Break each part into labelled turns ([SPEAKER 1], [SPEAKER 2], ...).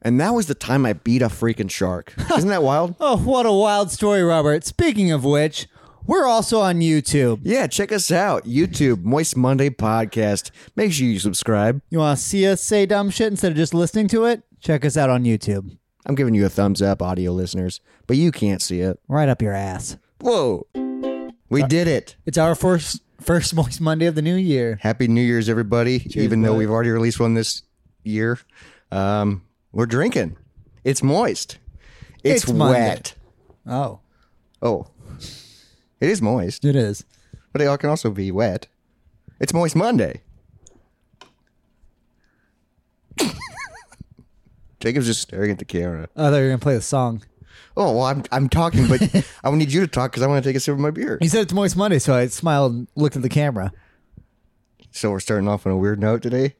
[SPEAKER 1] And that was the time I beat a freaking shark. Isn't that wild?
[SPEAKER 2] Oh, what a wild story, Robert. Speaking of which, we're also on YouTube.
[SPEAKER 1] Yeah, check us out. YouTube, Moist Monday Podcast. Make sure you subscribe.
[SPEAKER 2] You want to see us say dumb shit instead of just listening to it? Check us out on YouTube.
[SPEAKER 1] I'm giving you a thumbs up, audio listeners, but you can't see it.
[SPEAKER 2] Right up your ass.
[SPEAKER 1] Whoa. We did it.
[SPEAKER 2] It's our first first Moist Monday of the new year.
[SPEAKER 1] Happy New Year's, everybody. Even though we've already released one this year, um, we're drinking. It's moist. It's,
[SPEAKER 2] It's Monday.
[SPEAKER 1] wet.
[SPEAKER 2] Oh,
[SPEAKER 1] Oh, it is moist,
[SPEAKER 2] it is.
[SPEAKER 1] but it all can also be wet. It's Moist Monday. Jacob's just staring at the camera.
[SPEAKER 2] I thought you were going to play the song.
[SPEAKER 1] Oh well, I'm I'm talking, but I need you to talk because I want to take a sip of my beer.
[SPEAKER 2] You said it's Moist Monday, so I smiled and looked at the camera.
[SPEAKER 1] So we're starting off on a weird note today.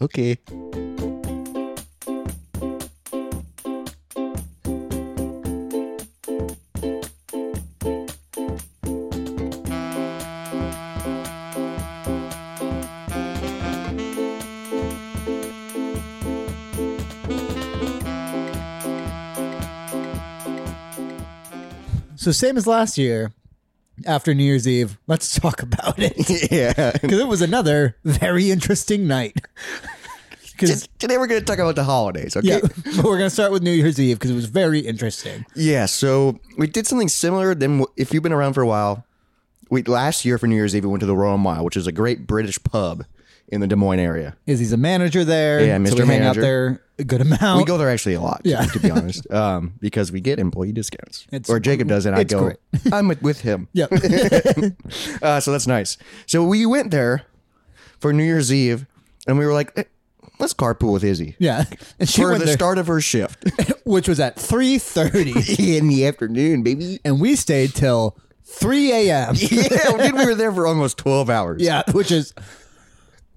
[SPEAKER 1] Okay.
[SPEAKER 2] So, same as last year, after New Year's Eve, let's talk about it.
[SPEAKER 1] yeah.
[SPEAKER 2] Because it was another very interesting night. 'Cause-
[SPEAKER 1] Today we're going to talk about the holidays. Okay.
[SPEAKER 2] yeah, but we're going to start with New Year's Eve because it was very interesting.
[SPEAKER 1] Yeah, so we did something similar. Then, w- if you've been around for a while, we last year for New Year's Eve we went to the Royal Mile, which is a great British pub in the Des Moines area.
[SPEAKER 2] Izzy's a manager there.
[SPEAKER 1] Yeah,
[SPEAKER 2] so
[SPEAKER 1] Mr.
[SPEAKER 2] we hang out
[SPEAKER 1] Manager.
[SPEAKER 2] there a good amount.
[SPEAKER 1] We go there actually a lot, yeah.
[SPEAKER 2] Yeah.
[SPEAKER 1] to, be honest, um, because we get employee discounts.
[SPEAKER 2] It's-
[SPEAKER 1] or Jacob does, and I
[SPEAKER 2] it's
[SPEAKER 1] go.
[SPEAKER 2] great.
[SPEAKER 1] I'm with, with him.
[SPEAKER 2] Yep.
[SPEAKER 1] Uh, so that's nice. So we went there for New Year's Eve, and we were like, eh, let's carpool with Izzy
[SPEAKER 2] yeah. And she
[SPEAKER 1] for
[SPEAKER 2] went
[SPEAKER 1] the
[SPEAKER 2] there,
[SPEAKER 1] start of her shift
[SPEAKER 2] which was at 3.30.
[SPEAKER 1] in the afternoon, baby.
[SPEAKER 2] and we stayed till 3 a.m.
[SPEAKER 1] Yeah, dude, we were there for almost twelve hours.
[SPEAKER 2] yeah, which is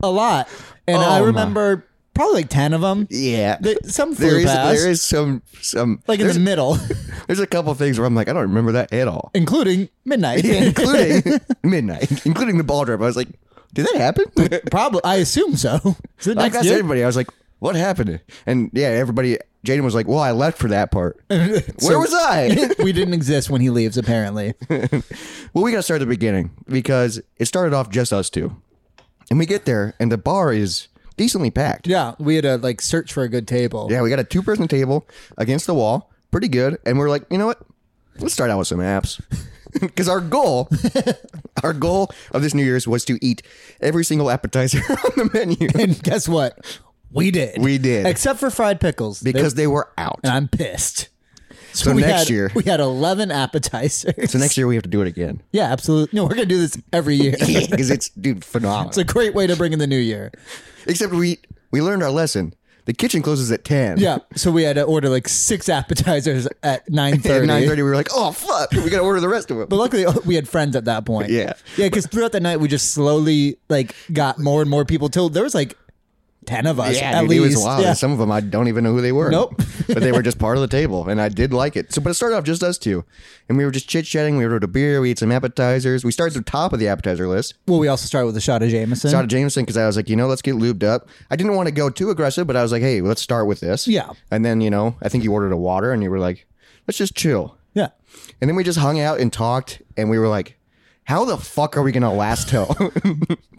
[SPEAKER 2] a lot. And I
[SPEAKER 1] Oh, my.
[SPEAKER 2] remember probably like 10 of them.
[SPEAKER 1] Yeah.
[SPEAKER 2] They, some flew
[SPEAKER 1] there is
[SPEAKER 2] past,
[SPEAKER 1] there is some some
[SPEAKER 2] like in
[SPEAKER 1] there's,
[SPEAKER 2] the middle,
[SPEAKER 1] there's a couple things where I'm like I don't remember that at all,
[SPEAKER 2] including midnight.
[SPEAKER 1] including midnight, including the ball drop. I was like, did that happen?
[SPEAKER 2] Probably, I assume so. So
[SPEAKER 1] like
[SPEAKER 2] next
[SPEAKER 1] that's
[SPEAKER 2] year,
[SPEAKER 1] everybody. I was like, what happened? And yeah, everybody. Jaden was like, well, I left for that part. Where
[SPEAKER 2] So-
[SPEAKER 1] was I?
[SPEAKER 2] we didn't exist when he leaves, apparently.
[SPEAKER 1] well, we got to start at the beginning because it started off just us two, and we get there and the bar is decently packed.
[SPEAKER 2] Yeah, we had to like search for a good table.
[SPEAKER 1] Yeah, we got a two person table against the wall, pretty good. And we're like, you know what? Let's start out with some apps. Because our goal, our goal of this New Year's was to eat every single appetizer on the menu
[SPEAKER 2] And guess what? We did.
[SPEAKER 1] We did.
[SPEAKER 2] Except for fried pickles. They-
[SPEAKER 1] because they were out.
[SPEAKER 2] and I'm pissed.
[SPEAKER 1] So
[SPEAKER 2] we
[SPEAKER 1] next
[SPEAKER 2] had-
[SPEAKER 1] year-
[SPEAKER 2] we had 11 appetizers.
[SPEAKER 1] So next year we have to do it again
[SPEAKER 2] yeah, absolutely. No, we're gonna do this every year. it's
[SPEAKER 1] because it's dude phenomenal.
[SPEAKER 2] a great way to bring in the new year.
[SPEAKER 1] Except we we learned our lesson. The kitchen closes at ten.
[SPEAKER 2] Yeah. So we had to order like six appetizers at nine
[SPEAKER 1] At nine
[SPEAKER 2] thirty.
[SPEAKER 1] thirty, we were like, "Oh fuck, we gotta order the rest of them."
[SPEAKER 2] But luckily, oh, we had friends at that point.
[SPEAKER 1] Yeah.
[SPEAKER 2] Yeah, because throughout the night, we just slowly like got more and more people till there was like ten of us.
[SPEAKER 1] Yeah,
[SPEAKER 2] at
[SPEAKER 1] dude,
[SPEAKER 2] least.
[SPEAKER 1] it was wild.
[SPEAKER 2] Yeah.
[SPEAKER 1] Some of them I don't even know who they were.
[SPEAKER 2] Nope.
[SPEAKER 1] but they were just part of the table, and I did like it. So, but it started off just us two, and we were just chit chatting. We ordered a beer. We ate some appetizers. We started at the top of the appetizer list.
[SPEAKER 2] well, we also started with a shot of Jameson.
[SPEAKER 1] Shot of Jameson because I was like, you know, let's get lubed up. I didn't want to go too aggressive, but I was like, hey, let's start with this.
[SPEAKER 2] Yeah.
[SPEAKER 1] And then you know, I think you ordered a water, and you were like, let's just chill.
[SPEAKER 2] yeah.
[SPEAKER 1] And then we just hung out and talked, and we were like, how the fuck are we gonna last till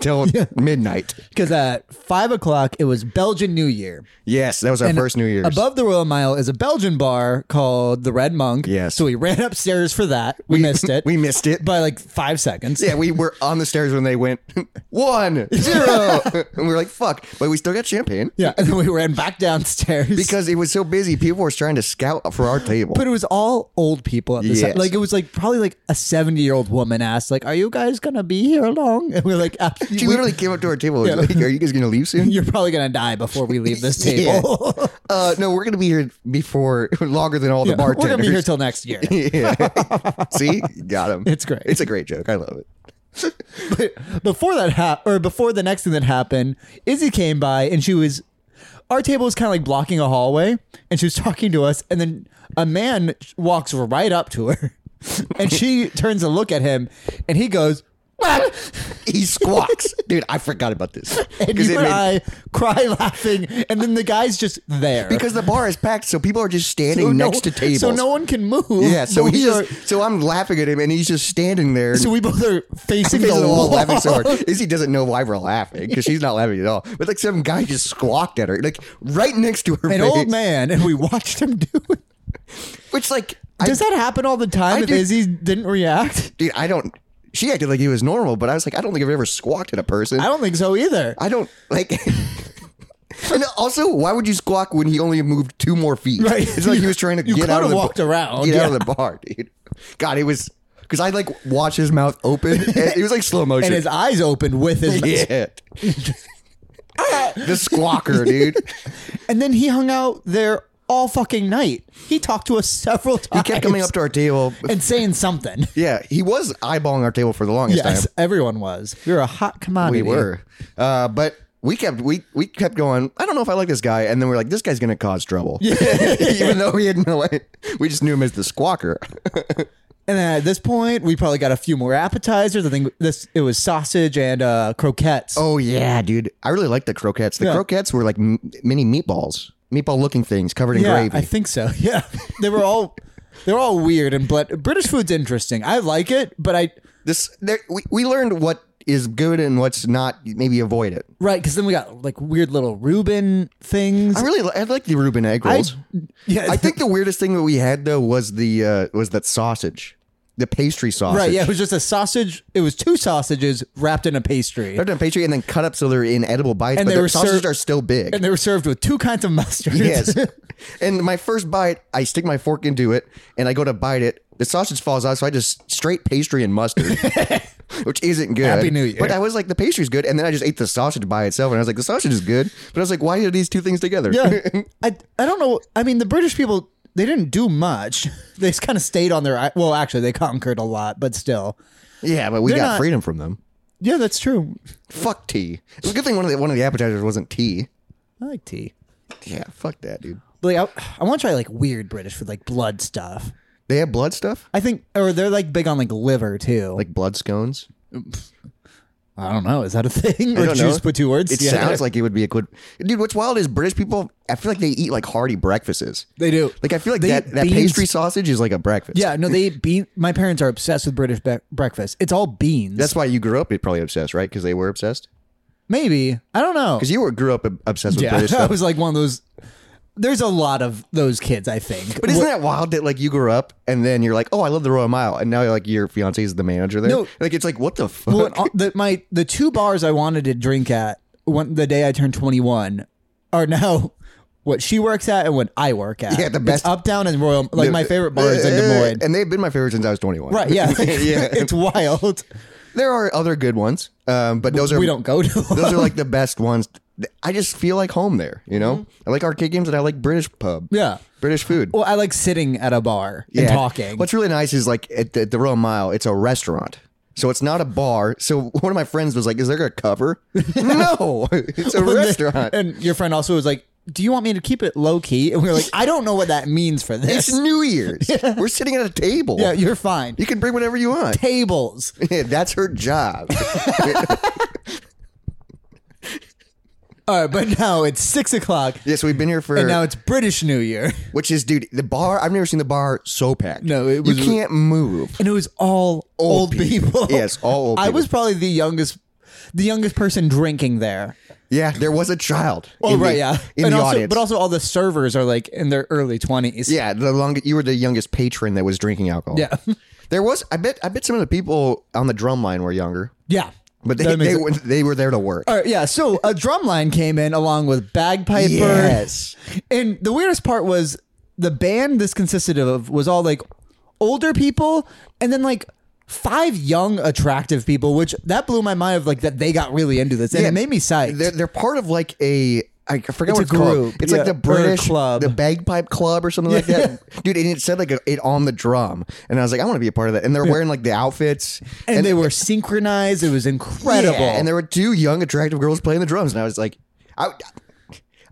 [SPEAKER 1] till midnight?
[SPEAKER 2] Because at five o'clock, it was Belgian New Year.
[SPEAKER 1] Yes, that was our first New Year's.
[SPEAKER 2] Above the Royal Mile is a Belgian bar called the Red Monk.
[SPEAKER 1] Yes.
[SPEAKER 2] So we ran upstairs for that. We, missed it
[SPEAKER 1] we missed it.
[SPEAKER 2] by like five seconds.
[SPEAKER 1] Yeah, we were on the stairs when they went one zero, and we were like, "Fuck!" But we still got champagne
[SPEAKER 2] Yeah. And then we ran back downstairs.
[SPEAKER 1] because it was so busy. People were trying to scout for our table.
[SPEAKER 2] but it was all old people at this
[SPEAKER 1] Yes.
[SPEAKER 2] like it was like probably like a 70 year old woman asked like are you guys gonna be here long and we are like
[SPEAKER 1] she
[SPEAKER 2] absolutely
[SPEAKER 1] literally came up to our table. and was like, "Are you guys gonna leave soon?"
[SPEAKER 2] you're probably gonna die before we leave this table
[SPEAKER 1] Uh, no, we're gonna be here before longer than all the
[SPEAKER 2] we're
[SPEAKER 1] bartenders.
[SPEAKER 2] gonna be here till next year
[SPEAKER 1] yeah. See, got him.
[SPEAKER 2] It's great.
[SPEAKER 1] It's a great joke. I love it.
[SPEAKER 2] before that hap- or before the next thing that happened, Izzy came by and she was our table was kind of like blocking a hallway and she was talking to us and then a man walks right up to her and she turns to look at him and he goes
[SPEAKER 1] he squawks. Dude, I forgot about this.
[SPEAKER 2] And
[SPEAKER 1] 'Cause
[SPEAKER 2] you
[SPEAKER 1] it
[SPEAKER 2] and
[SPEAKER 1] made-
[SPEAKER 2] I cry laughing, and then the guy's just there.
[SPEAKER 1] because the bar is packed, so people are just standing
[SPEAKER 2] So no-
[SPEAKER 1] next to tables.
[SPEAKER 2] So no one can move.
[SPEAKER 1] Yeah, so
[SPEAKER 2] but
[SPEAKER 1] he's
[SPEAKER 2] we are,
[SPEAKER 1] just, so I'm laughing at him, and he's just standing there.
[SPEAKER 2] so we both are facing
[SPEAKER 1] Facing
[SPEAKER 2] the wall.
[SPEAKER 1] laughing so hard. Izzy doesn't know why we're laughing because she's not laughing at all. But like some guy just squawked at her, like right next to her
[SPEAKER 2] An
[SPEAKER 1] face.
[SPEAKER 2] old man, and we watched him do it.
[SPEAKER 1] Which like, I,
[SPEAKER 2] Does that happen all the time
[SPEAKER 1] I
[SPEAKER 2] if
[SPEAKER 1] do-
[SPEAKER 2] Izzy didn't react?
[SPEAKER 1] dude, I don't. She acted like he was normal, but I was like, I don't think I've ever squawked at a person.
[SPEAKER 2] I don't think so either.
[SPEAKER 1] I don't like. and also, why would you squawk when he only moved two more feet?
[SPEAKER 2] Right.
[SPEAKER 1] It's like he was trying to
[SPEAKER 2] You
[SPEAKER 1] get out of
[SPEAKER 2] could've
[SPEAKER 1] the
[SPEAKER 2] walked around,
[SPEAKER 1] Get out of the bar, dude. God, it was because I like watch his mouth open. and it was like slow motion.
[SPEAKER 2] and his eyes opened with his
[SPEAKER 1] yeah. the squawker, dude.
[SPEAKER 2] And then he hung out there all fucking night. He talked to us several
[SPEAKER 1] He
[SPEAKER 2] times.
[SPEAKER 1] kept coming up to our table.
[SPEAKER 2] and saying something.
[SPEAKER 1] Yeah, he was eyeballing our table for the longest
[SPEAKER 2] Yes,
[SPEAKER 1] time.
[SPEAKER 2] everyone was. We were a hot commodity.
[SPEAKER 1] We were, uh, but we kept we we kept going. I don't know if I like this guy, and then we are like, this guy's gonna cause trouble. even though we had no, we just knew him as the squawker.
[SPEAKER 2] And then at this point, we probably got a few more appetizers. I think this it was sausage and uh, croquettes.
[SPEAKER 1] Oh yeah, dude. I really like the croquettes. The
[SPEAKER 2] Yeah.
[SPEAKER 1] croquettes were like m- mini meatballs, meatball looking things covered in
[SPEAKER 2] yeah,
[SPEAKER 1] gravy.
[SPEAKER 2] I think so. Yeah, they were all they were all weird and but British food's interesting. I like it, but I
[SPEAKER 1] this there, we we learned what is good and what's not. Maybe avoid it.
[SPEAKER 2] right because then we got like weird little Reuben things.
[SPEAKER 1] I really li- I like the Reuben egg rolls.
[SPEAKER 2] yeah,
[SPEAKER 1] I, think the weirdest thing that we had though was the uh, was that sausage, the pastry sausage.
[SPEAKER 2] right. Yeah, it was just a sausage. It was two sausages wrapped in a pastry,
[SPEAKER 1] They're done pastry and then cut up so they're in edible bites,
[SPEAKER 2] And
[SPEAKER 1] but
[SPEAKER 2] they
[SPEAKER 1] the
[SPEAKER 2] were
[SPEAKER 1] sausages
[SPEAKER 2] served-
[SPEAKER 1] are still big.
[SPEAKER 2] and they were served with two kinds of mustard.
[SPEAKER 1] Yes. and my first bite, I stick my fork into it and I go to bite it. The sausage falls out, so I just straight pastry and mustard, which isn't good.
[SPEAKER 2] Happy New Year.
[SPEAKER 1] But I was like, the pastry's good. And then I just ate the sausage by itself and I was like, the sausage is good. But I was like, why are these two things together?
[SPEAKER 2] Yeah. I I don't know. I mean, the British people they didn't do much. They just kind of stayed on their i- well, actually they conquered a lot, but still.
[SPEAKER 1] yeah, but we
[SPEAKER 2] They're
[SPEAKER 1] got
[SPEAKER 2] not-
[SPEAKER 1] freedom from them.
[SPEAKER 2] Yeah, that's true.
[SPEAKER 1] Fuck tea. It's a good thing one of the one of the appetizers wasn't tea.
[SPEAKER 2] I like tea.
[SPEAKER 1] Yeah, fuck that, dude.
[SPEAKER 2] But like I, I want to try like weird British food, like blood stuff.
[SPEAKER 1] They have blood stuff?
[SPEAKER 2] I think, or they're like big on like liver too.
[SPEAKER 1] Like blood scones?
[SPEAKER 2] I don't know, is that a thing?
[SPEAKER 1] I don't
[SPEAKER 2] Or did you
[SPEAKER 1] know.
[SPEAKER 2] just put two words?
[SPEAKER 1] It
[SPEAKER 2] together?
[SPEAKER 1] sounds like it would be a good dude. What's wild is British people. I feel like they eat like hearty breakfasts.
[SPEAKER 2] they do.
[SPEAKER 1] Like I feel like
[SPEAKER 2] They
[SPEAKER 1] that,
[SPEAKER 2] eat
[SPEAKER 1] that
[SPEAKER 2] beans.
[SPEAKER 1] pastry sausage is like a breakfast.
[SPEAKER 2] yeah, no, they eat bean. My parents are obsessed with British be- breakfast. It's all beans.
[SPEAKER 1] that's why you grew up probably obsessed, right? Because they were obsessed.
[SPEAKER 2] Maybe I don't know.
[SPEAKER 1] Because you were grew up ob- obsessed with
[SPEAKER 2] Yeah,
[SPEAKER 1] British
[SPEAKER 2] I
[SPEAKER 1] stuff.
[SPEAKER 2] was like one of those. There's a lot of those kids, I think.
[SPEAKER 1] But isn't that wild that like you grew up and then you're like, oh, I love the Royal Mile, and now like your fiance is the manager there.
[SPEAKER 2] No.
[SPEAKER 1] Like it's like what the fuck?
[SPEAKER 2] Well, uh, the, my the two bars I wanted to drink at when the day I turned 21 are now what she works at and what I work at.
[SPEAKER 1] Yeah, the
[SPEAKER 2] It's
[SPEAKER 1] best-
[SPEAKER 2] up down and Royal. Like my favorite bar is in Des
[SPEAKER 1] Uh,
[SPEAKER 2] Moines.
[SPEAKER 1] and they've been my favorite since I was 21.
[SPEAKER 2] Right? Yeah,
[SPEAKER 1] yeah.
[SPEAKER 2] it's wild.
[SPEAKER 1] There are other good ones, um, but those are
[SPEAKER 2] We don't go to.
[SPEAKER 1] those are like the best ones. I just feel like home there. You know, I like arcade games and I like British pub.
[SPEAKER 2] Mm-hmm. yeah.
[SPEAKER 1] British food.
[SPEAKER 2] Well, I like sitting at a bar and talking.
[SPEAKER 1] What's really nice is like at the, at the Royal Mile, it's a restaurant. So it's not a bar. So one of my friends was like, "Is there a cover?" no, it's a
[SPEAKER 2] When the-
[SPEAKER 1] restaurant.
[SPEAKER 2] and your friend also was like, "Do you want me to keep it low key?" And we were like, "I don't know what that means for
[SPEAKER 1] It's
[SPEAKER 2] this."
[SPEAKER 1] New Year's. We're sitting at a table.
[SPEAKER 2] yeah, you're fine.
[SPEAKER 1] You can bring whatever you want.
[SPEAKER 2] Tables.
[SPEAKER 1] Yeah, that's her job.
[SPEAKER 2] All right, but now it's six o'clock,
[SPEAKER 1] yes, we've been here for
[SPEAKER 2] and now it's British New Year.
[SPEAKER 1] which is dude the bar. I've never seen the bar so packed.
[SPEAKER 2] No, it was-
[SPEAKER 1] you can't move.
[SPEAKER 2] and it was all old, people.
[SPEAKER 1] Yes, all old
[SPEAKER 2] I
[SPEAKER 1] people.
[SPEAKER 2] was probably the youngest, the youngest person drinking there.
[SPEAKER 1] Yeah, there was a child.
[SPEAKER 2] Oh
[SPEAKER 1] in the-
[SPEAKER 2] right, yeah,
[SPEAKER 1] in
[SPEAKER 2] and
[SPEAKER 1] the
[SPEAKER 2] also,
[SPEAKER 1] audience.
[SPEAKER 2] but also all the servers are like in their early twenties.
[SPEAKER 1] Yeah, the long you were the youngest patron that was drinking alcohol.
[SPEAKER 2] Yeah.
[SPEAKER 1] There was I bet I bet some of the people on the drum line were younger.
[SPEAKER 2] yeah,
[SPEAKER 1] But they
[SPEAKER 2] That makes
[SPEAKER 1] they,
[SPEAKER 2] sense.
[SPEAKER 1] were- they were there to work.
[SPEAKER 2] All right, yeah. So a drum line came in along with bagpiper.
[SPEAKER 1] Yes.
[SPEAKER 2] and the weirdest part was the band this consisted of was all like older people, and then like. Five young attractive people, which that blew my mind of like that they got really into this, and
[SPEAKER 1] Yeah.
[SPEAKER 2] it made me psyched.
[SPEAKER 1] They're, they're part of like a I forget what
[SPEAKER 2] a
[SPEAKER 1] it's called.
[SPEAKER 2] group,
[SPEAKER 1] It's
[SPEAKER 2] yeah,
[SPEAKER 1] like the
[SPEAKER 2] or a
[SPEAKER 1] British
[SPEAKER 2] club.
[SPEAKER 1] the bagpipe club or something like that. Dude, and it said like a, it on the drum, and I was like, I want to be a part of that. And they're wearing like the outfits,
[SPEAKER 2] and, they were synchronized. It was incredible.
[SPEAKER 1] Yeah, and there were two young attractive girls playing the drums, and I was like, I.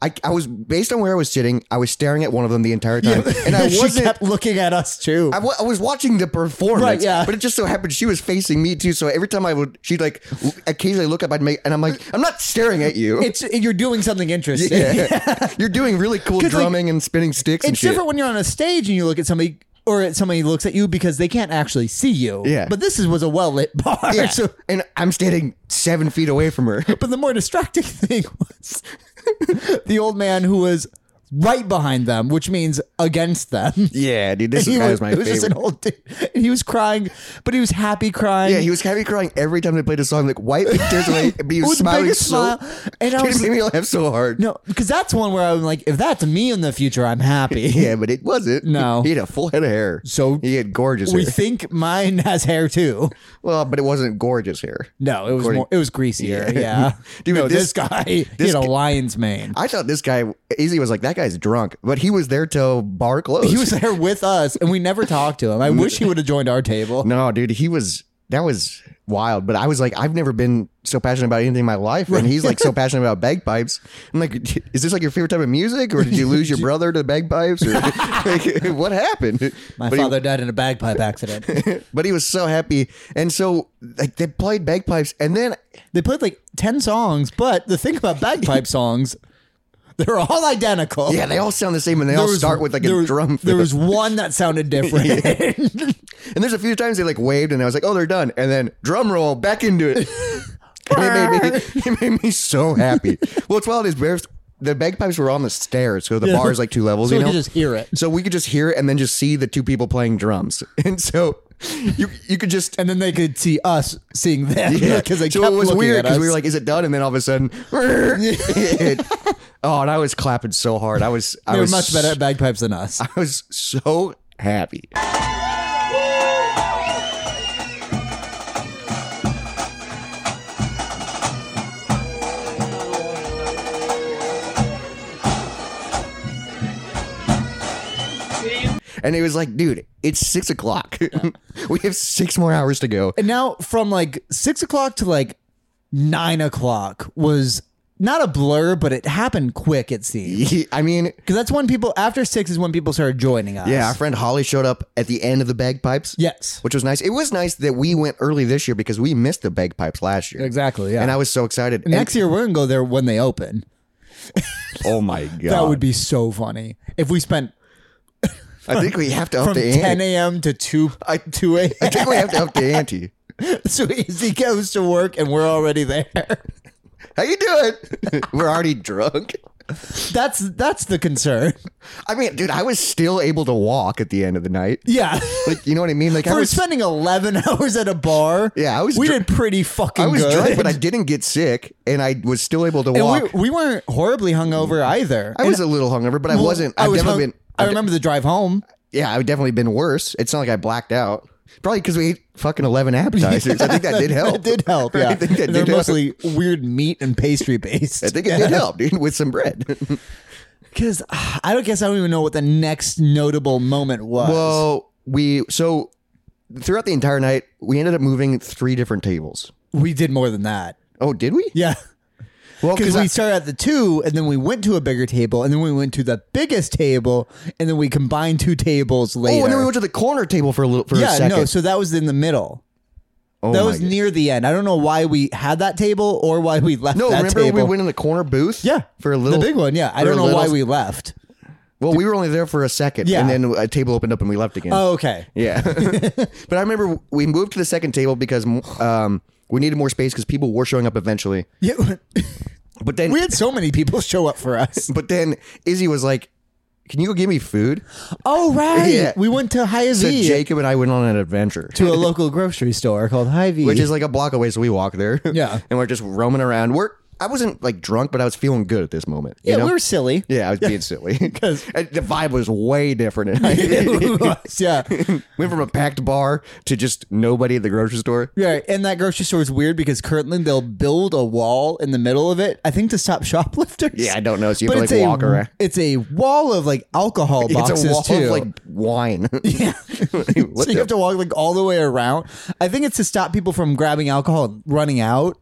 [SPEAKER 1] I, I was based on where I was sitting. I was staring at one of them the entire time, and I
[SPEAKER 2] she
[SPEAKER 1] wasn't.
[SPEAKER 2] kept looking at us too.
[SPEAKER 1] I wa- I was watching the performance,
[SPEAKER 2] Right, yeah.
[SPEAKER 1] but it just so happened she was facing me too. So every time I would, she'd like w- occasionally look up at me, and I'm like, I'm not staring at you.
[SPEAKER 2] it's you're doing something interesting.
[SPEAKER 1] Yeah. You're doing really cool
[SPEAKER 2] 'Cause, like,
[SPEAKER 1] drumming and spinning sticks and
[SPEAKER 2] It's
[SPEAKER 1] shit.
[SPEAKER 2] different when you're on a stage and you look at somebody or at somebody looks at you because they can't actually see you.
[SPEAKER 1] Yeah.
[SPEAKER 2] But this is, was a well lit bar.
[SPEAKER 1] Yeah.
[SPEAKER 2] So,
[SPEAKER 1] and I'm standing seven feet away from her.
[SPEAKER 2] but the more distracting thing was the old man who was right behind them, which means against them.
[SPEAKER 1] Yeah, dude, this
[SPEAKER 2] He
[SPEAKER 1] guy
[SPEAKER 2] was,
[SPEAKER 1] was my
[SPEAKER 2] it was just an
[SPEAKER 1] favorite.
[SPEAKER 2] old dude. And he was crying, but he was happy crying.
[SPEAKER 1] Yeah, he was happy crying every time they played a song, like white tears away, but he was
[SPEAKER 2] With the
[SPEAKER 1] smiling
[SPEAKER 2] biggest
[SPEAKER 1] so.
[SPEAKER 2] smile. And I
[SPEAKER 1] Dude,
[SPEAKER 2] was-
[SPEAKER 1] it made me laugh so hard.
[SPEAKER 2] no, because that's one where I'm like, if that's me in the future, I'm happy.
[SPEAKER 1] Yeah, but it wasn't.
[SPEAKER 2] No.
[SPEAKER 1] he had a full head of hair.
[SPEAKER 2] So-
[SPEAKER 1] he had gorgeous
[SPEAKER 2] We
[SPEAKER 1] hair.
[SPEAKER 2] think mine has hair too.
[SPEAKER 1] Well, but it wasn't gorgeous hair.
[SPEAKER 2] No, it was more, it was greasier. Yeah,
[SPEAKER 1] Dude,
[SPEAKER 2] no, this,
[SPEAKER 1] this-
[SPEAKER 2] guy he had a lion's mane.
[SPEAKER 1] I thought this guy Izzy was like that guy's drunk, but he was there till bar closed.
[SPEAKER 2] He was there with us, and we never talked to him. I wish he would have joined our table.
[SPEAKER 1] No, dude, he was that was wild. But I was like, I've never been so passionate about anything in my life, and he's like so passionate about bagpipes. I'm like, is this like your favorite type of music, or did you lose your brother to bagpipes, or like, what happened?
[SPEAKER 2] My
[SPEAKER 1] but
[SPEAKER 2] father died in a bagpipe accident.
[SPEAKER 1] He, but he was so happy, and so like they played bagpipes, and then
[SPEAKER 2] they played like ten songs, but the thing about bagpipe songs, they're all identical.
[SPEAKER 1] yeah, they all sound the same, and they all start with like a
[SPEAKER 2] there was-
[SPEAKER 1] drum.
[SPEAKER 2] There
[SPEAKER 1] fill.
[SPEAKER 2] was one that sounded different.
[SPEAKER 1] and there's a few times they like waved, and I was like, oh, they're done, and then drum roll back into it. And it made me it made me so happy. well, it's wild is bears. The bagpipes were on the stairs, so the bar is like two levels.
[SPEAKER 2] so
[SPEAKER 1] you
[SPEAKER 2] we
[SPEAKER 1] know,
[SPEAKER 2] could just hear it,
[SPEAKER 1] so we could just hear it and then just see the two people playing drums, and so you you could just.
[SPEAKER 2] and then they could see us seeing them
[SPEAKER 1] Yeah,
[SPEAKER 2] because they
[SPEAKER 1] so
[SPEAKER 2] kept
[SPEAKER 1] it was
[SPEAKER 2] looking
[SPEAKER 1] weird
[SPEAKER 2] at us.
[SPEAKER 1] because we were like, "Is it done?" And then all of a sudden, oh, and I was clapping so hard. I was, I
[SPEAKER 2] they were
[SPEAKER 1] was
[SPEAKER 2] much better at bagpipes than us.
[SPEAKER 1] I was so happy. And it was like, dude, it's six o'clock. we have six more hours to go.
[SPEAKER 2] And now from like six o'clock to like nine o'clock was not a blur, but it happened quick, it seemed.
[SPEAKER 1] I mean,
[SPEAKER 2] Because that's when people, after six is when people started joining us.
[SPEAKER 1] yeah, our friend Holly showed up at the end of the bagpipes.
[SPEAKER 2] Yes.
[SPEAKER 1] Which was nice. It was nice that we went early this year because we missed the bagpipes last year.
[SPEAKER 2] Exactly. Yeah.
[SPEAKER 1] And I was so excited. And-
[SPEAKER 2] Next year, we're going to go there when they open.
[SPEAKER 1] oh my god,
[SPEAKER 2] That would be so funny if we spent
[SPEAKER 1] I think we have to up
[SPEAKER 2] from
[SPEAKER 1] the
[SPEAKER 2] 10
[SPEAKER 1] ante.
[SPEAKER 2] a.m. to 2
[SPEAKER 1] I,
[SPEAKER 2] two a.m.
[SPEAKER 1] I think we have to up the ante.
[SPEAKER 2] so Izzy goes to work and we're already there.
[SPEAKER 1] How you doing? We're already drunk.
[SPEAKER 2] That's that's the concern.
[SPEAKER 1] I mean, dude, I was still able to walk at the end of the night.
[SPEAKER 2] Yeah.
[SPEAKER 1] Like, you know what I mean? Like, I
[SPEAKER 2] We're
[SPEAKER 1] was,
[SPEAKER 2] spending 11 hours at a bar.
[SPEAKER 1] Yeah, I was
[SPEAKER 2] We
[SPEAKER 1] dr-
[SPEAKER 2] did pretty fucking
[SPEAKER 1] I was
[SPEAKER 2] good.
[SPEAKER 1] drunk, but I didn't get sick, and I was still able to
[SPEAKER 2] And
[SPEAKER 1] walk. Mm.
[SPEAKER 2] we, we weren't horribly hungover either.
[SPEAKER 1] I was a little hungover, but I wasn't. I've
[SPEAKER 2] was
[SPEAKER 1] definitely
[SPEAKER 2] hung-
[SPEAKER 1] been.
[SPEAKER 2] I remember the drive home.
[SPEAKER 1] Yeah, I've definitely been worse. It's not like I blacked out. Probably because we ate fucking eleven appetizers. I think that did help.
[SPEAKER 2] It did help.
[SPEAKER 1] I
[SPEAKER 2] Yeah,
[SPEAKER 1] think that
[SPEAKER 2] they're
[SPEAKER 1] did help.
[SPEAKER 2] mostly weird meat and pastry based.
[SPEAKER 1] I think it did help, dude, with some bread.
[SPEAKER 2] Because ah, I don't guess I don't even know what the next notable moment was.
[SPEAKER 1] well, we so throughout the entire night we ended up moving three different tables.
[SPEAKER 2] we did more than that.
[SPEAKER 1] Oh, did we?
[SPEAKER 2] Yeah,
[SPEAKER 1] Well,
[SPEAKER 2] because we
[SPEAKER 1] I-
[SPEAKER 2] started at the two, and then we went to a bigger table, and then we went to the biggest table, and then we combined two tables later.
[SPEAKER 1] oh, and then we went to the corner table for a little for a
[SPEAKER 2] yeah,
[SPEAKER 1] second.
[SPEAKER 2] no, so that was in the middle.
[SPEAKER 1] oh
[SPEAKER 2] That
[SPEAKER 1] my
[SPEAKER 2] was
[SPEAKER 1] God.
[SPEAKER 2] near the end. I don't know why we had that table or why we left
[SPEAKER 1] no.
[SPEAKER 2] that
[SPEAKER 1] Remember
[SPEAKER 2] table.
[SPEAKER 1] we went in the corner booth?
[SPEAKER 2] Yeah,
[SPEAKER 1] for a little
[SPEAKER 2] the big one. Yeah, I
[SPEAKER 1] for a
[SPEAKER 2] don't know why
[SPEAKER 1] little-
[SPEAKER 2] we left.
[SPEAKER 1] Well, we were only there for a second,
[SPEAKER 2] Yeah.
[SPEAKER 1] and then a table opened up and we left again.
[SPEAKER 2] Oh, okay.
[SPEAKER 1] Yeah. but I remember we moved to the second table because um, we needed more space because people were showing up eventually.
[SPEAKER 2] Yeah,
[SPEAKER 1] But then,
[SPEAKER 2] we had so many people show up for us.
[SPEAKER 1] but then Izzy was like, "Can you go give me food?"
[SPEAKER 2] Oh right,
[SPEAKER 1] Yeah.
[SPEAKER 2] we went to Hy-Vee
[SPEAKER 1] So Jacob and I went on an adventure.
[SPEAKER 2] to a local grocery store called Hy-Vee.
[SPEAKER 1] which is like a block away. So we walk there.
[SPEAKER 2] Yeah.
[SPEAKER 1] and we're just roaming around. We're I wasn't like drunk, but I was feeling good at this moment. you
[SPEAKER 2] yeah,
[SPEAKER 1] know?
[SPEAKER 2] we were silly.
[SPEAKER 1] Yeah, I was being silly because the vibe was way different.
[SPEAKER 2] It was, yeah,
[SPEAKER 1] Went from a packed bar to just nobody at the grocery store.
[SPEAKER 2] yeah. And that grocery store is weird because currently they'll build a wall in the middle of it. I think to stop shoplifters.
[SPEAKER 1] Yeah, I don't know. So you
[SPEAKER 2] but
[SPEAKER 1] have
[SPEAKER 2] it's
[SPEAKER 1] to like
[SPEAKER 2] a
[SPEAKER 1] walk around.
[SPEAKER 2] it's a wall of like alcohol boxes
[SPEAKER 1] It's a wall
[SPEAKER 2] too.
[SPEAKER 1] of like wine.
[SPEAKER 2] yeah. so you have to walk like all the way around. I think it's to stop people from grabbing alcohol and running out.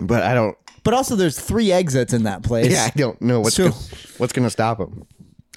[SPEAKER 1] but I don't.
[SPEAKER 2] But also, there's three exits in that place.
[SPEAKER 1] Yeah, I don't know what's
[SPEAKER 2] So-
[SPEAKER 1] gonna, what's gonna stop him.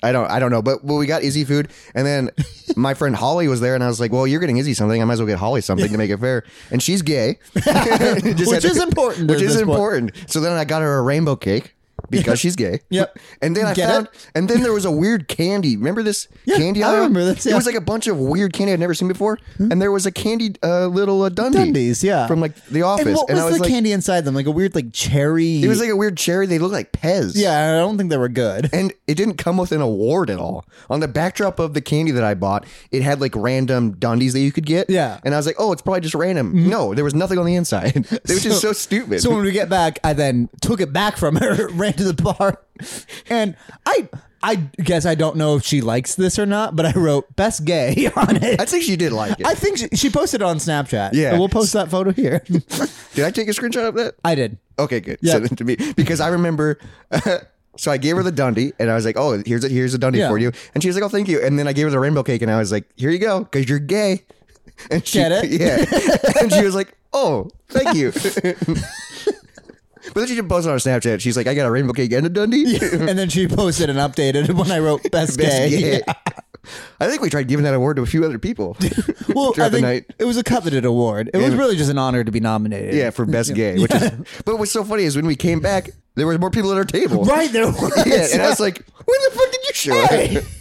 [SPEAKER 1] I don't I don't know. But but we got Izzy food, and then my friend Holly was there, and I was like, "Well, you're getting Izzy something. I might as well get Holly something to make it fair." And she's gay, Just had
[SPEAKER 2] is important
[SPEAKER 1] Which
[SPEAKER 2] at
[SPEAKER 1] is
[SPEAKER 2] this point.
[SPEAKER 1] important. So then I got her a rainbow cake. Because she's gay.
[SPEAKER 2] Yep.
[SPEAKER 1] And then I
[SPEAKER 2] Get
[SPEAKER 1] found,
[SPEAKER 2] it?
[SPEAKER 1] and then there was a weird candy. Remember this
[SPEAKER 2] Yeah,
[SPEAKER 1] candy?
[SPEAKER 2] I
[SPEAKER 1] aisle?
[SPEAKER 2] remember this,
[SPEAKER 1] It
[SPEAKER 2] yeah. Hmm.
[SPEAKER 1] was like a bunch of weird candy I'd never seen before. And there was a candy, uh, little uh, Dundee
[SPEAKER 2] Dundies, yeah.
[SPEAKER 1] from like the office.
[SPEAKER 2] And what was,
[SPEAKER 1] I was
[SPEAKER 2] the
[SPEAKER 1] like,
[SPEAKER 2] candy inside them? Like a weird, like cherry.
[SPEAKER 1] it was like a weird cherry. They looked like Pez.
[SPEAKER 2] yeah, I don't think they were good.
[SPEAKER 1] and it didn't come with an award at all. On the backdrop of the candy that I bought, it had like random dundies that you could get.
[SPEAKER 2] Yeah. Mm-hmm.
[SPEAKER 1] and I was like, oh, it's probably just random. No, there was nothing on the inside. it was just so stupid.
[SPEAKER 2] So when we get back, I then took it back from her, ran to the bar, and I I guess I don't know if she likes this or not, but I wrote best gay on it.
[SPEAKER 1] I think she did like it.
[SPEAKER 2] I think she, she posted it on Snapchat.
[SPEAKER 1] Yeah.
[SPEAKER 2] we'll post that photo here.
[SPEAKER 1] did I take a screenshot of that?
[SPEAKER 2] I did.
[SPEAKER 1] Okay, good.
[SPEAKER 2] Yeah.
[SPEAKER 1] Send it to me because I remember. so I gave her the Dundee, and I was like, "Oh, here's a here's a Dundee
[SPEAKER 2] Yeah.
[SPEAKER 1] for you," and she was like, "Oh, thank you." And then I gave her the rainbow cake, and I was like, "Here you go, because you're gay." And she,
[SPEAKER 2] Get it?
[SPEAKER 1] Yeah. and she was like, "Oh, thank you." but then she did post it on Snapchat. She's like, "I got a rainbow cake and a Dundee."
[SPEAKER 2] and then she posted and updated when I wrote
[SPEAKER 1] Best
[SPEAKER 2] best, gay.
[SPEAKER 1] gay.
[SPEAKER 2] Yeah.
[SPEAKER 1] I think we tried giving that award to a few other people.
[SPEAKER 2] Well,
[SPEAKER 1] Throughout
[SPEAKER 2] I
[SPEAKER 1] the
[SPEAKER 2] think
[SPEAKER 1] night.
[SPEAKER 2] it was a coveted award. It was really just an honor to be nominated.
[SPEAKER 1] yeah, for best gay. Which is, but what's so funny is when we came back, there were more people at our table.
[SPEAKER 2] Right there was.
[SPEAKER 1] Yeah, and I was like, "When the fuck did you show up?"
[SPEAKER 2] Hey.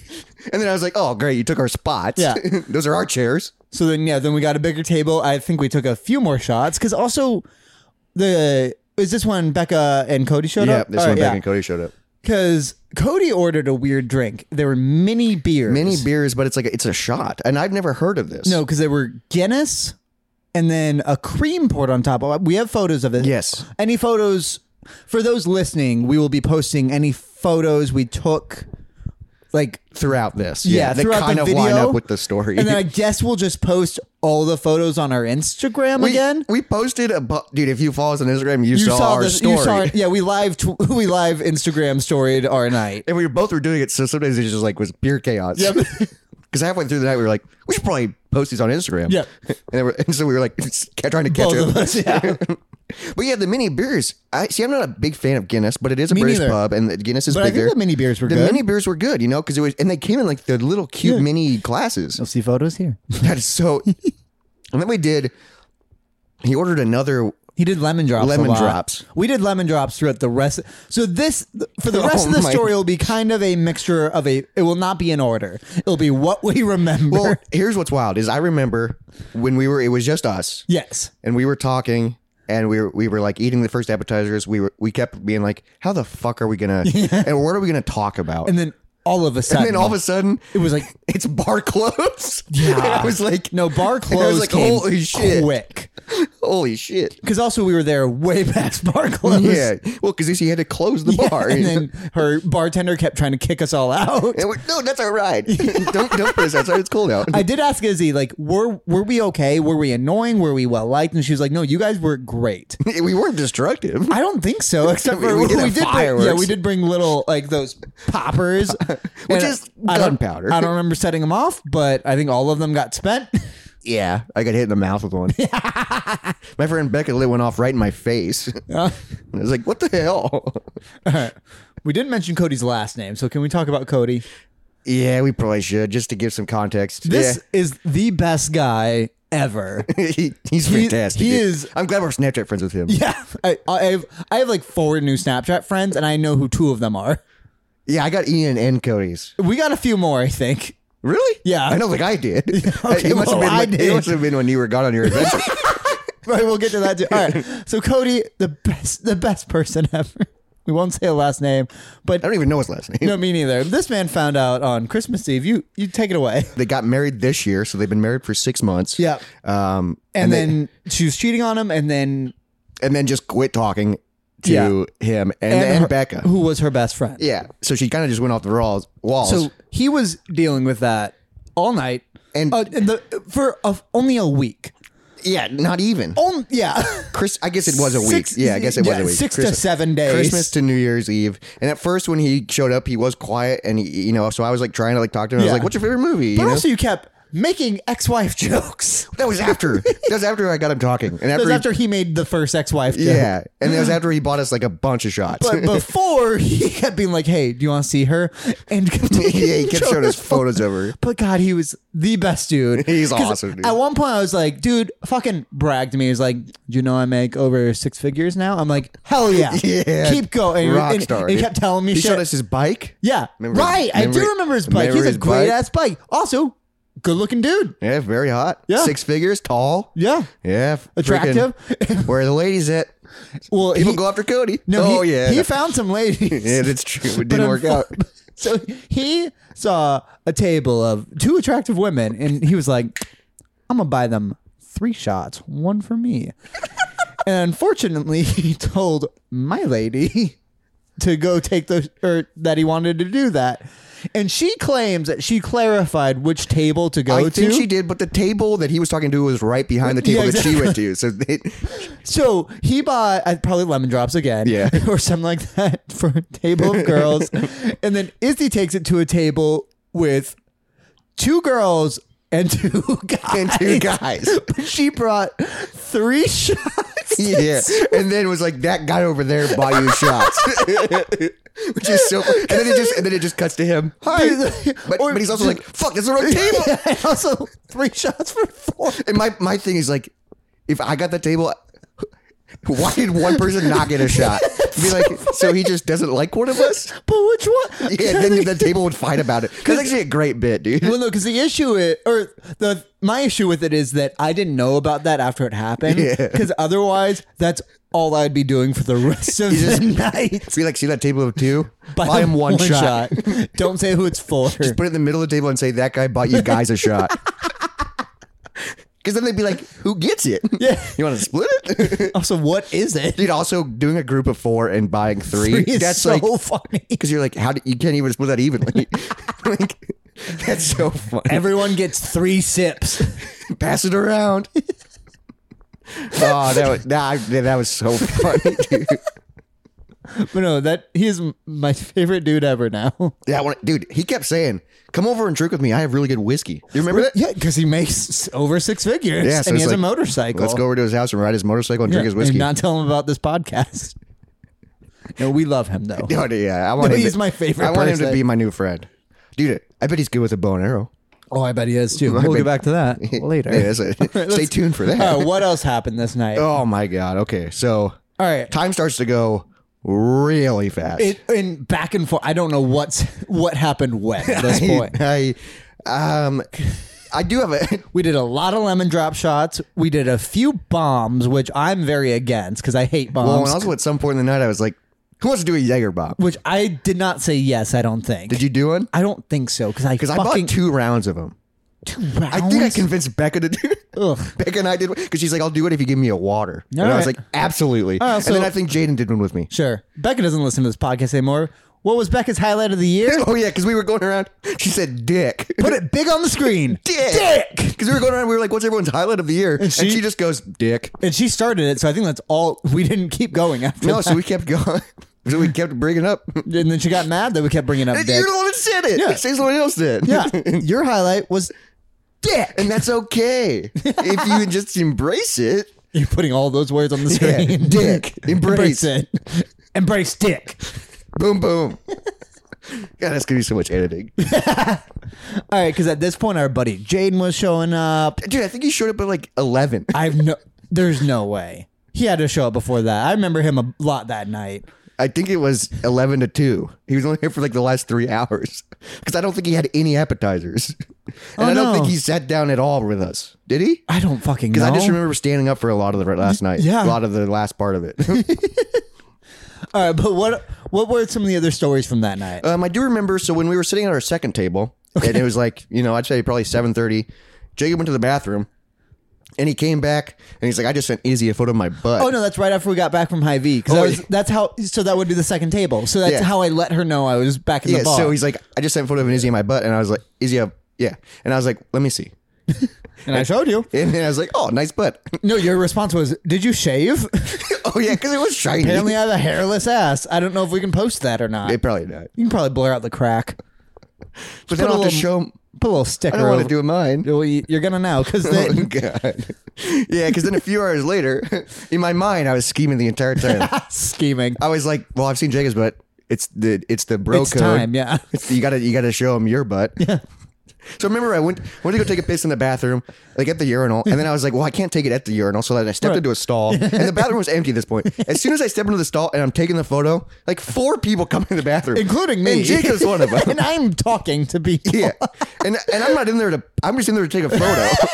[SPEAKER 1] And then I was like, "Oh, great, you took our spots.
[SPEAKER 2] Yeah.
[SPEAKER 1] those are our chairs."
[SPEAKER 2] So then, yeah, then we got a bigger table. I think we took a few more shots because also the is this when Becca and Cody showed up?
[SPEAKER 1] this one back and Cody showed up.
[SPEAKER 2] Because Cody ordered a weird drink. There were mini beers.
[SPEAKER 1] Many beers, but it's like a, it's a shot, and I'd never heard of this.
[SPEAKER 2] No, because they were Guinness and then a cream poured on top. of it. We have photos of it.
[SPEAKER 1] Yes.
[SPEAKER 2] Any photos for those listening? We will be posting any photos we took. Like
[SPEAKER 1] throughout this,
[SPEAKER 2] yeah,
[SPEAKER 1] that
[SPEAKER 2] throughout
[SPEAKER 1] kind
[SPEAKER 2] the
[SPEAKER 1] of
[SPEAKER 2] video,
[SPEAKER 1] line up with the story.
[SPEAKER 2] and then I guess we'll just post all the photos on our Instagram
[SPEAKER 1] we,
[SPEAKER 2] again.
[SPEAKER 1] we posted a bu- dude. If you follow us on Instagram, you,
[SPEAKER 2] You
[SPEAKER 1] saw,
[SPEAKER 2] saw,
[SPEAKER 1] our
[SPEAKER 2] this.
[SPEAKER 1] story.
[SPEAKER 2] You saw, yeah, we live. Tw- we live Instagram storied our night.
[SPEAKER 1] and we both were doing it, so sometimes it just like was pure chaos.
[SPEAKER 2] Yep.
[SPEAKER 1] Because halfway through the night, we were like, "We should probably post these on Instagram."
[SPEAKER 2] Yep.
[SPEAKER 1] And, then we're- and so we were like, trying to catch
[SPEAKER 2] Both
[SPEAKER 1] up.
[SPEAKER 2] of us, yeah.
[SPEAKER 1] But yeah, the mini beers. I see. I'm not a big fan of Guinness, but it is a British
[SPEAKER 2] neither.
[SPEAKER 1] pub, and Guinness is
[SPEAKER 2] But I
[SPEAKER 1] bigger.
[SPEAKER 2] think the mini beers were
[SPEAKER 1] The
[SPEAKER 2] good.
[SPEAKER 1] mini beers were good, you know, because it was, and they came in like the little cute mini glasses.
[SPEAKER 2] You'll see photos here.
[SPEAKER 1] That is so. and then we did. He ordered another.
[SPEAKER 2] He did lemon drops. a
[SPEAKER 1] Lemon
[SPEAKER 2] lot.
[SPEAKER 1] drops.
[SPEAKER 2] We did lemon drops throughout the rest. So this for the rest of
[SPEAKER 1] Oh
[SPEAKER 2] the
[SPEAKER 1] my-
[SPEAKER 2] story will be kind of a mixture of a. It will not be in order. It'll be what we remember.
[SPEAKER 1] Well, here's what's wild is I remember when we were. It was just us,
[SPEAKER 2] yes.
[SPEAKER 1] and we were talking. And we were, we were like eating the first appetizers. We were we kept being like, "How the fuck are we gonna? And what are we gonna talk about?"
[SPEAKER 2] And then all of a sudden,
[SPEAKER 1] and then all of a sudden,
[SPEAKER 2] it was like
[SPEAKER 1] it's bar close. Yeah, I was like,
[SPEAKER 2] no bar
[SPEAKER 1] And I
[SPEAKER 2] close
[SPEAKER 1] was like,
[SPEAKER 2] came
[SPEAKER 1] holy shit.
[SPEAKER 2] quick.
[SPEAKER 1] holy shit.
[SPEAKER 2] Because also we were there way past bar close.
[SPEAKER 1] Yeah, well, because he had to close the bar.
[SPEAKER 2] And then her bartender kept trying to kick us all out.
[SPEAKER 1] And we're, no, that's our ride. don't don't put us outside. It's cold out.
[SPEAKER 2] I did ask Izzy, like, were were we okay? Were we annoying? Were we well liked? And she was like, No, you guys were great.
[SPEAKER 1] we weren't destructive.
[SPEAKER 2] I don't think so, except
[SPEAKER 1] We-
[SPEAKER 2] for
[SPEAKER 1] we
[SPEAKER 2] we,
[SPEAKER 1] did have
[SPEAKER 2] did. Bring,
[SPEAKER 1] fireworks.
[SPEAKER 2] yeah, we did bring little like those poppers, which
[SPEAKER 1] is gunpowder.
[SPEAKER 2] I don't remember setting them off, but I think all of them got spent.
[SPEAKER 1] Yeah, I got hit in the mouth with one. my friend Becca lit one off right in my face.
[SPEAKER 2] Uh,
[SPEAKER 1] I was like, what the hell?
[SPEAKER 2] we didn't mention Cody's last name, so can we talk about Cody?
[SPEAKER 1] yeah, we probably should just to give some context.
[SPEAKER 2] This is the best guy ever.
[SPEAKER 1] yeah. he, he's
[SPEAKER 2] He-
[SPEAKER 1] fantastic.
[SPEAKER 2] he
[SPEAKER 1] dude.
[SPEAKER 2] is-
[SPEAKER 1] I'm glad we're Snapchat friends with him.
[SPEAKER 2] yeah, I, I have I have like four new Snapchat friends, and I know who two of them are.
[SPEAKER 1] Yeah, I got Ian and Cody's.
[SPEAKER 2] We got a few more, I think.
[SPEAKER 1] Really?
[SPEAKER 2] Yeah.
[SPEAKER 1] I don't think I did.
[SPEAKER 2] Okay,
[SPEAKER 1] it must have
[SPEAKER 2] well,
[SPEAKER 1] been.
[SPEAKER 2] I
[SPEAKER 1] when- It
[SPEAKER 2] did.
[SPEAKER 1] must have been when you were gone on your adventure.
[SPEAKER 2] Right, we'll get to that too. All right. So Cody, the best, the best person ever. We won't say a last name, but
[SPEAKER 1] I don't even know his last name.
[SPEAKER 2] no, me neither. This man found out on Christmas Eve. You, you take it away.
[SPEAKER 1] They got married this year, so they've been married for six months.
[SPEAKER 2] Yeah.
[SPEAKER 1] Um, and,
[SPEAKER 2] And,
[SPEAKER 1] then
[SPEAKER 2] then she was cheating on him, and then
[SPEAKER 1] and then just quit talking to
[SPEAKER 2] Yeah.
[SPEAKER 1] him and, and,
[SPEAKER 2] her-
[SPEAKER 1] Becca.
[SPEAKER 2] who was her best friend.
[SPEAKER 1] yeah. So she kind of just went off the walls. Walls.
[SPEAKER 2] So he was dealing with that all night,
[SPEAKER 1] And-
[SPEAKER 2] uh, and the, for a, only a week.
[SPEAKER 1] yeah, not even.
[SPEAKER 2] On, yeah.
[SPEAKER 1] Chris, I guess it was a week.
[SPEAKER 2] Oh, Six-
[SPEAKER 1] yeah, I guess it was
[SPEAKER 2] yeah,
[SPEAKER 1] a week.
[SPEAKER 2] Six to
[SPEAKER 1] Christmas-
[SPEAKER 2] seven days.
[SPEAKER 1] Christmas to New Year's Eve. And at first, when he showed up, he was quiet, and he, you know, so I was like trying to like talk to him. I was
[SPEAKER 2] Yeah.
[SPEAKER 1] like, "What's your favorite movie?"
[SPEAKER 2] But
[SPEAKER 1] you know?
[SPEAKER 2] also, you kept making ex-wife jokes.
[SPEAKER 1] That was after. that was after I got him talking, and
[SPEAKER 2] That
[SPEAKER 1] after,
[SPEAKER 2] was
[SPEAKER 1] he-
[SPEAKER 2] after he made the first ex-wife joke.
[SPEAKER 1] yeah, and that was after he bought us like a bunch of shots.
[SPEAKER 2] But before he kept being like, "Hey, do you want to see her?" And
[SPEAKER 1] yeah, he kept showing us photos of her.
[SPEAKER 2] But God, he was the best dude.
[SPEAKER 1] He's
[SPEAKER 2] 'Cause
[SPEAKER 1] awesome, dude.
[SPEAKER 2] At one point, I was like, "Dude, fucking brag to me." He's like, "Do you know I make over six figures now?" I'm like, "Hell yeah,
[SPEAKER 1] Yeah,
[SPEAKER 2] keep going." And-
[SPEAKER 1] rock
[SPEAKER 2] and-
[SPEAKER 1] star,
[SPEAKER 2] and he
[SPEAKER 1] dude.
[SPEAKER 2] kept telling me
[SPEAKER 1] He
[SPEAKER 2] shit.
[SPEAKER 1] showed us his bike.
[SPEAKER 2] yeah,
[SPEAKER 1] Remember his-
[SPEAKER 2] right. I do
[SPEAKER 1] remember-
[SPEAKER 2] remember his bike.
[SPEAKER 1] remember
[SPEAKER 2] He's a
[SPEAKER 1] his
[SPEAKER 2] great
[SPEAKER 1] bike?
[SPEAKER 2] ass bike. Also, good looking dude.
[SPEAKER 1] Yeah, very hot.
[SPEAKER 2] Yeah.
[SPEAKER 1] six figures, tall.
[SPEAKER 2] Yeah,
[SPEAKER 1] Yeah, freaking-
[SPEAKER 2] attractive.
[SPEAKER 1] Where the ladies at?
[SPEAKER 2] well,
[SPEAKER 1] People
[SPEAKER 2] he,
[SPEAKER 1] go after Cody.
[SPEAKER 2] no,
[SPEAKER 1] oh
[SPEAKER 2] he,
[SPEAKER 1] yeah,
[SPEAKER 2] he found some ladies.
[SPEAKER 1] yeah, that's true. It
[SPEAKER 2] But
[SPEAKER 1] didn't work
[SPEAKER 2] unfo-
[SPEAKER 1] out.
[SPEAKER 2] So he saw a table of two attractive women, and he was like, "I'm gonna buy them three shots, one for me." and unfortunately, he told my lady to go take the or that he wanted to do that, and she claims that she clarified which table to go
[SPEAKER 1] I think
[SPEAKER 2] to.
[SPEAKER 1] she did, but the table that he was talking to was right behind the
[SPEAKER 2] Yeah,
[SPEAKER 1] table that she went to. So they,
[SPEAKER 2] So he bought uh, probably lemon drops again,
[SPEAKER 1] Yeah.
[SPEAKER 2] or something like that for a table of girls, and then Izzy takes it to a table with two girls and two guys.
[SPEAKER 1] and two guys.
[SPEAKER 2] But she brought three shots.
[SPEAKER 1] Yeah, and then it was like that guy over there buy you shots, which is so. And then it just and then it just cuts to him. Hi, but,
[SPEAKER 2] Or-
[SPEAKER 1] but he's also like, "Fuck, that's the wrong table."
[SPEAKER 2] Yeah, and also three shots for four.
[SPEAKER 1] And my my thing is like, if I got the table, why did one person not get a shot? Be like, so he just doesn't like one of us.
[SPEAKER 2] But which one?
[SPEAKER 1] Yeah, then the table would fight about it. That's actually a great bit, dude.
[SPEAKER 2] Well, no, because the issue is, or the my issue with it is that I didn't know about that after it happened.
[SPEAKER 1] Yeah.
[SPEAKER 2] Because otherwise, that's all I'd be doing for the rest of
[SPEAKER 1] just-
[SPEAKER 2] the night.
[SPEAKER 1] Be like, see that table of two? Buy him one, shot.
[SPEAKER 2] Don't say who it's for.
[SPEAKER 1] Put it in the middle of the table and say that guy bought you guys a shot. Because then they'd be like, who gets it?
[SPEAKER 2] Yeah.
[SPEAKER 1] You want to split it?
[SPEAKER 2] also, what is it?
[SPEAKER 1] Dude, also doing a group of four and buying three.
[SPEAKER 2] It's
[SPEAKER 1] that's
[SPEAKER 2] so
[SPEAKER 1] like
[SPEAKER 2] funny.
[SPEAKER 1] because you're like, how do, you can't even split that evenly. like, that's so funny.
[SPEAKER 2] Everyone gets three sips.
[SPEAKER 1] Pass it around. oh, that was nah, I- that was so funny, dude.
[SPEAKER 2] But no, that he is m- my favorite dude ever now.
[SPEAKER 1] Yeah, I wanna- dude, he kept saying, "Come over and drink with me. I have really good whiskey." You remember that?
[SPEAKER 2] Yeah, because he makes s- over six figures.
[SPEAKER 1] Yeah, so
[SPEAKER 2] and he
[SPEAKER 1] it's
[SPEAKER 2] has
[SPEAKER 1] like,
[SPEAKER 2] a motorcycle.
[SPEAKER 1] Let's go over to his house and ride his motorcycle and
[SPEAKER 2] Yeah,
[SPEAKER 1] drink his whiskey.
[SPEAKER 2] And not tell him about this podcast. No, we love him though.
[SPEAKER 1] No, dude, yeah, I want
[SPEAKER 2] No,
[SPEAKER 1] him.
[SPEAKER 2] he's
[SPEAKER 1] to,
[SPEAKER 2] my favorite
[SPEAKER 1] I want him to
[SPEAKER 2] person.
[SPEAKER 1] be my new friend, dude. I bet he's good with a bow and arrow.
[SPEAKER 2] Oh, I bet he is too. We'll
[SPEAKER 1] bet-
[SPEAKER 2] get back to that later.
[SPEAKER 1] Yeah, that's it. Stay tuned for that.
[SPEAKER 2] All right, what else happened this night? All
[SPEAKER 1] Oh my god. Okay, so
[SPEAKER 2] right.
[SPEAKER 1] time starts to go really fast.
[SPEAKER 2] It, and back and forth. I don't know what's what happened when at this point.
[SPEAKER 1] I, I, um, I do have a.
[SPEAKER 2] We did a lot of lemon drop shots. We did a few bombs, which I'm very against because I hate
[SPEAKER 1] Well,
[SPEAKER 2] bombs.
[SPEAKER 1] and also at some point in the night, I was like, "Who wants to do a Jaeger bomb?"
[SPEAKER 2] which I did not say yes. I don't think.
[SPEAKER 1] Did you do one?
[SPEAKER 2] I don't think so because I
[SPEAKER 1] Because I
[SPEAKER 2] fucking
[SPEAKER 1] bought two rounds of them.
[SPEAKER 2] two rounds.
[SPEAKER 1] I think I convinced Becca to do it.
[SPEAKER 2] Ugh.
[SPEAKER 1] Becca and I did one because she's like, "I'll do it if you give me a water," and I was
[SPEAKER 2] right.
[SPEAKER 1] like, "Absolutely."
[SPEAKER 2] right, so-
[SPEAKER 1] and then I think Jaden did one with me.
[SPEAKER 2] Sure, Becca doesn't listen to this podcast anymore. What was Becca's highlight of the year?
[SPEAKER 1] Oh yeah, because we were going around. She said, "Dick."
[SPEAKER 2] Put it big on the screen.
[SPEAKER 1] Dick. Because we were going around, we were like, "What's everyone's highlight of the year?" And she,
[SPEAKER 2] she-
[SPEAKER 1] just goes, "Dick."
[SPEAKER 2] And she started it, so I think that's all. We didn't keep going after
[SPEAKER 1] No,
[SPEAKER 2] that.
[SPEAKER 1] so we kept going. So we kept bringing up.
[SPEAKER 2] And then she got mad that we kept bringing up
[SPEAKER 1] You're
[SPEAKER 2] dick.
[SPEAKER 1] the one that said it.
[SPEAKER 2] Yeah.
[SPEAKER 1] Say someone else did.
[SPEAKER 2] Yeah, your highlight was dick.
[SPEAKER 1] and that's okay if you just embrace it.
[SPEAKER 2] You're putting all those words on the
[SPEAKER 1] Yeah,
[SPEAKER 2] screen.
[SPEAKER 1] dick. Embrace.
[SPEAKER 2] it. Embrace dick.
[SPEAKER 1] Boom, boom. God, that's gonna be so much editing,
[SPEAKER 2] All right, because at this point, our buddy Jaden was showing up.
[SPEAKER 1] dude. I think you showed up at like eleven.
[SPEAKER 2] I've no. There's no way he had to show up before that. I remember him a lot that night.
[SPEAKER 1] I think it was eleven to two. He was only here for like the last three hours because I don't think he had any appetizers, and I don't
[SPEAKER 2] no.
[SPEAKER 1] think he sat down at all with us. Did he?
[SPEAKER 2] I don't fucking know.
[SPEAKER 1] Because I just remember standing up for a lot of the last night.
[SPEAKER 2] yeah.
[SPEAKER 1] a lot of the last part of it.
[SPEAKER 2] All right, but what what were some of the other stories from that night?
[SPEAKER 1] Um, I do remember. So when we were sitting at our second table, and it was like you know, I'd say probably seven thirty. Jacob went to the bathroom, and he came back, and he's like, "I just sent Izzy a photo of my butt."
[SPEAKER 2] Oh no, that's right after we got back from High V. Because
[SPEAKER 1] Oh,
[SPEAKER 2] was
[SPEAKER 1] yeah.
[SPEAKER 2] that's how. So that would be the second table. So that's
[SPEAKER 1] Yeah.
[SPEAKER 2] how I let her know I was back in
[SPEAKER 1] yeah.
[SPEAKER 2] the bar.
[SPEAKER 1] So he's like, "I just sent a photo of an Izzy in my butt," and I was like, "Izzy, a, yeah," and I was like, "Let me see,"
[SPEAKER 2] and I showed you.
[SPEAKER 1] and then I was like, "Oh, nice butt."
[SPEAKER 2] No, your response was, "Did you shave?"
[SPEAKER 1] oh yeah, because it was shiny.
[SPEAKER 2] Apparently, I have a hairless ass. I don't know if we can post that or not.
[SPEAKER 1] it probably not.
[SPEAKER 2] you can probably blur out the crack.
[SPEAKER 1] But then
[SPEAKER 2] put
[SPEAKER 1] I'll
[SPEAKER 2] a
[SPEAKER 1] have to show.
[SPEAKER 2] Put a little sticker.
[SPEAKER 1] I don't want to do
[SPEAKER 2] over-
[SPEAKER 1] mine.
[SPEAKER 2] Well, you- You're gonna now because
[SPEAKER 1] Oh, God. Yeah, because then a few hours later, in my mind, I was scheming the entire time.
[SPEAKER 2] scheming.
[SPEAKER 1] I was like, "Well, I've seen Jacob's butt. It's the it's the bro
[SPEAKER 2] It's
[SPEAKER 1] code.
[SPEAKER 2] time, yeah.
[SPEAKER 1] It's- you gotta you gotta show him your butt." Yeah. So remember, I went went to go take a piss in the bathroom, like at the urinal, and then I was like, "Well, I can't take it at the urinal," so then I stepped into a stall, and the bathroom was empty at this point. As soon as I step into the stall and I'm taking the photo, like four people come in the bathroom,
[SPEAKER 2] including me.
[SPEAKER 1] and Jacob's one of them.
[SPEAKER 2] and I'm talking to people.
[SPEAKER 1] Yeah, and and I'm not in there to. I'm just in there to take a photo.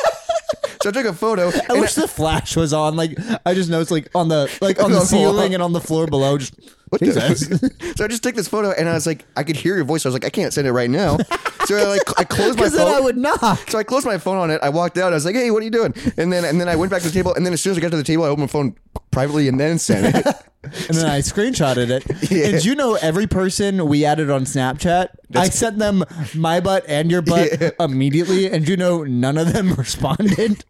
[SPEAKER 1] so I took a photo.
[SPEAKER 2] I
[SPEAKER 1] and
[SPEAKER 2] wish the flash was on. Like I just noticed, like on the like on
[SPEAKER 1] On
[SPEAKER 2] the
[SPEAKER 1] the
[SPEAKER 2] ceiling
[SPEAKER 1] wall.
[SPEAKER 2] and on the floor below. Just
[SPEAKER 1] What
[SPEAKER 2] Jesus.
[SPEAKER 1] the- so I just took this photo and I was like, I could hear your voice. I was like, I can't send it right now. So I like, I closed my
[SPEAKER 2] Because then
[SPEAKER 1] phone.
[SPEAKER 2] I would knock.
[SPEAKER 1] so I closed my phone on it. I walked out. I was like, Hey, what are you doing? And then and then I went back to the table. And then as soon as I got to the table, I opened my phone privately and then sent it.
[SPEAKER 2] And then I screenshotted it.
[SPEAKER 1] Yeah.
[SPEAKER 2] And you know every person we added on Snapchat, I sent them my butt and your butt
[SPEAKER 1] Yeah.
[SPEAKER 2] immediately. And you know none of them responded.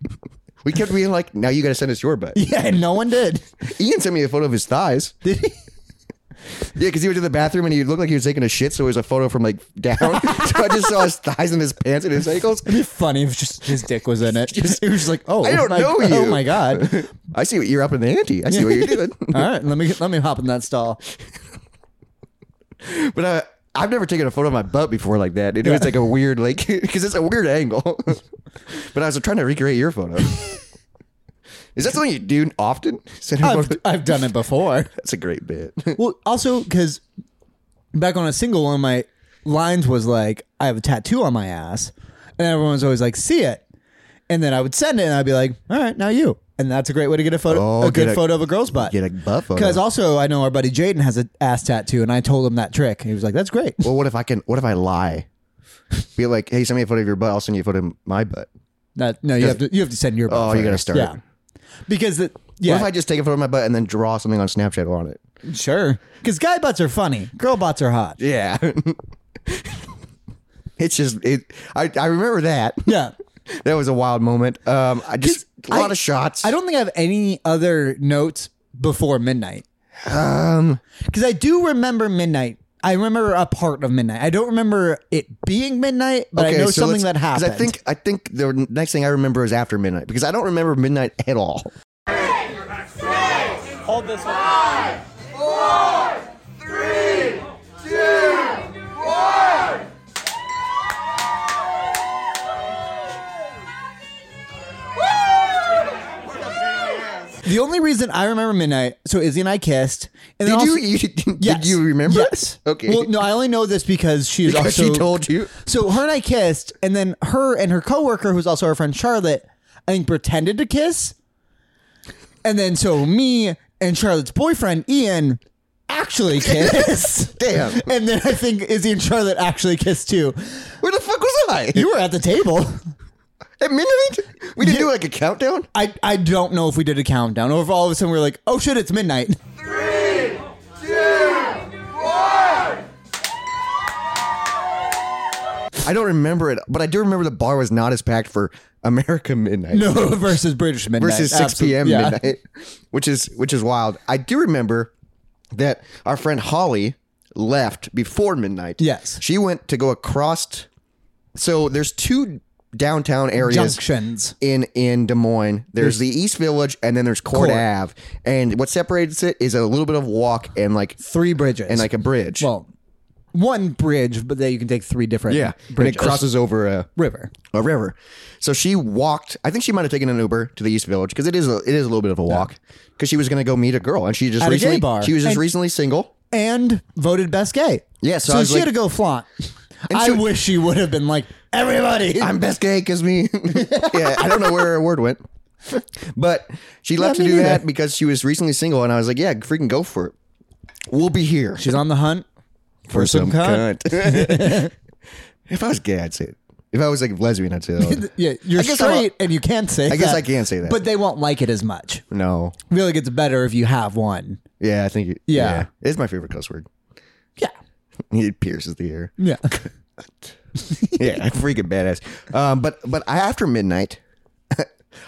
[SPEAKER 1] we kept being like, Now you got to send us your butt.
[SPEAKER 2] yeah, and no one did.
[SPEAKER 1] Ian sent me a photo of his thighs.
[SPEAKER 2] Did he?
[SPEAKER 1] Yeah, because he went to the bathroom and he looked like he was taking a shit. So it was a photo from like down. so I just saw his thighs and his pants and his ankles.
[SPEAKER 2] It'd be funny if just his dick was in it. Just, it was just like, oh,
[SPEAKER 1] I don't
[SPEAKER 2] my,
[SPEAKER 1] know
[SPEAKER 2] Oh
[SPEAKER 1] you.
[SPEAKER 2] my god!
[SPEAKER 1] I see what you're up in the ante. I see what you're doing.
[SPEAKER 2] All right, let me let me hop in that stall.
[SPEAKER 1] But uh, I've never taken a photo of my butt before like that. It was like a weird, like, because it's a weird angle. but I was trying to recreate your photo. Is that something you do often? Send a
[SPEAKER 2] I've,
[SPEAKER 1] photo-
[SPEAKER 2] I've done it before.
[SPEAKER 1] That's a great bit.
[SPEAKER 2] Well, also because back on a single, one of my lines was like, "I have a tattoo on my ass," and everyone's always like, "See it," and then I would send it, and I'd be like, "All right, now you." And that's a great way to get a photo,
[SPEAKER 1] Oh,
[SPEAKER 2] a good
[SPEAKER 1] get a-
[SPEAKER 2] photo of a girl's butt.
[SPEAKER 1] Get a butt photo.
[SPEAKER 2] Because also, I know our buddy Jaden has an ass tattoo, and I told him that trick. He was like, "That's great."
[SPEAKER 1] well, what if I can? What if I lie? Be like, hey, send me a photo of your butt. I'll send you a photo of my butt.
[SPEAKER 2] That, no, you have to you have to send your. Butt
[SPEAKER 1] Oh, you gotta
[SPEAKER 2] first.
[SPEAKER 1] start.
[SPEAKER 2] Yeah, because the,
[SPEAKER 1] What
[SPEAKER 2] yeah,
[SPEAKER 1] if I just take a photo of my butt and then draw something on Snapchat on it?
[SPEAKER 2] sure. Because guy butts are funny, girl butts are hot.
[SPEAKER 1] Yeah. it's just it. I I remember that.
[SPEAKER 2] Yeah.
[SPEAKER 1] That was a wild moment. Um, I just a lot
[SPEAKER 2] I-
[SPEAKER 1] of shots.
[SPEAKER 2] I don't think I have any other notes before midnight. Um, because I do remember midnight. I remember a part of midnight. I don't remember it being midnight, but I know
[SPEAKER 1] so
[SPEAKER 2] something that
[SPEAKER 1] let's- 'cause
[SPEAKER 2] happened.
[SPEAKER 1] I think I think the next thing I remember is after midnight because I don't remember midnight at all.
[SPEAKER 3] Hold this one. Five,
[SPEAKER 2] the only reason I remember midnight. So Izzy and I kissed. And
[SPEAKER 1] Did
[SPEAKER 2] then also-
[SPEAKER 1] you, you did
[SPEAKER 2] Yes.
[SPEAKER 1] you remember?
[SPEAKER 2] Yes.
[SPEAKER 1] Okay.
[SPEAKER 2] Well, no, I only know this because she is
[SPEAKER 1] Because
[SPEAKER 2] also
[SPEAKER 1] she told you.
[SPEAKER 2] So her and I kissed, and then her and her coworker, who's also our friend Charlotte, I think pretended to kiss, and then so me and Charlotte's boyfriend Ian actually kissed.
[SPEAKER 1] Damn.
[SPEAKER 2] And then I think Izzy and Charlotte actually kissed too.
[SPEAKER 1] Where the fuck was I?
[SPEAKER 2] You were at the table.
[SPEAKER 1] At midnight? We didn't do like a countdown.
[SPEAKER 2] I, I don't know if we did a countdown or if all of a sudden we were like, oh shit, it's midnight.
[SPEAKER 1] I don't remember it, but I do remember the bar was not as packed for America midnight
[SPEAKER 2] No, versus British midnight.
[SPEAKER 1] versus six
[SPEAKER 2] Absolute-
[SPEAKER 1] p.m.
[SPEAKER 2] yeah.
[SPEAKER 1] midnight, which is which is wild. I do remember that our friend Holly left before midnight.
[SPEAKER 2] Yes.
[SPEAKER 1] she went to go across. So there's two downtown areas.
[SPEAKER 2] Junctions.
[SPEAKER 1] in in Des Moines. There's the East Village and then there's Court
[SPEAKER 2] Court.
[SPEAKER 1] Ave. And what separates it is a little bit of walk and like
[SPEAKER 2] Three bridges.
[SPEAKER 1] and like a bridge.
[SPEAKER 2] well, one bridge, but then you can take three different.
[SPEAKER 1] yeah, and it
[SPEAKER 2] bridges.
[SPEAKER 1] crosses over a
[SPEAKER 2] river.
[SPEAKER 1] a river. So she walked. I think she might have taken an Uber to the East Village because it is a, it is a little bit of a walk because she was going to go meet a girl and she just
[SPEAKER 2] At a gay
[SPEAKER 1] recently
[SPEAKER 2] bar.
[SPEAKER 1] she was just
[SPEAKER 2] And-
[SPEAKER 1] recently single.
[SPEAKER 2] and voted best gay.
[SPEAKER 1] Yeah, so I
[SPEAKER 2] so
[SPEAKER 1] was
[SPEAKER 2] she
[SPEAKER 1] like-
[SPEAKER 2] had to go flaunt. I
[SPEAKER 1] so-
[SPEAKER 2] wish she would have been like everybody.
[SPEAKER 1] I'm best gay because me. yeah, I don't know where her award went, but she left
[SPEAKER 2] me
[SPEAKER 1] to do
[SPEAKER 2] neither.
[SPEAKER 1] that because she was recently single and I was like, yeah, freaking go for it. We'll be here.
[SPEAKER 2] She's on the hunt.
[SPEAKER 1] for
[SPEAKER 2] some cunt.
[SPEAKER 1] if I was gay, I'd say it. If I was like lesbian, I'd say that.
[SPEAKER 2] Yeah, you're
[SPEAKER 1] I guess I'm a-
[SPEAKER 2] straight and you can't say.
[SPEAKER 1] I guess
[SPEAKER 2] that.
[SPEAKER 1] I can say that.
[SPEAKER 2] but they won't like it as much.
[SPEAKER 1] no.
[SPEAKER 2] Really gets better if you have one.
[SPEAKER 1] Yeah, I think. It,
[SPEAKER 2] Yeah.
[SPEAKER 1] it's my favorite cuss word.
[SPEAKER 2] Yeah,
[SPEAKER 1] It pierces the air.
[SPEAKER 2] yeah.
[SPEAKER 1] Yeah, I'm freaking badass. Um, but but I- after midnight,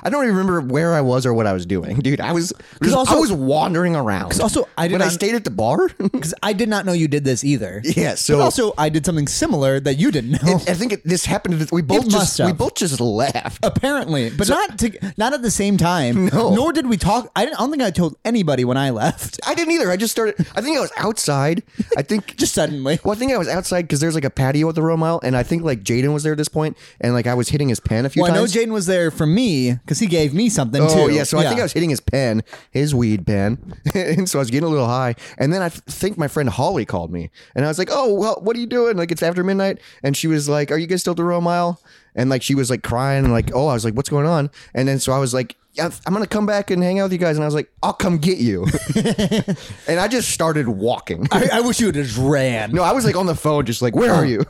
[SPEAKER 1] I don't even remember where I was or what I was doing, dude. I was just,
[SPEAKER 2] also-
[SPEAKER 1] I was wandering around.
[SPEAKER 2] also, I did
[SPEAKER 1] when I
[SPEAKER 2] not-
[SPEAKER 1] stayed at the bar.
[SPEAKER 2] Because I did not know you did this either.
[SPEAKER 1] yeah, so
[SPEAKER 2] But also, I did something similar that you didn't know.
[SPEAKER 1] I think it, this happened. We both
[SPEAKER 2] must
[SPEAKER 1] just
[SPEAKER 2] have.
[SPEAKER 1] we both just left.
[SPEAKER 2] apparently, but not to, not at the same time.
[SPEAKER 1] No.
[SPEAKER 2] Nor did we talk. I, didn't, I don't think I told anybody when I left.
[SPEAKER 1] I didn't either. I just started. I think I was outside. I think
[SPEAKER 2] Just suddenly.
[SPEAKER 1] Well, I think I was outside because there's like a patio at the Royal Mile, and I think like Jaden was there at this point, and like I was hitting his pen a few
[SPEAKER 2] Well, I know
[SPEAKER 1] times.
[SPEAKER 2] Jaden was there for me because he gave me something
[SPEAKER 1] Oh
[SPEAKER 2] too.
[SPEAKER 1] yeah, so I think I was hitting his pen, his weed pen, and so I was getting a little high. And then I th- think my friend Holly called me, and I was like, "Oh, well, what are you doing? Like it's after midnight." And she was like, "Are you guys still at the Royal Mile?" And like she was like crying, and like, "Oh," I was like, "What's going on?" And then so I was like. "Yeah, I'm gonna come back and hang out with you guys, and I was like, "I'll come get you," and I just started walking.
[SPEAKER 2] I, I wish you would have just ran.
[SPEAKER 1] No, I was like on the phone, just like, where are you?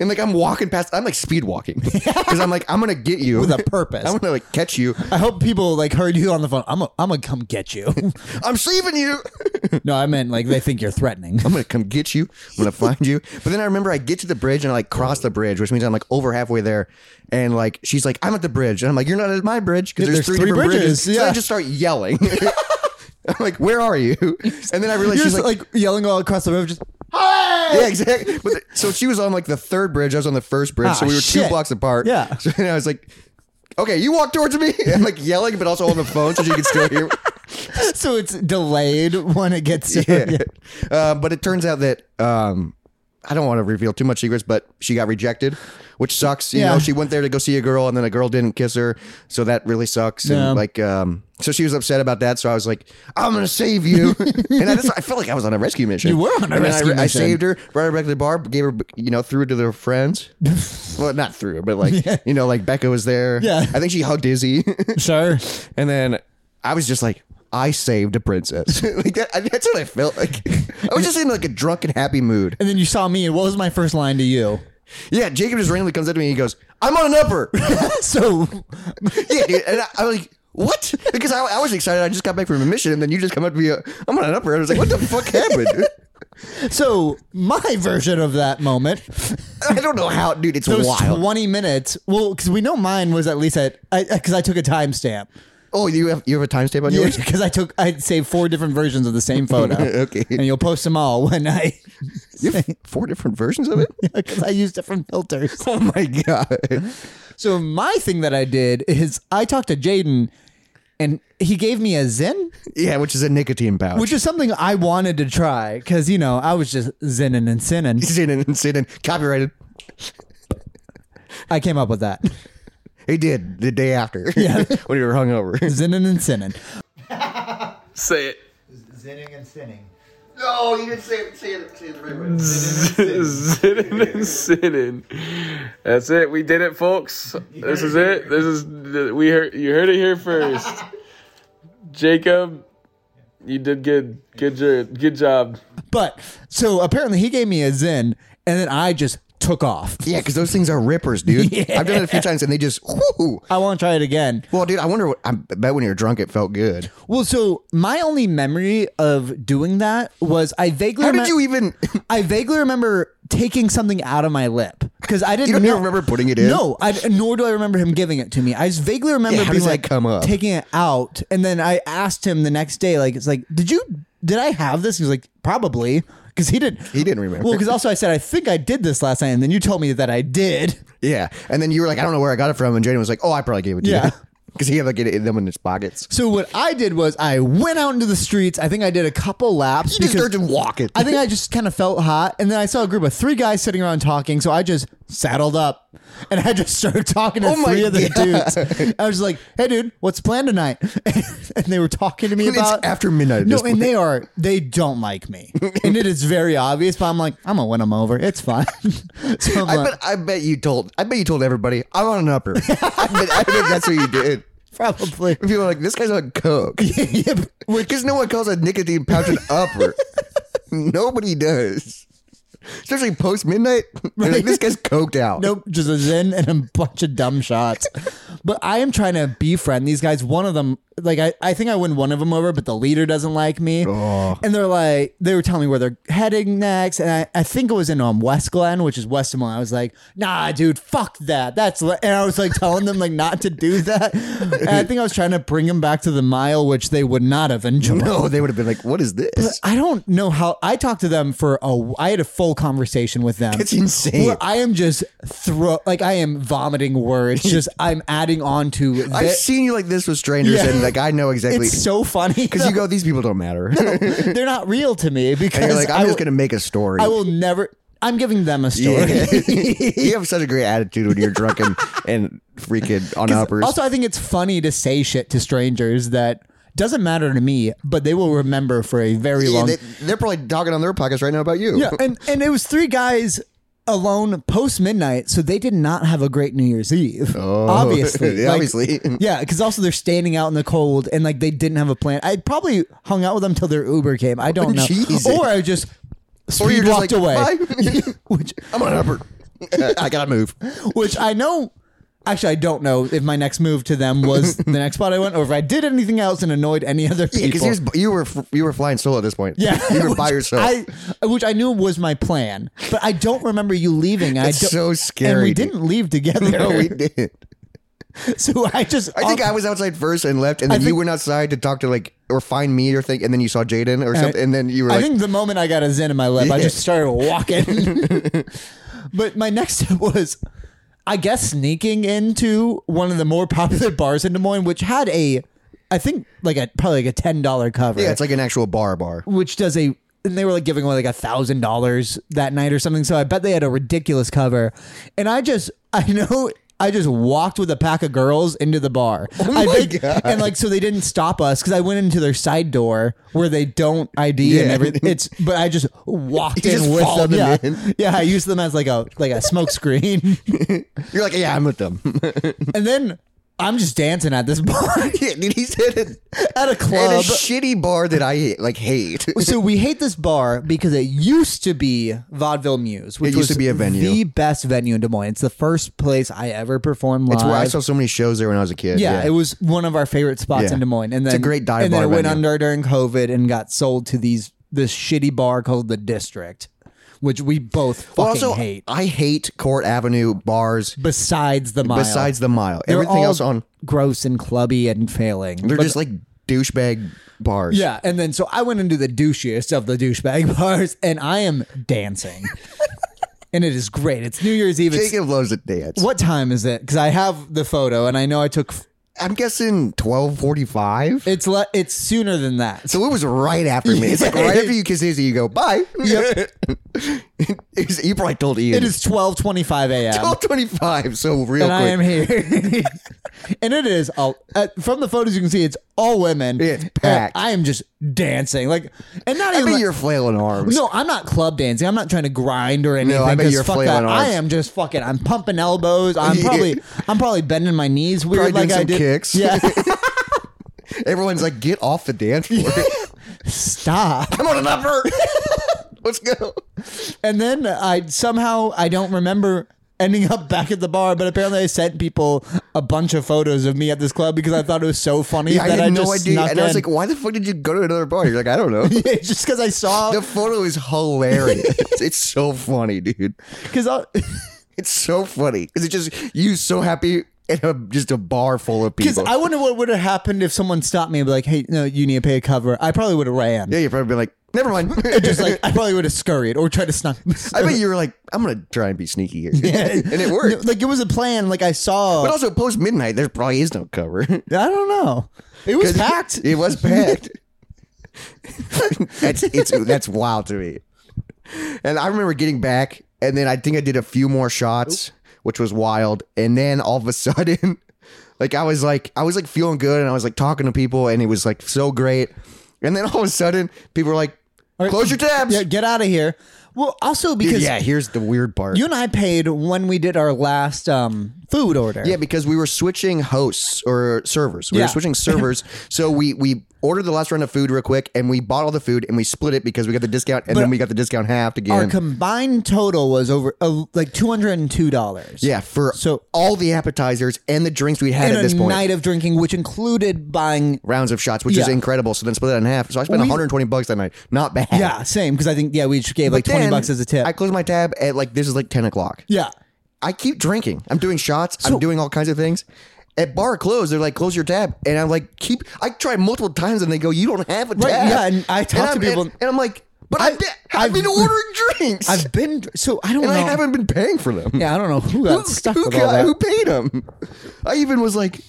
[SPEAKER 1] and like I'm walking past, I'm like speed walking because I'm like, I'm gonna get you
[SPEAKER 2] With a purpose.
[SPEAKER 1] I'm gonna like catch you.
[SPEAKER 2] I hope people like heard you on the phone. I'm a, I'm gonna come get you.
[SPEAKER 1] I'm saving you.
[SPEAKER 2] no, I meant like they think you're threatening.
[SPEAKER 1] I'm gonna come get you. I'm gonna find you. But then I remember I get to the bridge and I like cross the bridge, which means I'm like over halfway there. And like she's like, I'm at the bridge, and I'm like, you're not at my bridge because
[SPEAKER 2] Yeah,
[SPEAKER 1] there's, three, different bridges. So
[SPEAKER 2] yeah.
[SPEAKER 1] I just start yelling. I'm like, where are you? And then I realize
[SPEAKER 2] You're
[SPEAKER 1] she's
[SPEAKER 2] just
[SPEAKER 1] like,
[SPEAKER 2] like, yelling all across the room. Just
[SPEAKER 1] Yeah, exactly. But the- so she was on like the third bridge. I was on the first bridge,
[SPEAKER 2] Ah,
[SPEAKER 1] so we were
[SPEAKER 2] shit.
[SPEAKER 1] two blocks apart.
[SPEAKER 2] Yeah.
[SPEAKER 1] So and I was like, "Okay, you walk towards me." I'm like yelling, but also on the phone, so she could still hear.
[SPEAKER 2] so it's delayed when it gets. To,
[SPEAKER 1] Yeah. Uh, but it turns out that um, I don't want to reveal too much secrets, but she got rejected, which sucks. You
[SPEAKER 2] Yeah.
[SPEAKER 1] know, she went there to go see a girl, and then a girl didn't kiss her, so that really sucks.
[SPEAKER 2] Yeah.
[SPEAKER 1] And like, um, so she was upset about that. So I was like, "I'm gonna save you," and I just I felt like I was on a rescue mission.
[SPEAKER 2] You were on a
[SPEAKER 1] And then I-
[SPEAKER 2] rescue
[SPEAKER 1] I
[SPEAKER 2] mission.
[SPEAKER 1] saved her, brought her back to the bar, gave her, you know, threw her to their friends. well, not threw her, but like, you know, like Becca was there.
[SPEAKER 2] Yeah.
[SPEAKER 1] I think she hugged Izzy.
[SPEAKER 2] Sure.
[SPEAKER 1] And then I was just like, I saved a princess. like that, I- that's what I felt like. I was just in like a drunken happy mood.
[SPEAKER 2] And then you saw me. and What was my first line to you?
[SPEAKER 1] Yeah, Jacob just randomly comes up to me and he goes, "I'm on an upper."
[SPEAKER 2] so
[SPEAKER 1] yeah, dude. And I, I was like, "What?" Because I, I was excited. I just got back from a mission, and then you just come up to me, uh, "I'm on an upper." I was like, "What the fuck happened?" dude?"
[SPEAKER 2] so my version of that moment.
[SPEAKER 1] I don't know how, dude. It's
[SPEAKER 2] Those
[SPEAKER 1] wild.
[SPEAKER 2] twenty minutes. Well, because we know mine was at least at because I, took a timestamp.
[SPEAKER 1] oh, you have you have a timestamp on yours?
[SPEAKER 2] Because I took I saved four different versions of the same photo.
[SPEAKER 1] Okay.
[SPEAKER 2] And you'll post them all when I
[SPEAKER 1] You have four different versions of it.
[SPEAKER 2] because I use different filters.
[SPEAKER 1] Oh my god.
[SPEAKER 2] So my thing that I did is I talked to Jaden, and he gave me a Zen,
[SPEAKER 1] Yeah, which is a nicotine pouch.
[SPEAKER 2] which is something I wanted to try because you know I was just zinning and sinning.
[SPEAKER 1] Sinin and Sinin copyrighted.
[SPEAKER 2] I came up with that
[SPEAKER 1] He did the day after.
[SPEAKER 2] Yeah.
[SPEAKER 1] when you were hungover.
[SPEAKER 2] zinning and sinning.
[SPEAKER 3] Say it.
[SPEAKER 2] Zinning and sinning.
[SPEAKER 1] No, you didn't say it, say it, say it the right way.
[SPEAKER 3] Sinning and sinning. That's it. We did it, folks. This is it. This is we heard. You heard it here first. Jacob, you did good. Good job. Good job.
[SPEAKER 2] But so apparently he gave me a Zen, and then I just took off.
[SPEAKER 1] Yeah, because those things are rippers, dude. I've done it a few times and they just, whoo.
[SPEAKER 2] I want to try it again.
[SPEAKER 1] Well, dude, I wonder what, I bet when you were drunk, it felt good.
[SPEAKER 2] Well, so my only memory of doing that was I vaguely
[SPEAKER 1] How did
[SPEAKER 2] remem-
[SPEAKER 1] you even,
[SPEAKER 2] I vaguely remember taking something out of my lip because I didn't.
[SPEAKER 1] you don't
[SPEAKER 2] know-
[SPEAKER 1] even remember putting it in?
[SPEAKER 2] No, I, nor do I remember him giving it to me. I just vaguely remember
[SPEAKER 1] Yeah, how
[SPEAKER 2] being
[SPEAKER 1] does that
[SPEAKER 2] like
[SPEAKER 1] come up?
[SPEAKER 2] taking it out, and then I asked him the next day, like, it's like, did you, did I have this? He was like, probably, because he didn't,
[SPEAKER 1] He didn't remember.
[SPEAKER 2] Well, because also I said I think I did this last night, and then you told me that I did.
[SPEAKER 1] Yeah. And then you were like, I don't know where I got it from. And Jaden was like, oh, I probably gave it to
[SPEAKER 2] Yeah.
[SPEAKER 1] you. Because he had like it in them in his pockets.
[SPEAKER 2] So what I did was I went out into the streets. I think I did a couple laps.
[SPEAKER 1] You just
[SPEAKER 2] because-
[SPEAKER 1] started walking.
[SPEAKER 2] I think I just kind of felt hot, and then I saw a group of three guys sitting around talking. So I just saddled up, and I just started talking to
[SPEAKER 1] Oh
[SPEAKER 2] three
[SPEAKER 1] my
[SPEAKER 2] of the
[SPEAKER 1] God.
[SPEAKER 2] dudes. I was just like, "Hey, dude, what's the plan tonight?" and they were talking to me
[SPEAKER 1] And it's
[SPEAKER 2] about
[SPEAKER 1] after midnight at
[SPEAKER 2] No,
[SPEAKER 1] this
[SPEAKER 2] and they are they don't like me, and it is very obvious. But I'm like, I'm gonna win them over. It's fine. so I'm
[SPEAKER 1] I
[SPEAKER 2] like,
[SPEAKER 1] bet, I bet you told, I bet you told everybody, I'm on an upper. I, bet, I bet that's what you did.
[SPEAKER 2] probably.
[SPEAKER 1] People are like, this guy's on coke.
[SPEAKER 2] yeah,
[SPEAKER 1] Because no one calls a nicotine pouch an upper. Nobody does. Especially post midnight. They're
[SPEAKER 2] Right.
[SPEAKER 1] Like, this guy's coked out.
[SPEAKER 2] Nope, just a zen and a bunch of dumb shots. but I am trying to befriend these guys. One of them like I, I think I win one of them over, but the leader doesn't like me.
[SPEAKER 1] Oh.
[SPEAKER 2] And they're like, they were telling me where they're heading next, and I, I think it was in um, West Glen, which is West Des Moines. I was like, nah, dude, fuck that. That's li-" and I was like telling them like not to do that. And I think I was trying to bring them back to the mile, which they would not have enjoyed.
[SPEAKER 1] No, they would have been like, "What is this?"
[SPEAKER 2] I don't know how I talked to them for a. I had a full conversation with them.
[SPEAKER 1] It's insane.
[SPEAKER 2] Where I am just throw like I am vomiting words. Just I'm adding on to.
[SPEAKER 1] I've
[SPEAKER 2] the-
[SPEAKER 1] seen you like this with strangers,
[SPEAKER 2] Yeah.
[SPEAKER 1] and like I know exactly
[SPEAKER 2] it's so funny
[SPEAKER 1] because you go, "These people don't matter." and
[SPEAKER 2] They're not real to me because
[SPEAKER 1] you're like, "I'm
[SPEAKER 2] I will-
[SPEAKER 1] just gonna make a story."
[SPEAKER 2] I will never. I'm giving them a story.
[SPEAKER 1] Yeah. you have such a great attitude when you're drunk and, and freaking on uppers.
[SPEAKER 2] Also, I think it's funny to say shit to strangers that doesn't matter to me, but they will remember for a very
[SPEAKER 1] Yeah,
[SPEAKER 2] long.
[SPEAKER 1] they, they're probably talking on their podcast right now about you.
[SPEAKER 2] yeah, and and it was three guys alone post midnight, so they did not have a great New Year's Eve. obviously,
[SPEAKER 1] Oh, Yeah,
[SPEAKER 2] Like,
[SPEAKER 1] obviously.
[SPEAKER 2] Yeah, because also they're standing out in the cold and like they didn't have a plan. I probably hung out with them till their Uber came. I don't know,
[SPEAKER 1] Jesus.
[SPEAKER 2] or I just
[SPEAKER 1] Or
[SPEAKER 2] speed
[SPEAKER 1] you're just
[SPEAKER 2] walked
[SPEAKER 1] like,
[SPEAKER 2] away.
[SPEAKER 1] "Bye."
[SPEAKER 2] Which
[SPEAKER 1] I'm on upper. I gotta move.
[SPEAKER 2] which I know. Actually, I don't know if my next move to them was the next spot I went, or if I did anything else and annoyed any other people.
[SPEAKER 1] Because you, was- you were you were flying solo at this point.
[SPEAKER 2] yeah,
[SPEAKER 1] you were
[SPEAKER 2] which
[SPEAKER 1] by yourself.
[SPEAKER 2] I, which I knew was my plan, but I don't remember you leaving.
[SPEAKER 1] That's
[SPEAKER 2] I don't,
[SPEAKER 1] so
[SPEAKER 2] And
[SPEAKER 1] scary,
[SPEAKER 2] we
[SPEAKER 1] dude.
[SPEAKER 2] didn't leave together.
[SPEAKER 1] no, we did.
[SPEAKER 2] so I just.
[SPEAKER 1] I think I was outside first and left, and then you
[SPEAKER 2] think-
[SPEAKER 1] went outside to talk to like or find me or think, and then you saw Jaden or something, and then you were
[SPEAKER 2] I
[SPEAKER 1] like,
[SPEAKER 2] think the moment I got a zen in my lip, I
[SPEAKER 1] Yeah.
[SPEAKER 2] just started walking. but my next step was, I guess, sneaking into one of the more popular bars in Des Moines, which had a, I think, like a probably like a ten dollar cover.
[SPEAKER 1] yeah, it's like an actual bar bar.
[SPEAKER 2] which does a and they were like giving away like a thousand dollars that night or something. So I bet they had a ridiculous cover. And I just I know I just walked with a pack of girls into the bar. I
[SPEAKER 1] Oh my
[SPEAKER 2] think-
[SPEAKER 1] God.
[SPEAKER 2] And like so they didn't stop us because I went into their side door where they don't ID and
[SPEAKER 1] Yeah.
[SPEAKER 2] everything. It's but I just walked
[SPEAKER 1] You
[SPEAKER 2] in
[SPEAKER 1] just
[SPEAKER 2] with
[SPEAKER 1] followed
[SPEAKER 2] them.
[SPEAKER 1] them
[SPEAKER 2] yeah.
[SPEAKER 1] in.
[SPEAKER 2] yeah, I used them as like a like a smoke screen.
[SPEAKER 1] You're like, yeah, I'm with them.
[SPEAKER 2] and then I'm just dancing at this bar
[SPEAKER 1] yeah, dude, he's at a,
[SPEAKER 2] at a
[SPEAKER 1] at a
[SPEAKER 2] club.
[SPEAKER 1] shitty bar that I like hate.
[SPEAKER 2] so we hate this bar because it used to be Vaudeville Muse,
[SPEAKER 1] It
[SPEAKER 2] which
[SPEAKER 1] used
[SPEAKER 2] was
[SPEAKER 1] to be a venue.
[SPEAKER 2] the best venue in Des Moines. It's the first place I ever performed live.
[SPEAKER 1] It's where I saw so many shows there when I was a kid.
[SPEAKER 2] yeah, it was one of our favorite spots
[SPEAKER 1] Yeah.
[SPEAKER 2] in Des Moines, and
[SPEAKER 1] It's
[SPEAKER 2] then
[SPEAKER 1] a great dive
[SPEAKER 2] And then
[SPEAKER 1] bar
[SPEAKER 2] it went
[SPEAKER 1] venue.
[SPEAKER 2] under during COVID and got sold to these this shitty bar called the District, which we both fucking
[SPEAKER 1] Well, also,
[SPEAKER 2] hate.
[SPEAKER 1] I hate Court Avenue bars.
[SPEAKER 2] Besides the mile,
[SPEAKER 1] Besides the mile,
[SPEAKER 2] They're
[SPEAKER 1] everything
[SPEAKER 2] all
[SPEAKER 1] else on
[SPEAKER 2] gross and clubby and failing.
[SPEAKER 1] they're
[SPEAKER 2] But-
[SPEAKER 1] just like douchebag bars.
[SPEAKER 2] Yeah, and then so I went into the douchiest of the douchebag bars, and I am dancing, and it is great. It's New Year's Eve. It's,
[SPEAKER 1] Jacob loves to dance.
[SPEAKER 2] what time is it? Because I have the photo, and I know I took.
[SPEAKER 1] I'm guessing 12:45.
[SPEAKER 2] It's le- it's sooner than that.
[SPEAKER 1] So it was right after me. It's like right after you kiss Izzy, you go bye. Yep. you probably told Ian.
[SPEAKER 2] It is twelve twenty five a.m.
[SPEAKER 1] 12:25. So real
[SPEAKER 2] and I am
[SPEAKER 1] quick.
[SPEAKER 2] here, and it is all uh, from the photos you can see. It's all women.
[SPEAKER 1] It's
[SPEAKER 2] And
[SPEAKER 1] packed.
[SPEAKER 2] I am just dancing, like, and not
[SPEAKER 1] I
[SPEAKER 2] even.
[SPEAKER 1] bet
[SPEAKER 2] like-
[SPEAKER 1] you're flailing arms.
[SPEAKER 2] No, I'm not club dancing. I'm not trying to grind or anything.
[SPEAKER 1] I bet
[SPEAKER 2] 'cause
[SPEAKER 1] you're
[SPEAKER 2] fuck
[SPEAKER 1] flailing
[SPEAKER 2] that. I
[SPEAKER 1] arms.
[SPEAKER 2] am just fucking. I'm pumping elbows. I'm
[SPEAKER 1] Yeah.
[SPEAKER 2] probably. I'm probably bending my knees weird
[SPEAKER 1] Probably doing
[SPEAKER 2] like I
[SPEAKER 1] some
[SPEAKER 2] did.
[SPEAKER 1] kicks.
[SPEAKER 2] Yeah.
[SPEAKER 1] Everyone's like, get off the dance floor.
[SPEAKER 2] Stop.
[SPEAKER 1] I'm on an upper. Let's go.
[SPEAKER 2] And then I somehow I don't remember ending up back at the bar, but apparently I sent people a bunch of photos of me at this club because I thought it was so funny
[SPEAKER 1] Yeah, I
[SPEAKER 2] that
[SPEAKER 1] had
[SPEAKER 2] I,
[SPEAKER 1] no
[SPEAKER 2] just
[SPEAKER 1] idea.
[SPEAKER 2] snuck
[SPEAKER 1] And I was
[SPEAKER 2] in.
[SPEAKER 1] like, why the fuck did you go to another bar? You're like, I don't know.
[SPEAKER 2] Yeah, just because I saw
[SPEAKER 1] The photo is hilarious. it's so funny, dude.
[SPEAKER 2] because
[SPEAKER 1] It's so funny. Is it just you so happy and a, just a bar full of
[SPEAKER 2] because
[SPEAKER 1] people?
[SPEAKER 2] I wonder what would have happened if someone stopped me and be like, "Hey, no, you need to pay a cover." I probably would have ran.
[SPEAKER 1] yeah, you'd probably be like, never mind.
[SPEAKER 2] Just like I probably would have scurried or tried to snuck.
[SPEAKER 1] I bet you were like, I'm gonna try and be sneaky here, and it worked.
[SPEAKER 2] No, like it was a plan. Like I saw.
[SPEAKER 1] But also, post midnight, there probably is no cover.
[SPEAKER 2] I don't know. It was packed.
[SPEAKER 1] It was packed. that's it's that's wild to me. And I remember getting back, and then I think I did a few more shots, which was wild. And then all of a sudden, like I was like I was like feeling good, and I was like talking to people, and it was like so great. And then all of a sudden, people were like, "Close your tabs."
[SPEAKER 2] yeah, get out of here. Well, also because
[SPEAKER 1] yeah, here's the weird part.
[SPEAKER 2] you and I paid when we did our last um, food order.
[SPEAKER 1] Yeah, because we were switching hosts or servers. We
[SPEAKER 2] Yeah.
[SPEAKER 1] were switching servers. so we we ordered the last round of food real quick, and we bought all the food and we split it because we got the discount, and
[SPEAKER 2] But-
[SPEAKER 1] then we got the discount halved
[SPEAKER 2] Our
[SPEAKER 1] again.
[SPEAKER 2] combined total was over uh, like two hundred and two dollars.
[SPEAKER 1] yeah, for
[SPEAKER 2] So-
[SPEAKER 1] all the appetizers and the drinks we had
[SPEAKER 2] and
[SPEAKER 1] at this
[SPEAKER 2] a
[SPEAKER 1] point,
[SPEAKER 2] night of drinking, which included buying.
[SPEAKER 1] rounds of shots, which is
[SPEAKER 2] Yeah.
[SPEAKER 1] incredible. So then split that in half. So I spent
[SPEAKER 2] We-
[SPEAKER 1] 120 bucks that night. Not bad.
[SPEAKER 2] Yeah, same because I think yeah we each gave like
[SPEAKER 1] But
[SPEAKER 2] twenty
[SPEAKER 1] then
[SPEAKER 2] bucks as a tip.
[SPEAKER 1] I closed my tab at like this is like 10 o'clock.
[SPEAKER 2] yeah,
[SPEAKER 1] I keep drinking. I'm doing shots. I'm doing all kinds of things. At bar close, they're like, close your tab. And I'm like, keep. I try multiple times and they go, you don't have a tab.
[SPEAKER 2] Right, yeah, and I talk to
[SPEAKER 1] I'm-
[SPEAKER 2] people-
[SPEAKER 1] And, and I'm like, but I've,
[SPEAKER 2] I've-
[SPEAKER 1] been, I've,
[SPEAKER 2] I've-
[SPEAKER 1] been ordering drinks.
[SPEAKER 2] I've been so I don't
[SPEAKER 1] and
[SPEAKER 2] know.
[SPEAKER 1] I haven't been paying for them.
[SPEAKER 2] yeah, I don't know who got
[SPEAKER 1] Who,
[SPEAKER 2] stuck
[SPEAKER 1] who
[SPEAKER 2] with
[SPEAKER 1] got-
[SPEAKER 2] all that.
[SPEAKER 1] who paid them? I even was like,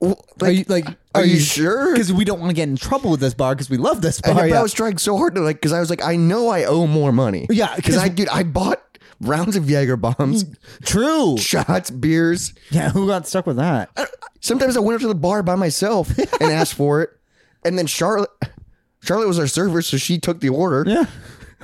[SPEAKER 1] w-
[SPEAKER 2] are you like?
[SPEAKER 1] are you sure?
[SPEAKER 2] Because we don't want to get in trouble with this bar because we love this
[SPEAKER 1] And
[SPEAKER 2] bar.
[SPEAKER 1] if
[SPEAKER 2] Yeah.
[SPEAKER 1] I was trying so hard to like, because I was like, I know I owe more money.
[SPEAKER 2] Yeah,
[SPEAKER 1] because
[SPEAKER 2] 'cause-
[SPEAKER 1] I dude, I bought rounds of Jaeger bombs,
[SPEAKER 2] True.
[SPEAKER 1] shots, beers.
[SPEAKER 2] Yeah, who got stuck with that?
[SPEAKER 1] Sometimes I went up to the bar by myself and asked for it, and then Charlotte, Charlotte was our server, so she took the order.
[SPEAKER 2] Yeah.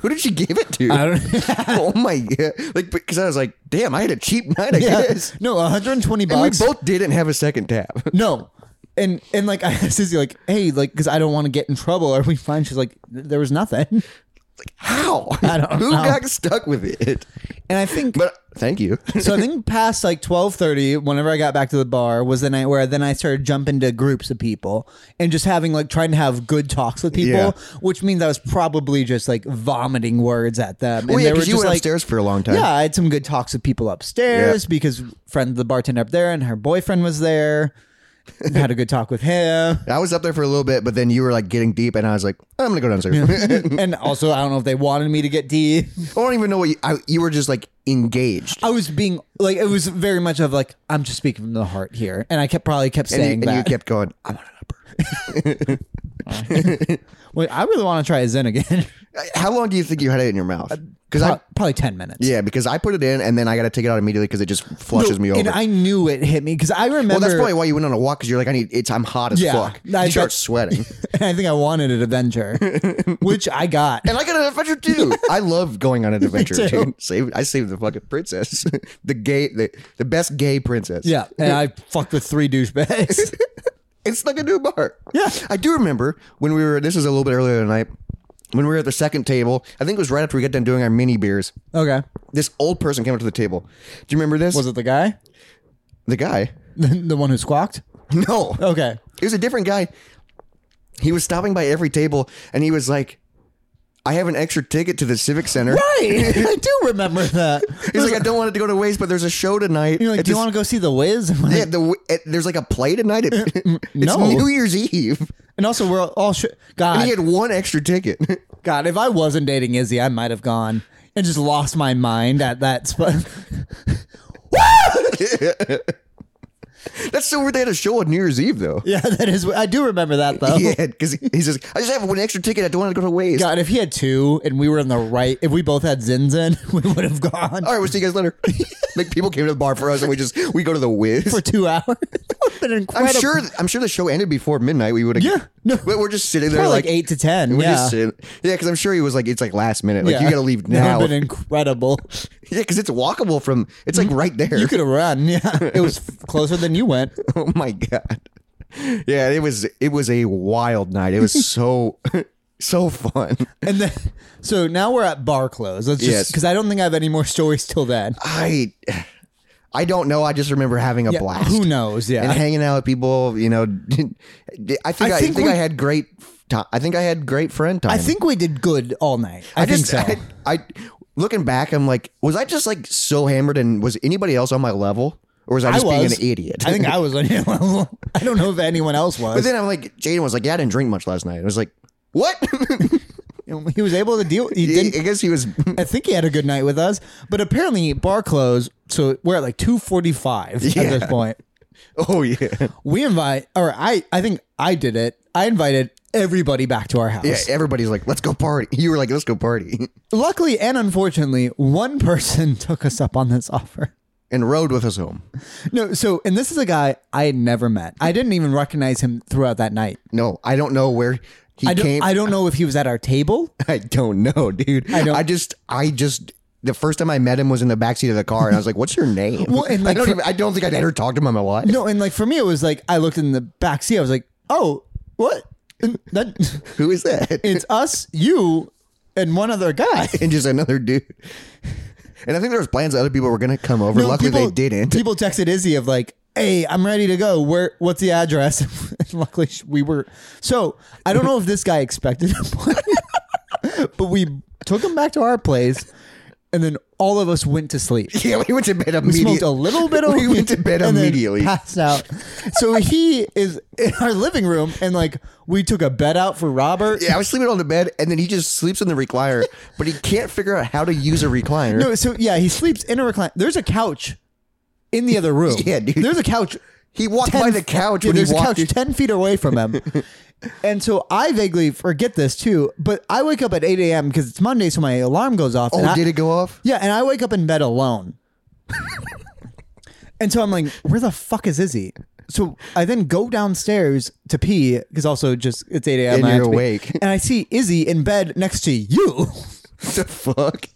[SPEAKER 1] Who did she give it to?
[SPEAKER 2] I don't.
[SPEAKER 1] oh my god! Like because I was like, damn, I had a cheap night. I guess.
[SPEAKER 2] No, 120
[SPEAKER 1] And we
[SPEAKER 2] bucks.
[SPEAKER 1] both didn't have a second tab.
[SPEAKER 2] no. And and like I asked Izzy, like, hey, like, because I don't want to get in trouble. Are we fine? She's like, there was nothing.
[SPEAKER 1] How?
[SPEAKER 2] I don't
[SPEAKER 1] Who
[SPEAKER 2] know.
[SPEAKER 1] got stuck with it?
[SPEAKER 2] And I think
[SPEAKER 1] But thank you.
[SPEAKER 2] so. I think past like twelve thirty, whenever I got back to the bar, was the night where then I started jumping to groups of people and just having like trying to have good talks with people,
[SPEAKER 1] Yeah.
[SPEAKER 2] which means I was probably just like vomiting words at them.
[SPEAKER 1] Well,
[SPEAKER 2] and
[SPEAKER 1] yeah,
[SPEAKER 2] they were
[SPEAKER 1] because you
[SPEAKER 2] just
[SPEAKER 1] went
[SPEAKER 2] like,
[SPEAKER 1] upstairs for a long time.
[SPEAKER 2] Yeah, I had some good talks with people upstairs because friend the bartender up there and her boyfriend was there. had a good talk with him.
[SPEAKER 1] I was up there for a little bit, but then you were like getting deep, and I was like, I'm gonna go downstairs.
[SPEAKER 2] and also, I don't know if they wanted me to get D.
[SPEAKER 1] I don't even know what you, I, you were just like engaged.
[SPEAKER 2] I was being like, it was very much of like, I'm just speaking from the heart here, and I kept probably kept
[SPEAKER 1] And you,
[SPEAKER 2] saying
[SPEAKER 1] and you
[SPEAKER 2] that.
[SPEAKER 1] kept going, I want an upper.
[SPEAKER 2] Wait, I really want to try a Zen again.
[SPEAKER 1] How long do you think you had it in your mouth? Because I,
[SPEAKER 2] Pro- probably ten minutes.
[SPEAKER 1] yeah, because I put it in, and then I got to take it out immediately because it just flushes me over.
[SPEAKER 2] and I knew it hit me because I remember.
[SPEAKER 1] well, that's probably why you went on a walk because you're like, I need. It's I'm hot as
[SPEAKER 2] Yeah,
[SPEAKER 1] fuck. You
[SPEAKER 2] I
[SPEAKER 1] start
[SPEAKER 2] bet-
[SPEAKER 1] sweating,
[SPEAKER 2] and I think I wanted an adventure, which I got.
[SPEAKER 1] and I got an adventure too. I love going on an adventure.
[SPEAKER 2] too.
[SPEAKER 1] Dude. Save, I saved the fucking princess, the gay, the, the best gay princess.
[SPEAKER 2] Yeah, and I fucked with three douchebags.
[SPEAKER 1] It's like a new bar.
[SPEAKER 2] Yeah.
[SPEAKER 1] I do remember when we were, this was a little bit earlier tonight, when we were at the second table. I think it was right after we got done doing our mini beers.
[SPEAKER 2] okay,
[SPEAKER 1] This old person came up to the table. Do you remember this?
[SPEAKER 2] was it the guy,
[SPEAKER 1] the guy?
[SPEAKER 2] the, the one who squawked?
[SPEAKER 1] No.
[SPEAKER 2] Okay,
[SPEAKER 1] It was a different guy. He was stopping by every table and he was like, I have an extra ticket to the Civic Center.
[SPEAKER 2] right. I do remember that.
[SPEAKER 1] He's like, I don't want it to go to waste, but there's a show tonight.
[SPEAKER 2] You're like,
[SPEAKER 1] It's
[SPEAKER 2] do you
[SPEAKER 1] a-
[SPEAKER 2] want to go see the Wiz? I'm like,
[SPEAKER 1] yeah, the, it, there's like a play tonight. It- it's
[SPEAKER 2] no.
[SPEAKER 1] New Year's Eve.
[SPEAKER 2] And also, we're all sh-
[SPEAKER 1] And
[SPEAKER 2] God.
[SPEAKER 1] he had one extra ticket.
[SPEAKER 2] God, if I wasn't dating Izzy, I might have gone and just lost my mind at that spot.
[SPEAKER 1] That's so weird. They had a show on New Year's Eve, though.
[SPEAKER 2] yeah, that is. I do remember that though.
[SPEAKER 1] Yeah, because he's just, I just have one extra ticket. I don't want to go to waste.
[SPEAKER 2] God, if he had two and we were in the right, if we both had Zinzin, we would have gone
[SPEAKER 1] All right, we'll see you guys later. like people came to the bar for us, and we just we go to the Wiz.
[SPEAKER 2] for two hours. that would have been
[SPEAKER 1] I'm
[SPEAKER 2] incredible.
[SPEAKER 1] sure. I'm sure the show ended before midnight. We would have.
[SPEAKER 2] Yeah, no.
[SPEAKER 1] but we're just sitting there
[SPEAKER 2] Probably like,
[SPEAKER 1] like,
[SPEAKER 2] eight to ten.
[SPEAKER 1] We're
[SPEAKER 2] yeah.
[SPEAKER 1] just sitting. Yeah, because I'm sure he was like, it's like last minute. Like
[SPEAKER 2] yeah.
[SPEAKER 1] you got to leave
[SPEAKER 2] That
[SPEAKER 1] now.
[SPEAKER 2] would have been incredible.
[SPEAKER 1] yeah, because it's walkable from. It's like right there.
[SPEAKER 2] You could have run. Yeah. It was f- closer than you went.
[SPEAKER 1] oh my god. Yeah, it was it was a wild night. It was so so fun.
[SPEAKER 2] And then, so now we're at bar close. Let's
[SPEAKER 1] Yes.
[SPEAKER 2] just, because I don't think I have any more stories till then.
[SPEAKER 1] I I don't know. I just remember having a
[SPEAKER 2] Yeah,
[SPEAKER 1] blast.
[SPEAKER 2] Who knows? Yeah.
[SPEAKER 1] and hanging out with people. You know, I think I,
[SPEAKER 2] I
[SPEAKER 1] I
[SPEAKER 2] think
[SPEAKER 1] think
[SPEAKER 2] we-
[SPEAKER 1] I had great. Time. I think I had great friend time.
[SPEAKER 2] I think we did good all night. I, think so.
[SPEAKER 1] I, I- looking back, I'm like, was I just like so hammered, and was anybody else on my level, or was I just being an idiot?
[SPEAKER 2] I think I was on your level. I don't know if anyone else
[SPEAKER 1] but
[SPEAKER 2] was.
[SPEAKER 1] then I'm like, Jaden was like, yeah, I didn't drink much last night. I was like, what?
[SPEAKER 2] he was able to deal. He
[SPEAKER 1] I
[SPEAKER 2] didn't.
[SPEAKER 1] guess he was.
[SPEAKER 2] I think he had a good night with us, but apparently bar close. So we're at like two forty five at this
[SPEAKER 1] Yeah.
[SPEAKER 2] point.
[SPEAKER 1] Oh yeah,
[SPEAKER 2] We invite, or I, I think I did it. I invited everybody back to our house.
[SPEAKER 1] yeah. Everybody's like, let's go party. You were like, let's go party,
[SPEAKER 2] Luckily and unfortunately, one person took us up on this offer.
[SPEAKER 1] and rode with us home.
[SPEAKER 2] No, so and this is a guy I had never met. I didn't even recognize him throughout that night.
[SPEAKER 1] No, I don't know where he
[SPEAKER 2] I don't,
[SPEAKER 1] came.
[SPEAKER 2] I don't know if he was at our table
[SPEAKER 1] I don't know, dude. I,
[SPEAKER 2] don't-
[SPEAKER 1] just, I just, the first time I met him was in the backseat of the car, and I was like, "What's your name?"
[SPEAKER 2] Well, and, like,
[SPEAKER 1] I don't
[SPEAKER 2] for-
[SPEAKER 1] even. I don't think I'd ever talked to him in my life.
[SPEAKER 2] No, and like for me, it was like I looked in the back seat. I was like, "Oh, what? That,
[SPEAKER 1] Who is that?
[SPEAKER 2] it's us, you, and one other guy.
[SPEAKER 1] and just another dude. And I think there was plans that other people were going to come over.
[SPEAKER 2] No,
[SPEAKER 1] Luckily,
[SPEAKER 2] people-
[SPEAKER 1] they didn't.
[SPEAKER 2] People texted Izzy of like, "Hey, I'm ready to go. Where? What's the address?" and luckily, sh- we were. So I don't know if this guy expected it, but we took him back to our place, and then all of us went to sleep.
[SPEAKER 1] yeah, we went to bed
[SPEAKER 2] We
[SPEAKER 1] immediately.
[SPEAKER 2] smoked a little bit of
[SPEAKER 1] We
[SPEAKER 2] weed
[SPEAKER 1] went to bed
[SPEAKER 2] and then
[SPEAKER 1] immediately.
[SPEAKER 2] passed out. So he is in our living room, and like we took a bed out for Robert.
[SPEAKER 1] yeah, I was sleeping on the bed, and then he just sleeps in the recliner, but he can't figure out how to use a recliner.
[SPEAKER 2] No, so yeah, he sleeps in a recliner. There's a couch in the other room.
[SPEAKER 1] Yeah, dude.
[SPEAKER 2] There's a couch
[SPEAKER 1] he walked
[SPEAKER 2] 10
[SPEAKER 1] by the couch
[SPEAKER 2] yeah,
[SPEAKER 1] when he
[SPEAKER 2] there's a
[SPEAKER 1] walked
[SPEAKER 2] couch
[SPEAKER 1] in.
[SPEAKER 2] 10 feet away from him. and so I vaguely forget this too, but I wake up at 8 a.m. because it's Monday, so my alarm goes off. and
[SPEAKER 1] Oh,
[SPEAKER 2] I-
[SPEAKER 1] did it go off?
[SPEAKER 2] Yeah, and I wake up in bed alone. and so I'm like, where the fuck is Izzy? So I then go downstairs to pee because also just it's 8 a.m.
[SPEAKER 1] And
[SPEAKER 2] I have
[SPEAKER 1] you're
[SPEAKER 2] to pee.
[SPEAKER 1] awake.
[SPEAKER 2] And I see Izzy in bed next to you.
[SPEAKER 1] What the fuck?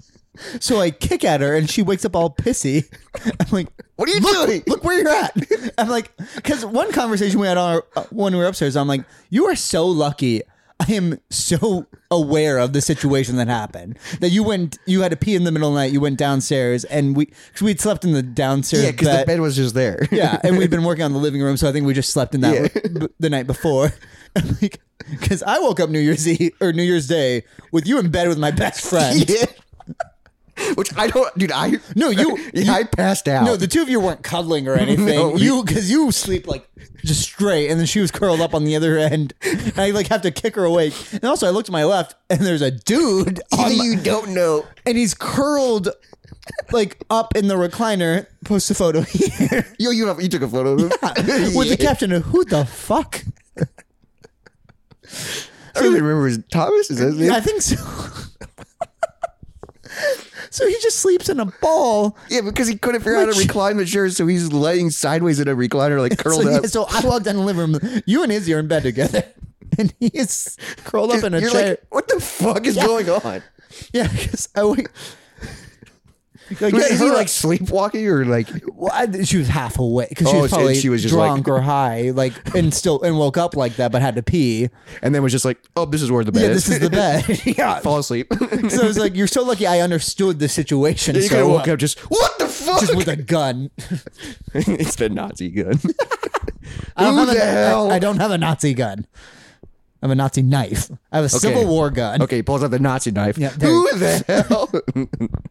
[SPEAKER 2] So I kick at her and she wakes up all pissy. I'm like,
[SPEAKER 1] What are you doing?
[SPEAKER 2] look where you're at. I'm like, because one conversation we had on our, uh, when we were upstairs, I'm like, you are so lucky. I am so aware of the situation that happened that you went, you had to pee in the middle of the night. You went downstairs and we, cause we'd slept in the downstairs
[SPEAKER 1] Yeah, because the
[SPEAKER 2] bed.
[SPEAKER 1] bed was just there.
[SPEAKER 2] yeah, and we'd been working on the living room, so I think we just slept in that b- the night before. I'm like, because I woke up New Year's Eve or New Year's Day with you in bed with my best friend.
[SPEAKER 1] yeah. Which I don't, dude. I
[SPEAKER 2] No, you-
[SPEAKER 1] Yeah,
[SPEAKER 2] you-
[SPEAKER 1] I passed out.
[SPEAKER 2] No, the two of you weren't cuddling or anything.
[SPEAKER 1] No, we-
[SPEAKER 2] you because you sleep like just straight, and then she was curled up on the other end. And I like have to kick her awake. And also, I looked to my left, and there's a dude, on
[SPEAKER 1] Either
[SPEAKER 2] my-
[SPEAKER 1] you don't know.
[SPEAKER 2] and he's curled like up in the recliner. Post a photo here
[SPEAKER 1] Yo, you have, you took a photo of him
[SPEAKER 2] with the caption of "Who the fuck."
[SPEAKER 1] I don't even remember. Is it Thomas? Is that his name?
[SPEAKER 2] I think so. so he just sleeps in a ball.
[SPEAKER 1] Yeah, because he couldn't figure out how to
[SPEAKER 2] Which-
[SPEAKER 1] recline the chair, so he's laying sideways in a recliner, like curled
[SPEAKER 2] so,
[SPEAKER 1] up.
[SPEAKER 2] yeah, so I walked down the living room. You and Izzy are in bed together, and he is curled up in a
[SPEAKER 1] You're
[SPEAKER 2] chair.
[SPEAKER 1] like, what the fuck is going on?
[SPEAKER 2] Yeah, because I wait.
[SPEAKER 1] Was-
[SPEAKER 2] Like, yeah,
[SPEAKER 1] is
[SPEAKER 2] her-
[SPEAKER 1] he like sleepwalking or like?
[SPEAKER 2] well, I- she was half awake because she
[SPEAKER 1] Oh,
[SPEAKER 2] was
[SPEAKER 1] so
[SPEAKER 2] probably
[SPEAKER 1] she was just
[SPEAKER 2] drunk
[SPEAKER 1] like-
[SPEAKER 2] or high, like and still and woke up like that, but had to pee.
[SPEAKER 1] And then was just like, oh, this is where the bed.
[SPEAKER 2] Yeah, this is the bed. yeah,
[SPEAKER 1] Fall asleep. you
[SPEAKER 2] so I was like, "You're so lucky. I understood the situation."
[SPEAKER 1] could
[SPEAKER 2] so
[SPEAKER 1] have woke
[SPEAKER 2] well."
[SPEAKER 1] up just what the fuck?
[SPEAKER 2] just with a gun.
[SPEAKER 1] it's the Nazi gun.
[SPEAKER 2] I don't
[SPEAKER 1] Who
[SPEAKER 2] have
[SPEAKER 1] the
[SPEAKER 2] a, I-
[SPEAKER 1] hell?
[SPEAKER 2] I, don't have a Nazi gun. I have a Nazi knife. I have a Civil War gun.
[SPEAKER 1] okay, he pulls out the Nazi knife.
[SPEAKER 2] Yeah, there
[SPEAKER 1] Who the hell?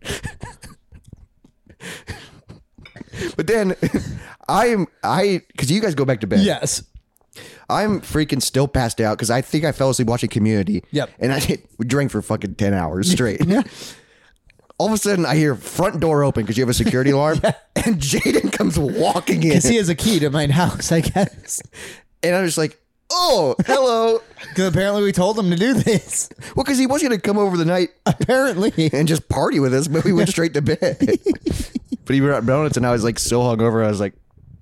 [SPEAKER 1] but then I am I because you guys go back to bed.
[SPEAKER 2] Yes.
[SPEAKER 1] I'm freaking still passed out because I think I fell asleep watching Community.
[SPEAKER 2] Yep.
[SPEAKER 1] And I did, we drank for fucking ten hours straight. All of a sudden, I hear front door open because you have a security alarm, and Jaden comes walking in,
[SPEAKER 2] Because he has a key to my house, I guess.
[SPEAKER 1] and I'm just like, "Oh, hello!"
[SPEAKER 2] Because apparently we told him to do this.
[SPEAKER 1] well, because he was gonna come over the night
[SPEAKER 2] Apparently.
[SPEAKER 1] and just party with us, but we went straight to bed. but he brought donuts, and I was like so hungover. I was like,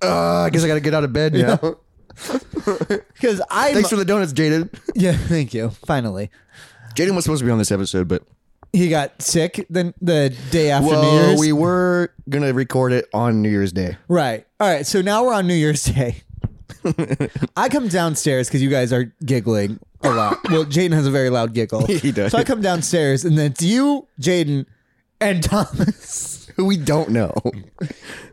[SPEAKER 1] "Uh, I guess I gotta get out of bed now."
[SPEAKER 2] Because I.
[SPEAKER 1] Thanks for the donuts, Jaden.
[SPEAKER 2] yeah, thank you. Finally.
[SPEAKER 1] Jaden was supposed to be on this episode, but
[SPEAKER 2] He got sick then the day after New
[SPEAKER 1] well,
[SPEAKER 2] Year's.
[SPEAKER 1] we were gonna record it on New Year's Day.
[SPEAKER 2] right. All right. So now we're on New Year's Day. I come downstairs because you guys are giggling a lot. Well, Jaden has a very loud giggle.
[SPEAKER 1] He does.
[SPEAKER 2] So I come downstairs and then it's you, Jaden, and Thomas.
[SPEAKER 1] who we don't know.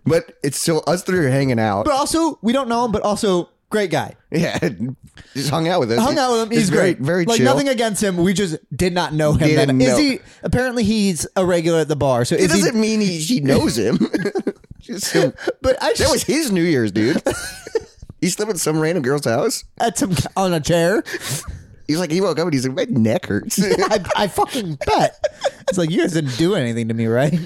[SPEAKER 1] But it's still us three are hanging out.
[SPEAKER 2] But also, we don't know him, but also, great guy.
[SPEAKER 1] Yeah, just hung out with us.
[SPEAKER 2] Hung out with him.
[SPEAKER 1] He's
[SPEAKER 2] He's
[SPEAKER 1] very-
[SPEAKER 2] great.
[SPEAKER 1] very
[SPEAKER 2] like
[SPEAKER 1] chill.
[SPEAKER 2] nothing against him. We just did not know him.
[SPEAKER 1] Didn't
[SPEAKER 2] Then
[SPEAKER 1] know.
[SPEAKER 2] Izzy apparently he's a regular at the bar. So
[SPEAKER 1] It
[SPEAKER 2] Izzy,
[SPEAKER 1] doesn't mean he, she knows him. Just so-
[SPEAKER 2] but I
[SPEAKER 1] that
[SPEAKER 2] just
[SPEAKER 1] was his New Year's, dude. he slept at some random girl's house.
[SPEAKER 2] at some on a chair.
[SPEAKER 1] He's like, he woke up and he's like, my neck hurts.
[SPEAKER 2] I, I fucking bet. It's like you guys didn't do anything to me, right?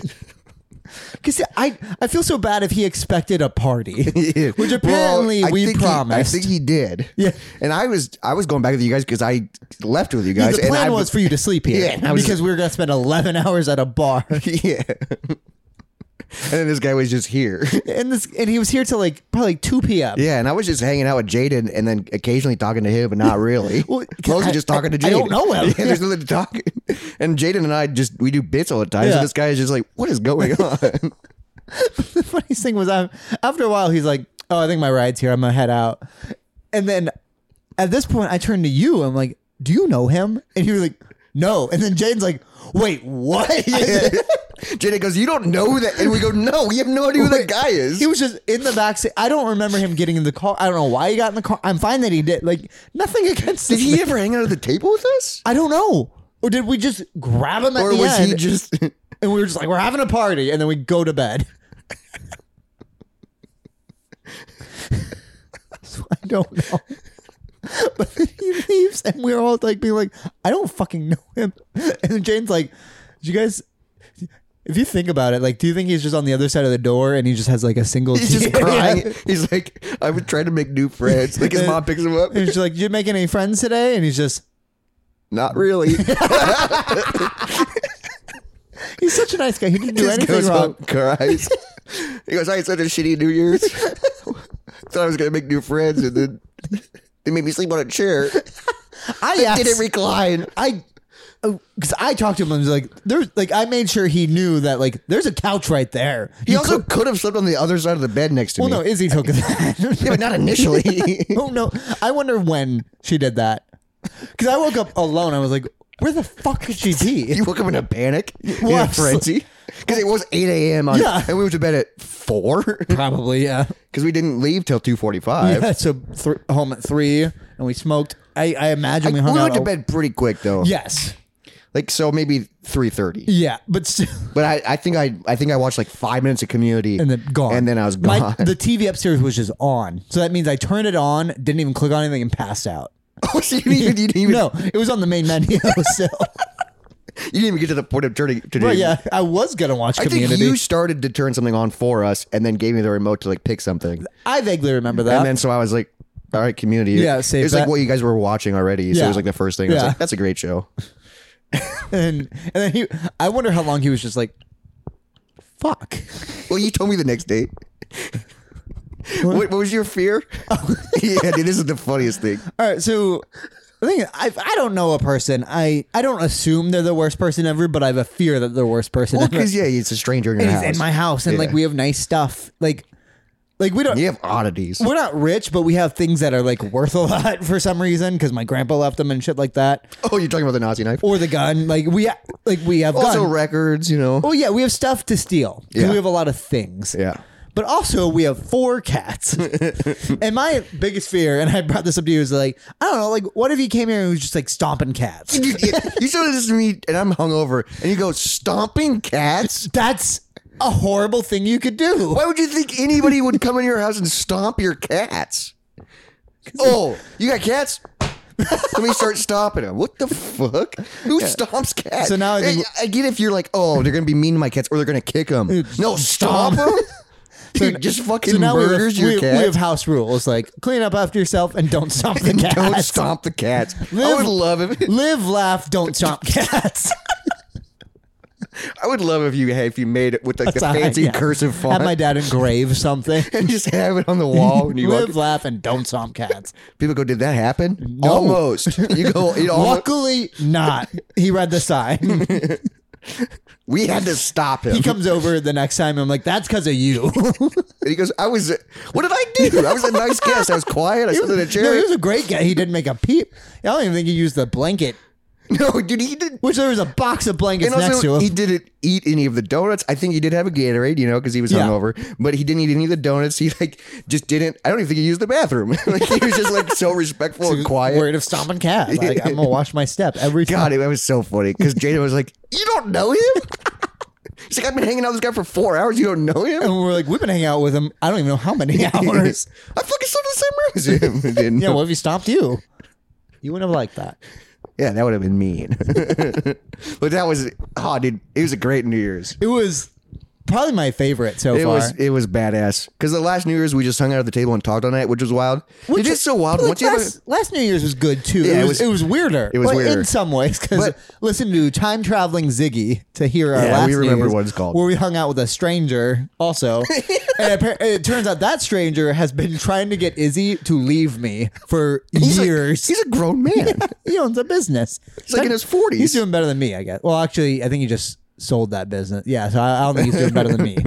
[SPEAKER 2] Because I I feel so bad if he expected a party,
[SPEAKER 1] Yeah.
[SPEAKER 2] which
[SPEAKER 1] Well,
[SPEAKER 2] apparently
[SPEAKER 1] I
[SPEAKER 2] we
[SPEAKER 1] think he-
[SPEAKER 2] promised.
[SPEAKER 1] I think he did.
[SPEAKER 2] Yeah.
[SPEAKER 1] and I was I was going back with you guys because I left with you guys.
[SPEAKER 2] the plan
[SPEAKER 1] and I,
[SPEAKER 2] was for you to sleep here
[SPEAKER 1] Yeah, and I was-
[SPEAKER 2] because we were gonna spend eleven hours at a bar.
[SPEAKER 1] yeah. and then this guy was just here.
[SPEAKER 2] and this and he was here till like probably two p.m.
[SPEAKER 1] Yeah, and I was just hanging out with Jaden and then occasionally talking to him, but not really.
[SPEAKER 2] Well,
[SPEAKER 1] Mostly
[SPEAKER 2] I-
[SPEAKER 1] just talking to Jaden.
[SPEAKER 2] I- I don't know him.
[SPEAKER 1] Yeah, there's nothing to talk. And Jaden and I just we do bits all the time. So
[SPEAKER 2] Yeah.
[SPEAKER 1] this guy is just like, what is going on?
[SPEAKER 2] the funniest thing was I, after a while he's like, "Oh, I think my ride's here. I'm gonna head out," and then at this point, I turned to you. I'm like, "Do you know him?" And you were like, "No." And then Jaden's like, "Wait, what?"
[SPEAKER 1] Jada goes, You don't know who that. And we go, No, we have no idea who that guy is.
[SPEAKER 2] he was just in the back seat. I don't remember him getting in the car. I don't know why he got in the car. I'm fine that he did. Like nothing against.
[SPEAKER 1] Did
[SPEAKER 2] this
[SPEAKER 1] he
[SPEAKER 2] man.
[SPEAKER 1] ever hang out at the table with us?
[SPEAKER 2] I don't know. Or did we just grab him at
[SPEAKER 1] Or
[SPEAKER 2] the
[SPEAKER 1] was
[SPEAKER 2] end?
[SPEAKER 1] he just.
[SPEAKER 2] and we were just like, "We're having a party," and then we go to bed. so I don't know. But then he leaves, and we're all like being like, "I don't fucking know him." And then Jane's like, "Did you guys?" If you think about it, like, do you think he's just on the other side of the door and he just has like a single?
[SPEAKER 1] He's just
[SPEAKER 2] tear?
[SPEAKER 1] crying. He's like, I was trying to make new friends. Like his mom picks him up.
[SPEAKER 2] And she's like, "Did you make any friends today?" And he's just,
[SPEAKER 1] Not really.
[SPEAKER 2] he's such a nice guy. He didn't do
[SPEAKER 1] just
[SPEAKER 2] anything
[SPEAKER 1] goes
[SPEAKER 2] wrong.
[SPEAKER 1] up, cries. he goes, I had such a shitty New Year's. Thought I was gonna make new friends, and then they made me sleep on a chair.
[SPEAKER 2] I asked,
[SPEAKER 1] Didn't recline.
[SPEAKER 2] I because I talked to him and was like, there's like I made sure he knew that like there's a couch right there.
[SPEAKER 1] He
[SPEAKER 2] You
[SPEAKER 1] also
[SPEAKER 2] could-
[SPEAKER 1] could have slept on the other side of the bed next to
[SPEAKER 2] well
[SPEAKER 1] me.
[SPEAKER 2] no, Izzy took that.
[SPEAKER 1] yeah, but not initially.
[SPEAKER 2] oh no, I wonder when she did that because I woke up alone. I was like, where the fuck could she be?
[SPEAKER 1] you woke up in a panic, in
[SPEAKER 2] Well, I
[SPEAKER 1] a
[SPEAKER 2] was
[SPEAKER 1] frenzy, because it was eight a.m. on,
[SPEAKER 2] Yeah.
[SPEAKER 1] and we went to bed at four
[SPEAKER 2] Probably yeah.
[SPEAKER 1] because we didn't leave till two forty-five.
[SPEAKER 2] Yeah, so th- home at three and we smoked. I, I imagine we
[SPEAKER 1] we
[SPEAKER 2] hung out.
[SPEAKER 1] went to
[SPEAKER 2] all-
[SPEAKER 1] bed pretty quick though.
[SPEAKER 2] Yes.
[SPEAKER 1] like so maybe three thirty.
[SPEAKER 2] Yeah, but still.
[SPEAKER 1] But I, I think I I think I watched like five minutes of Community
[SPEAKER 2] and then gone.
[SPEAKER 1] and then I was
[SPEAKER 2] My-
[SPEAKER 1] gone.
[SPEAKER 2] the TV upstairs was just on, so that means I turned it on, didn't even click on anything, and passed out.
[SPEAKER 1] oh, so you didn't even, you didn't even,
[SPEAKER 2] no, it was on the main menu still.
[SPEAKER 1] you didn't even get to the point of turning. To
[SPEAKER 2] but yeah, I was gonna watch
[SPEAKER 1] I
[SPEAKER 2] Community.
[SPEAKER 1] think you started to turn something on for us, and then gave me the remote to like pick something,
[SPEAKER 2] I vaguely remember that.
[SPEAKER 1] and then so I was like, "All right, Community."
[SPEAKER 2] Yeah, save
[SPEAKER 1] it was
[SPEAKER 2] that.
[SPEAKER 1] like what you guys were watching already, so
[SPEAKER 2] Yeah.
[SPEAKER 1] it was like the first thing. I was
[SPEAKER 2] Yeah.
[SPEAKER 1] like, "That's a great show."
[SPEAKER 2] and, and then he, I wonder how long he was just like, "Fuck."
[SPEAKER 1] Well, you told me the next date. What, what was your fear?
[SPEAKER 2] Oh.
[SPEAKER 1] yeah, dude, this is the funniest thing.
[SPEAKER 2] All right, so the thing is, I I don't know a person. I I don't assume they're the worst person ever, but I have a fear that they're the worst person ever.
[SPEAKER 1] Because yeah, it's a stranger in your
[SPEAKER 2] And he's
[SPEAKER 1] house.
[SPEAKER 2] in my house, and like
[SPEAKER 1] Yeah.
[SPEAKER 2] we have nice stuff, like like we don't.
[SPEAKER 1] you have oddities.
[SPEAKER 2] We're not rich, but we have things that are like worth a lot for some reason because my grandpa left them and shit like that,
[SPEAKER 1] Oh, you're talking about the Nazi knife.
[SPEAKER 2] or the gun. Like we ha- like we have
[SPEAKER 1] Also
[SPEAKER 2] gun.
[SPEAKER 1] records, you know.
[SPEAKER 2] Well, yeah, we have stuff to steal. 'cause
[SPEAKER 1] Yeah.
[SPEAKER 2] We have a lot of things.
[SPEAKER 1] Yeah.
[SPEAKER 2] But also, we have four cats. and my biggest fear, and I brought this up to you, is like, I don't know, like, what if he came here and was just like stomping cats?
[SPEAKER 1] you you showed this to me, and I'm hungover, and you go stomping cats.
[SPEAKER 2] That's a horrible thing you could do.
[SPEAKER 1] Why would you think anybody would come in your house and stomp your cats? Oh, you got cats? Let me start stomping them. What the fuck? Who stomps cats?
[SPEAKER 2] So now I think-
[SPEAKER 1] I, I get if you're like, oh, they're gonna be mean to my cats, or they're gonna kick them. No, stomp them. Dude, just fucking
[SPEAKER 2] So now we have,
[SPEAKER 1] murders
[SPEAKER 2] we,
[SPEAKER 1] your
[SPEAKER 2] we
[SPEAKER 1] cats.
[SPEAKER 2] have house rules like clean up after yourself and don't stomp the cats.
[SPEAKER 1] Don't stomp the cats. I
[SPEAKER 2] Live-
[SPEAKER 1] would love if
[SPEAKER 2] Live, laugh, don't stomp cats.
[SPEAKER 1] I would love if you had if you made it with like the
[SPEAKER 2] That's all right,
[SPEAKER 1] fancy
[SPEAKER 2] yeah.
[SPEAKER 1] cursive
[SPEAKER 2] Have
[SPEAKER 1] font
[SPEAKER 2] my dad engrave something.
[SPEAKER 1] and just have it on the wall and you walk
[SPEAKER 2] Live, laugh, and don't stomp cats.
[SPEAKER 1] People go, did that happen? Almost. You go, it almost.
[SPEAKER 2] Luckily, not. He read the sign.
[SPEAKER 1] We had to stop him.
[SPEAKER 2] He comes over the next time. I'm like, that's because of you.
[SPEAKER 1] and he goes, I was, what did I do? I was a nice guest. I was quiet. I sat in a
[SPEAKER 2] no, he
[SPEAKER 1] chair.
[SPEAKER 2] was a great guy. He didn't make a peep. I don't even think he used the blanket,
[SPEAKER 1] No, dude, he didn't.
[SPEAKER 2] which there was a box of blankets
[SPEAKER 1] And
[SPEAKER 2] next to
[SPEAKER 1] also,
[SPEAKER 2] him.
[SPEAKER 1] he didn't eat any of the donuts. I think he did have a Gatorade, you know, because he was
[SPEAKER 2] Yeah.
[SPEAKER 1] hungover. But he didn't eat any of the donuts. He like just didn't. I don't even think he used the bathroom. like, he was just like so respectful and quiet.
[SPEAKER 2] Worried of stomping cat. Like, I'm gonna wash my step every
[SPEAKER 1] God,
[SPEAKER 2] time.
[SPEAKER 1] it was so funny because Jada was like, "You don't know him." He's like, "I've been hanging out with this guy for four hours. You don't know him."
[SPEAKER 2] And we're like, we've been hanging out with him. I don't even know how many hours.
[SPEAKER 1] I fucking slept in the same room as him. Didn't.
[SPEAKER 2] yeah, what if he stomped you? You wouldn't have liked that.
[SPEAKER 1] Yeah, that would have been mean. but that was oh, dude, it was a great New Year's.
[SPEAKER 2] It was probably my favorite so
[SPEAKER 1] It
[SPEAKER 2] far.
[SPEAKER 1] was it was badass because the last New Year's we just hung out at the table and talked all night, which was wild.
[SPEAKER 2] Which
[SPEAKER 1] it is so wild.
[SPEAKER 2] like,
[SPEAKER 1] Once you have a-
[SPEAKER 2] last, last New Year's was good too.
[SPEAKER 1] Yeah,
[SPEAKER 2] it,
[SPEAKER 1] it
[SPEAKER 2] was,
[SPEAKER 1] was-
[SPEAKER 2] it was weirder.
[SPEAKER 1] it was
[SPEAKER 2] But in
[SPEAKER 1] weirder.
[SPEAKER 2] some ways because
[SPEAKER 1] But-
[SPEAKER 2] listen to time traveling Ziggy to hear our
[SPEAKER 1] Yeah,
[SPEAKER 2] last.
[SPEAKER 1] we remember
[SPEAKER 2] New Year's,
[SPEAKER 1] what it's called.
[SPEAKER 2] Where we hung out with a stranger also, and appar- it turns out that stranger has been trying to get Izzy to leave me for
[SPEAKER 1] he's a-
[SPEAKER 2] years.
[SPEAKER 1] he's a grown man.
[SPEAKER 2] he owns a business.
[SPEAKER 1] He's like in his forties.
[SPEAKER 2] He's doing better than me, I guess. Well, actually, I think he just sold that business. Yeah, so I, I don't think he's doing better than me.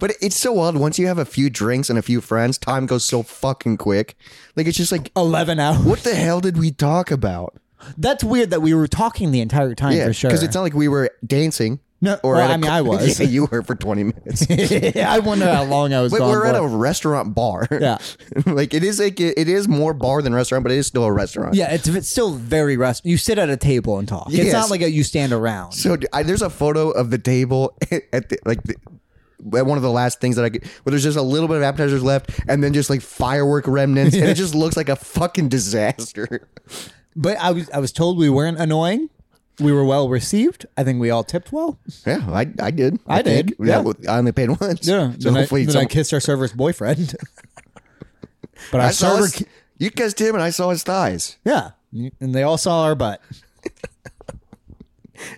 [SPEAKER 1] But it's so wild. Once you have a few drinks and a few friends, time goes so fucking quick. Like it's just like,
[SPEAKER 2] Eleven hours.
[SPEAKER 1] what the hell did we talk about?
[SPEAKER 2] That's weird that we were talking the entire time
[SPEAKER 1] Yeah,
[SPEAKER 2] for sure.
[SPEAKER 1] because it's not like we were dancing.
[SPEAKER 2] No,
[SPEAKER 1] or
[SPEAKER 2] well,
[SPEAKER 1] at a
[SPEAKER 2] I mean, I
[SPEAKER 1] cl-
[SPEAKER 2] was.
[SPEAKER 1] Yeah, you were for twenty minutes.
[SPEAKER 2] I wonder how long I was.
[SPEAKER 1] But
[SPEAKER 2] gone
[SPEAKER 1] we're at
[SPEAKER 2] for.
[SPEAKER 1] a restaurant bar.
[SPEAKER 2] Yeah.
[SPEAKER 1] like it is like it it is more bar than restaurant, but it is still a restaurant.
[SPEAKER 2] Yeah, it's, it's still very rest. You sit at a table and talk. It's
[SPEAKER 1] Yes.
[SPEAKER 2] not like a, you stand around.
[SPEAKER 1] So d- I, there's a photo of the table at the, like the, at one of the last things that I could, where there's just a little bit of appetizers left, and then just like firework remnants, and it just looks like a fucking disaster.
[SPEAKER 2] But I was I was told we weren't annoying. We were well received. I think we all tipped well.
[SPEAKER 1] Yeah, I I did.
[SPEAKER 2] I did,
[SPEAKER 1] think.
[SPEAKER 2] yeah.
[SPEAKER 1] was- I only paid once. So
[SPEAKER 2] then
[SPEAKER 1] hopefully
[SPEAKER 2] I, then I
[SPEAKER 1] some,
[SPEAKER 2] kissed our server's boyfriend. but our
[SPEAKER 1] I saw
[SPEAKER 2] server,
[SPEAKER 1] his, you kissed him, and I saw his thighs.
[SPEAKER 2] yeah, and they all saw our butt.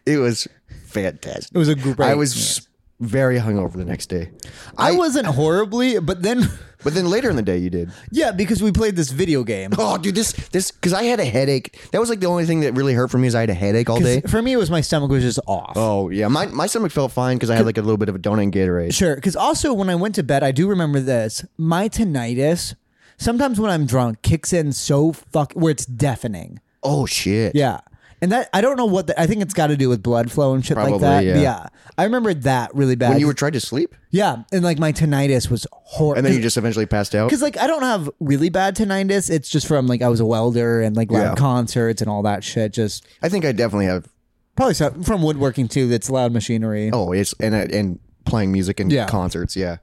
[SPEAKER 1] It was fantastic.
[SPEAKER 2] It was a group.
[SPEAKER 1] I was very hungover the next day,
[SPEAKER 2] I wasn't horribly, but then
[SPEAKER 1] but then later in the day you did.
[SPEAKER 2] yeah, because we played this video game.
[SPEAKER 1] Oh, dude, this this because I had a headache. That was like the only thing that really hurt for me is I had a headache all day.
[SPEAKER 2] For me, it was my stomach was just off.
[SPEAKER 1] Oh yeah, my my stomach felt fine because I had like a little bit of a donut and Gatorade.
[SPEAKER 2] Sure, because also when I went to bed, I do remember this. My tinnitus, sometimes when I'm drunk, kicks in so fuck where it's deafening.
[SPEAKER 1] Oh shit.
[SPEAKER 2] Yeah. And that I don't know what the, I think it's got to do with blood flow and shit like
[SPEAKER 1] Probably,
[SPEAKER 2] that.
[SPEAKER 1] yeah.
[SPEAKER 2] I remember that really bad.
[SPEAKER 1] When you were trying to sleep,
[SPEAKER 2] yeah, and like my tinnitus was horrible.
[SPEAKER 1] and then you just eventually passed out.
[SPEAKER 2] because like I don't have really bad tinnitus. It's just from like I was a welder and like loud
[SPEAKER 1] Yeah.
[SPEAKER 2] concerts and all that shit. Just
[SPEAKER 1] I think I definitely have.
[SPEAKER 2] probably so, from woodworking too. That's loud machinery.
[SPEAKER 1] Oh, it's and and playing music and
[SPEAKER 2] Yeah.
[SPEAKER 1] concerts. Yeah,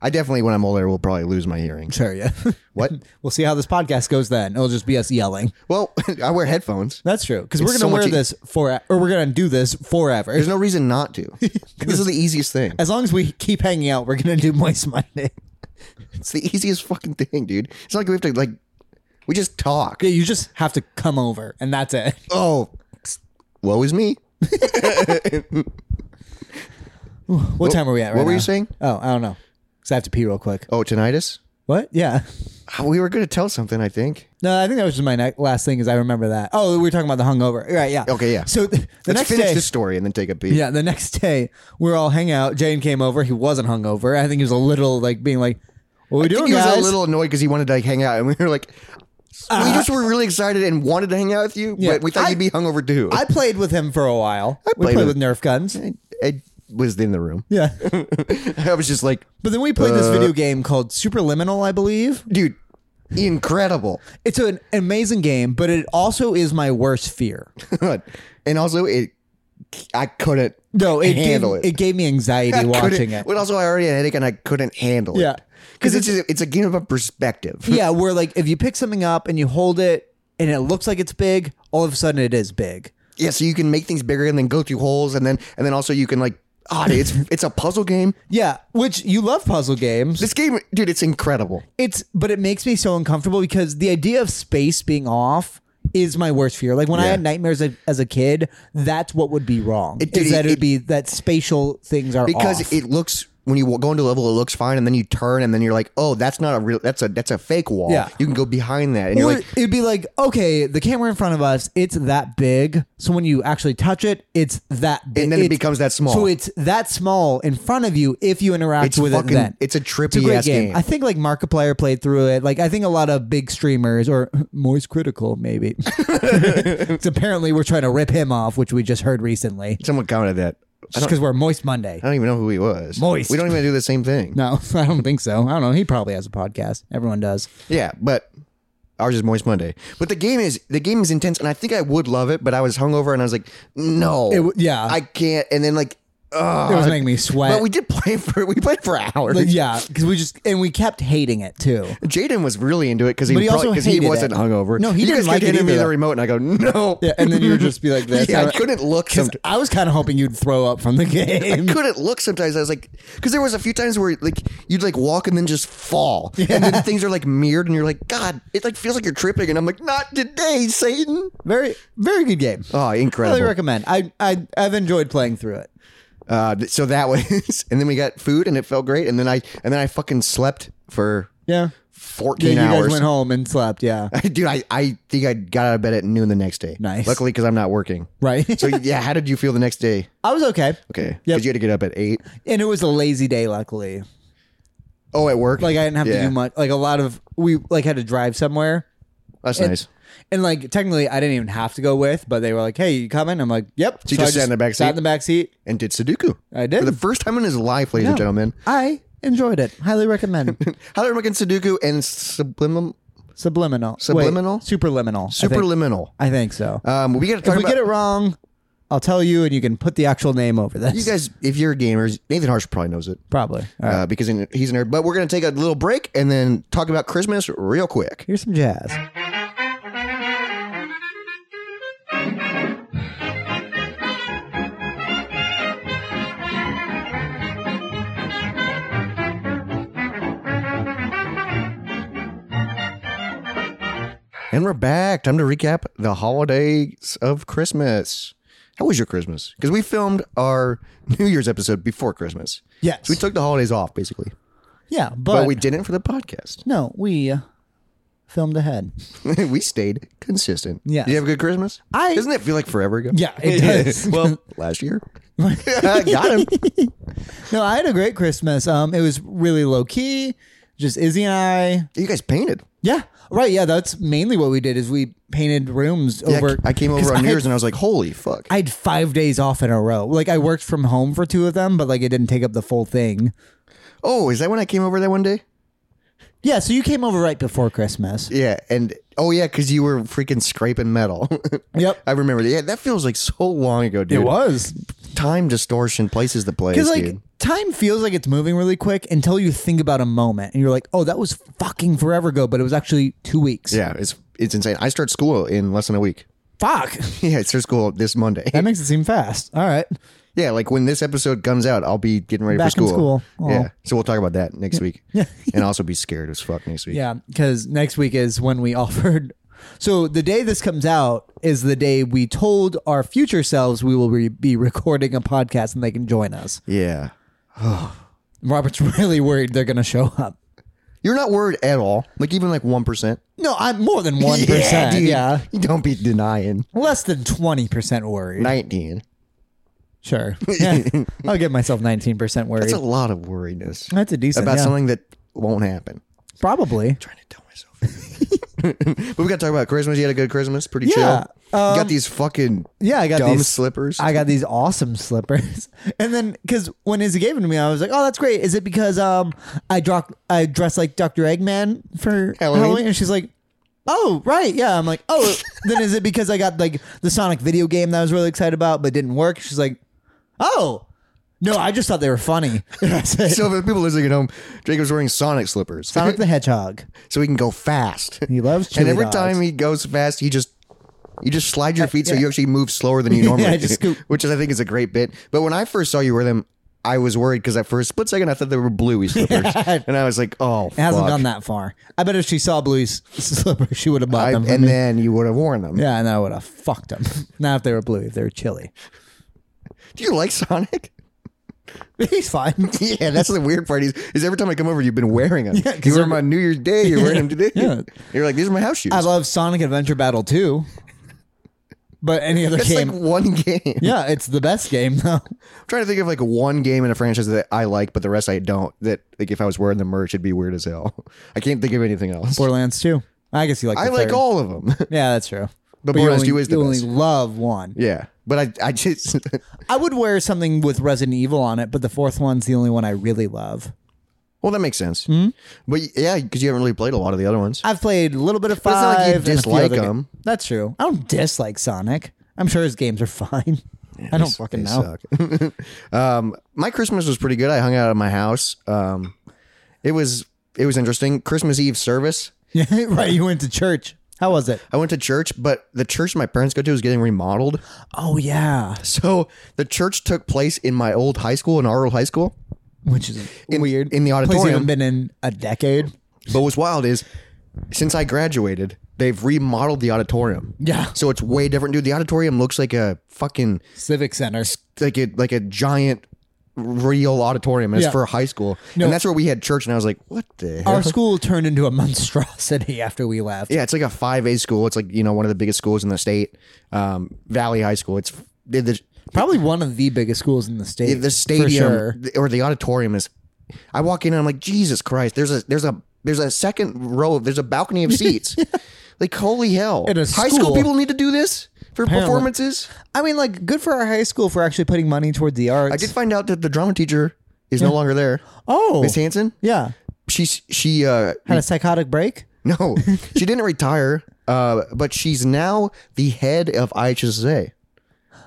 [SPEAKER 1] I definitely when I'm older will probably lose my hearing.
[SPEAKER 2] Sure, yeah.
[SPEAKER 1] What?
[SPEAKER 2] we'll see how this podcast goes. Then it'll just be us yelling.
[SPEAKER 1] well, I wear headphones.
[SPEAKER 2] That's true. Because we're gonna
[SPEAKER 1] so much
[SPEAKER 2] wear
[SPEAKER 1] e-
[SPEAKER 2] this for, or we're gonna do this forever.
[SPEAKER 1] There's no reason not to. this is the easiest thing.
[SPEAKER 2] As long as we keep hanging out, we're gonna do Moist Monday.
[SPEAKER 1] It's the easiest fucking thing, dude. It's not like we have to like. We just talk.
[SPEAKER 2] Yeah, you just have to come over, and that's it.
[SPEAKER 1] Oh, woe is me.
[SPEAKER 2] What, time are we at right
[SPEAKER 1] what were you
[SPEAKER 2] now?
[SPEAKER 1] saying?
[SPEAKER 2] Oh, I don't know. Cause I have to pee real quick.
[SPEAKER 1] Oh, tinnitus.
[SPEAKER 2] What? Yeah.
[SPEAKER 1] Ah, We were going to tell something, I think.
[SPEAKER 2] No, I think that was just my ne- last thing. Is I remember that. Oh, we were talking about the hungover. Right. Yeah.
[SPEAKER 1] Okay, yeah.
[SPEAKER 2] So th- the
[SPEAKER 1] Let's
[SPEAKER 2] next
[SPEAKER 1] finish
[SPEAKER 2] day.
[SPEAKER 1] this story and then take a beat.
[SPEAKER 2] yeah, the next day we're all hang out. Jane came over. He wasn't hungover. I think he was a little like being like, "What are we
[SPEAKER 1] I
[SPEAKER 2] doing,
[SPEAKER 1] think he
[SPEAKER 2] guys?" Ah.
[SPEAKER 1] was a little annoyed because he wanted to like hang out, and we were like, we just were really excited and wanted to hang out with you,
[SPEAKER 2] Yeah.
[SPEAKER 1] but we thought
[SPEAKER 2] I-
[SPEAKER 1] you'd be hungover too.
[SPEAKER 2] I played with him for a while. I we
[SPEAKER 1] played
[SPEAKER 2] played with
[SPEAKER 1] with-
[SPEAKER 2] Nerf guns.
[SPEAKER 1] I, I was in the room.
[SPEAKER 2] Yeah.
[SPEAKER 1] I was just like,
[SPEAKER 2] But then we played
[SPEAKER 1] Uh,
[SPEAKER 2] this video game called Superliminal, I believe.
[SPEAKER 1] dude, incredible.
[SPEAKER 2] It's an amazing game, but it also is my worst fear.
[SPEAKER 1] and also, it, I couldn't.
[SPEAKER 2] No, it
[SPEAKER 1] handle
[SPEAKER 2] gave,
[SPEAKER 1] it.
[SPEAKER 2] it gave me anxiety watching it.
[SPEAKER 1] But also, I already had a headache and I couldn't handle it.
[SPEAKER 2] Yeah.
[SPEAKER 1] because it's just, it's a game of perspective.
[SPEAKER 2] yeah, where like if you pick something up and you hold it and it looks like it's big, all of a sudden it is big.
[SPEAKER 1] Yeah, so you can make things bigger and then go through holes, and then and then also you can like, ah, dude, it's it's a puzzle game.
[SPEAKER 2] Yeah, which you love puzzle games.
[SPEAKER 1] This game, dude, it's incredible.
[SPEAKER 2] It's but it makes me so uncomfortable because the idea of space being off is my worst fear. Like when I
[SPEAKER 1] Yeah.
[SPEAKER 2] had nightmares as, as a kid, that's what would be wrong.
[SPEAKER 1] It-
[SPEAKER 2] is
[SPEAKER 1] it-
[SPEAKER 2] that it would
[SPEAKER 1] it-
[SPEAKER 2] be that spatial things are
[SPEAKER 1] because
[SPEAKER 2] off.
[SPEAKER 1] it looks when you go into a level, it looks fine, and then you turn, and then you're like, oh, that's not a real, that's a that's a fake wall.
[SPEAKER 2] Yeah.
[SPEAKER 1] you can go behind that, and
[SPEAKER 2] Or
[SPEAKER 1] you're like,
[SPEAKER 2] it'd be like, okay, the camera in front of us, it's that big. So when you actually touch it, it's that big.
[SPEAKER 1] And then it
[SPEAKER 2] It's-
[SPEAKER 1] becomes that small.
[SPEAKER 2] So it's that small in front of you if you interact
[SPEAKER 1] it's
[SPEAKER 2] with
[SPEAKER 1] fucking,
[SPEAKER 2] it then.
[SPEAKER 1] it's a
[SPEAKER 2] It's a
[SPEAKER 1] trippy
[SPEAKER 2] great
[SPEAKER 1] ass
[SPEAKER 2] game.
[SPEAKER 1] game.
[SPEAKER 2] I think like Markiplier played through it. Like I think a lot of big streamers or Moist Critical maybe. it's apparently we're trying to rip him off, which we just heard recently.
[SPEAKER 1] Someone commented that. I
[SPEAKER 2] Just
[SPEAKER 1] don't,
[SPEAKER 2] because we're Moist Monday.
[SPEAKER 1] I don't even know who he was.
[SPEAKER 2] Moist.
[SPEAKER 1] We don't even do the same thing.
[SPEAKER 2] No, I don't think so. I don't know. He probably has a podcast. Everyone does.
[SPEAKER 1] Yeah, but ours is Moist Monday. But the game is the game is intense, and I think I would love it. But I was hungover, and I was like, no,
[SPEAKER 2] w- yeah.
[SPEAKER 1] I can't. And then like,
[SPEAKER 2] It was
[SPEAKER 1] ugh.
[SPEAKER 2] making me sweat.
[SPEAKER 1] Uh, But we did play for we played for hours.
[SPEAKER 2] Like, yeah, because we just and we kept hating it too.
[SPEAKER 1] Jaden was really into it because he,
[SPEAKER 2] But he
[SPEAKER 1] probably-
[SPEAKER 2] also
[SPEAKER 1] 'cause
[SPEAKER 2] hated
[SPEAKER 1] he wasn't
[SPEAKER 2] it.
[SPEAKER 1] hungover.
[SPEAKER 2] No, he
[SPEAKER 1] you
[SPEAKER 2] didn't
[SPEAKER 1] guys
[SPEAKER 2] like
[SPEAKER 1] kept
[SPEAKER 2] it
[SPEAKER 1] handing me
[SPEAKER 2] either.
[SPEAKER 1] the remote, and I go no.
[SPEAKER 2] Yeah, and then you would just be like this.
[SPEAKER 1] Yeah, I couldn't look.
[SPEAKER 2] Because
[SPEAKER 1] Sometimes.
[SPEAKER 2] I was kind of hoping you'd throw up from the game.
[SPEAKER 1] couldn't look sometimes. I was like, because there was a few times where like you'd like walk and then just fall, and then things are like mirrored, and you're like, God, it like feels like you're tripping, and I'm like, not today, Satan.
[SPEAKER 2] Very, very good game.
[SPEAKER 1] Oh,
[SPEAKER 2] highly
[SPEAKER 1] incredible!
[SPEAKER 2] recommend. I, I, I've enjoyed playing through it.
[SPEAKER 1] Uh, th- so that was, and then we got food, and it felt great, and then I and then I fucking slept for
[SPEAKER 2] Yeah. Yeah,
[SPEAKER 1] 14
[SPEAKER 2] you
[SPEAKER 1] hours.
[SPEAKER 2] guys went home and slept. Yeah,
[SPEAKER 1] Dude, I, I think I got out of bed at noon the next day.
[SPEAKER 2] Nice.
[SPEAKER 1] Luckily, because I'm not working.
[SPEAKER 2] right.
[SPEAKER 1] So, yeah, how did you feel the next day?
[SPEAKER 2] I was okay,
[SPEAKER 1] Okay.
[SPEAKER 2] Yep.
[SPEAKER 1] Because you had to get up at 8.
[SPEAKER 2] and it was a lazy day. Luckily,
[SPEAKER 1] Oh, at work?
[SPEAKER 2] like I didn't have to
[SPEAKER 1] Yeah.
[SPEAKER 2] do much. Like a lot of we like had to drive somewhere,
[SPEAKER 1] That's nice.
[SPEAKER 2] and like technically I didn't even have to go with, but they were like, "Hey, you coming?" I'm like, "Yep."
[SPEAKER 1] So you just sat in the back
[SPEAKER 2] Sat
[SPEAKER 1] seat?
[SPEAKER 2] in the back seat.
[SPEAKER 1] And did Sudoku.
[SPEAKER 2] I did.
[SPEAKER 1] For the first time in his life, ladies and
[SPEAKER 2] Yeah.
[SPEAKER 1] gentlemen.
[SPEAKER 2] I enjoyed it. Highly recommend.
[SPEAKER 1] How did I make Sudoku and subliminal?
[SPEAKER 2] Subliminal. Wait,
[SPEAKER 1] Subliminal?
[SPEAKER 2] superliminal. I think,
[SPEAKER 1] Superliminal.
[SPEAKER 2] I think so.
[SPEAKER 1] Um, we got to
[SPEAKER 2] if
[SPEAKER 1] talk
[SPEAKER 2] we
[SPEAKER 1] about.
[SPEAKER 2] get it wrong, I'll tell you, and you can put the actual name over this.
[SPEAKER 1] you guys, if you're gamers, Nathan Harsh probably knows it.
[SPEAKER 2] probably. All right.
[SPEAKER 1] uh, because in- he's a nerd. But we're going to take a little break and then talk about Christmas real quick.
[SPEAKER 2] Here's some jazz.
[SPEAKER 1] And we're back. Time to recap the holidays of Christmas. How was your Christmas? Because we filmed our New Year's episode before Christmas.
[SPEAKER 2] Yes.
[SPEAKER 1] So we took the holidays off, basically.
[SPEAKER 2] yeah,
[SPEAKER 1] But,
[SPEAKER 2] but,
[SPEAKER 1] we didn't for the podcast.
[SPEAKER 2] no, we uh, filmed ahead.
[SPEAKER 1] we stayed consistent.
[SPEAKER 2] Yes.
[SPEAKER 1] Did you have a good Christmas?
[SPEAKER 2] I-
[SPEAKER 1] Doesn't it feel like forever ago?
[SPEAKER 2] Yeah, it does.
[SPEAKER 1] well, last year. Got him.
[SPEAKER 2] No, I had a great Christmas. Um, it was really low key, just Izzy and I.
[SPEAKER 1] You guys painted.
[SPEAKER 2] Yeah, right. Yeah, that's mainly what we did is we painted rooms
[SPEAKER 1] Yeah, I-
[SPEAKER 2] over.
[SPEAKER 1] I came
[SPEAKER 2] 'cause
[SPEAKER 1] over on New
[SPEAKER 2] I
[SPEAKER 1] Year's
[SPEAKER 2] Had,
[SPEAKER 1] and I was like, holy fuck.
[SPEAKER 2] I had five days off in a row. Like I worked from home for two of them, but like it didn't take up the full thing.
[SPEAKER 1] oh, is that when I came over that one day?
[SPEAKER 2] Yeah, so you came over right before Christmas.
[SPEAKER 1] Yeah, and oh yeah, because you were freaking scraping metal.
[SPEAKER 2] Yep.
[SPEAKER 1] I remember. that. Yeah, that feels like so long ago, dude.
[SPEAKER 2] was
[SPEAKER 1] Time distortion places the place,
[SPEAKER 2] because like
[SPEAKER 1] dude.
[SPEAKER 2] time feels like it's moving really quick until you think about a moment and you're like, oh, that was fucking forever ago, but it was actually two weeks.
[SPEAKER 1] Yeah, it's it's insane. I start school in less than a week.
[SPEAKER 2] Fuck.
[SPEAKER 1] Yeah, I start school this Monday.
[SPEAKER 2] That makes it seem fast. All right.
[SPEAKER 1] Yeah, like when this episode comes out, I'll be getting ready
[SPEAKER 2] Back
[SPEAKER 1] for
[SPEAKER 2] in
[SPEAKER 1] school.
[SPEAKER 2] school. Aw.
[SPEAKER 1] Yeah, so we'll talk about that next week. Yeah, and also be scared as fuck next week.
[SPEAKER 2] Yeah, because next week is when we offered. So the day this comes out is the day we told our future selves we will re- be recording a podcast and they can join us.
[SPEAKER 1] Yeah.
[SPEAKER 2] Robert's really worried they're going to show up.
[SPEAKER 1] You're not worried at all. Like even like one percent.
[SPEAKER 2] No, I'm more than one percent. yeah,
[SPEAKER 1] You don't be denying.
[SPEAKER 2] less than twenty percent worried.
[SPEAKER 1] Nineteen.
[SPEAKER 2] sure, Yeah. I'll give myself nineteen percent worried.
[SPEAKER 1] That's a lot of worriedness
[SPEAKER 2] That's a decent
[SPEAKER 1] about
[SPEAKER 2] yeah.
[SPEAKER 1] something that won't happen.
[SPEAKER 2] Probably.
[SPEAKER 1] trying to tell myself. but we got to talk about Christmas. You had a good Christmas, pretty
[SPEAKER 2] Yeah, um,
[SPEAKER 1] chill. you got these fucking
[SPEAKER 2] Yeah, I got
[SPEAKER 1] dumb
[SPEAKER 2] these
[SPEAKER 1] slippers.
[SPEAKER 2] I got these awesome slippers. And then because when Izzy gave them to me, I was like, "Oh, that's great." Is it because um I draw I dress like Dr. Eggman for
[SPEAKER 1] Halloween?
[SPEAKER 2] Halloween? And she's like, "Oh, right, yeah." I'm like, "Oh, then is it because I got like the Sonic video game that I was really excited about but didn't work?" She's like, "Oh." No, I just thought they were funny. That's it.
[SPEAKER 1] so for the people listening at home, Jacob's wearing Sonic slippers,
[SPEAKER 2] Sonic the Hedgehog.
[SPEAKER 1] so he can go fast.
[SPEAKER 2] He loves
[SPEAKER 1] and
[SPEAKER 2] chili
[SPEAKER 1] every
[SPEAKER 2] dogs.
[SPEAKER 1] time he goes fast, he just you just slide your feet, so you actually move slower than you normally
[SPEAKER 2] I
[SPEAKER 1] do,
[SPEAKER 2] just scoop.
[SPEAKER 1] which is I think is a great bit. But when I first saw you wear them, I was worried because at first split second I thought they were bluey slippers, and I was like, oh,
[SPEAKER 2] It hasn't
[SPEAKER 1] fuck.
[SPEAKER 2] gone that far. I bet if she saw Bluey's slippers, she would have bought
[SPEAKER 1] I-
[SPEAKER 2] them. for
[SPEAKER 1] and
[SPEAKER 2] me.
[SPEAKER 1] then you would have worn them.
[SPEAKER 2] yeah, and I would have fucked them. Not if they were Bluey, if they were chili.
[SPEAKER 1] Do you like Sonic?
[SPEAKER 2] He's fine.
[SPEAKER 1] Yeah, that's the weird part is, is every time I come over, you've been wearing them. Yeah,
[SPEAKER 2] 'cause
[SPEAKER 1] you were
[SPEAKER 2] I'm-
[SPEAKER 1] my New Year's Day. You're wearing them today.
[SPEAKER 2] Yeah.
[SPEAKER 1] You're like, these are my house shoes.
[SPEAKER 2] I love Sonic Adventure Battle 2. But any other
[SPEAKER 1] that's
[SPEAKER 2] game.
[SPEAKER 1] like one game.
[SPEAKER 2] yeah, it's the best game, though.
[SPEAKER 1] I'm trying to think of like one game in a franchise that I like, but the rest I don't. That like if I was wearing the merch, it'd be weird as hell. I can't think of anything else.
[SPEAKER 2] Borderlands 2. I guess you like
[SPEAKER 1] I
[SPEAKER 2] the
[SPEAKER 1] like
[SPEAKER 2] third.
[SPEAKER 1] all of them.
[SPEAKER 2] Yeah, that's true.
[SPEAKER 1] But
[SPEAKER 2] you
[SPEAKER 1] Borderlands
[SPEAKER 2] only,
[SPEAKER 1] 2 is the
[SPEAKER 2] you
[SPEAKER 1] best.
[SPEAKER 2] only love one.
[SPEAKER 1] yeah, but I I just
[SPEAKER 2] I would wear something with Resident Evil on it, but the fourth one's the only one I really love.
[SPEAKER 1] well that makes sense.
[SPEAKER 2] Hmm?
[SPEAKER 1] But yeah, because you haven't really played a lot of the other ones.
[SPEAKER 2] I've played a little bit of 5.
[SPEAKER 1] it's not like you
[SPEAKER 2] and a few
[SPEAKER 1] dislike
[SPEAKER 2] other ga-
[SPEAKER 1] 'em.
[SPEAKER 2] That's true. I don't dislike Sonic. I'm sure his games are fine. I don't fucking
[SPEAKER 1] They
[SPEAKER 2] know.
[SPEAKER 1] suck. um, my Christmas was pretty good. I hung out at my house. Um, it was it was interesting. Christmas Eve service.
[SPEAKER 2] Yeah, right. You went to church. How was it?
[SPEAKER 1] I went to church, but the church my parents go to is getting remodeled.
[SPEAKER 2] Oh, yeah.
[SPEAKER 1] So the church took place in my old high school, in our old high school.
[SPEAKER 2] Which is
[SPEAKER 1] In-
[SPEAKER 2] weird.
[SPEAKER 1] in the
[SPEAKER 2] Place you haven't
[SPEAKER 1] auditorium.
[SPEAKER 2] been in a decade.
[SPEAKER 1] But what's wild is since I graduated, they've remodeled the auditorium.
[SPEAKER 2] Yeah.
[SPEAKER 1] So it's way different, dude. The auditorium looks like a fucking
[SPEAKER 2] Civic Center.
[SPEAKER 1] like a like a giant real auditorium. And
[SPEAKER 2] Yeah.
[SPEAKER 1] It's for high school,
[SPEAKER 2] No.
[SPEAKER 1] and that's where we had church. And I was like, what the hell?
[SPEAKER 2] Our school turned into a monstrosity after we left.
[SPEAKER 1] yeah, it's like a five A school. It's like you know one of the biggest schools in the state, um, Valley High School. It's the, the,
[SPEAKER 2] Probably one of the biggest schools in the state.
[SPEAKER 1] the
[SPEAKER 2] For
[SPEAKER 1] stadium
[SPEAKER 2] sure.
[SPEAKER 1] or the auditorium is. I walk in and I'm like, Jesus Christ! There's a there's a there's a second row. of- There's a balcony of seats. Like holy hell!
[SPEAKER 2] In a
[SPEAKER 1] High school
[SPEAKER 2] school.
[SPEAKER 1] people need to do this for
[SPEAKER 2] Apparently.
[SPEAKER 1] performances.
[SPEAKER 2] I mean, like, good for our high school for actually putting money towards the arts.
[SPEAKER 1] I did find out that the drama teacher is no longer there.
[SPEAKER 2] Oh,
[SPEAKER 1] Miss Hanson.
[SPEAKER 2] yeah.
[SPEAKER 1] She's she uh
[SPEAKER 2] Had a psychotic break.
[SPEAKER 1] no, she didn't retire. Uh, but she's now the head of IHSA,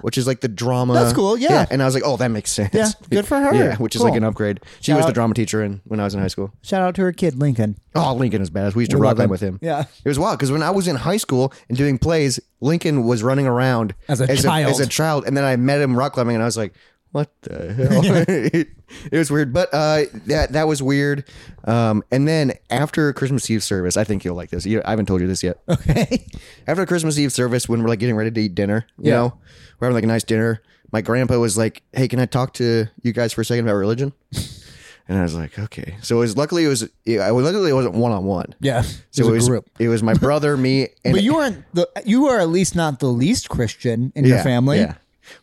[SPEAKER 1] which is like the drama.
[SPEAKER 2] That's cool, yeah.
[SPEAKER 1] and I was like, oh, that makes sense.
[SPEAKER 2] Yeah, good for her.
[SPEAKER 1] Yeah, which is like
[SPEAKER 2] Cool.
[SPEAKER 1] an upgrade. She
[SPEAKER 2] Shout
[SPEAKER 1] was the
[SPEAKER 2] out.
[SPEAKER 1] drama teacher in, when I was in high school.
[SPEAKER 2] Shout out to her kid, Lincoln.
[SPEAKER 1] Oh, Lincoln is badass. We used to
[SPEAKER 2] We
[SPEAKER 1] rock
[SPEAKER 2] love
[SPEAKER 1] climb
[SPEAKER 2] him.
[SPEAKER 1] with him.
[SPEAKER 2] Yeah.
[SPEAKER 1] It was wild because when I was in high school and doing plays, Lincoln was running around
[SPEAKER 2] As a child.
[SPEAKER 1] as a child, and then I met him rock climbing, and I was like, "What the hell?" it, was weird, but uh, that that was weird. Um, and then after Christmas Eve service, I think you'll like this. You, I haven't told you this yet.
[SPEAKER 2] Okay.
[SPEAKER 1] After Christmas Eve service, when we're like getting ready to eat dinner, you
[SPEAKER 2] Yeah.
[SPEAKER 1] know, we're having like a nice dinner. My grandpa was like, "Hey, can I talk to you guys for a second about religion?" And I was like, "Okay." So it was luckily it was I luckily it wasn't one on one.
[SPEAKER 2] Yeah.
[SPEAKER 1] So it was, it was my brother, me, and
[SPEAKER 2] But you weren't the. You are at least not the least Christian in your
[SPEAKER 1] yeah,
[SPEAKER 2] family.
[SPEAKER 1] Yeah.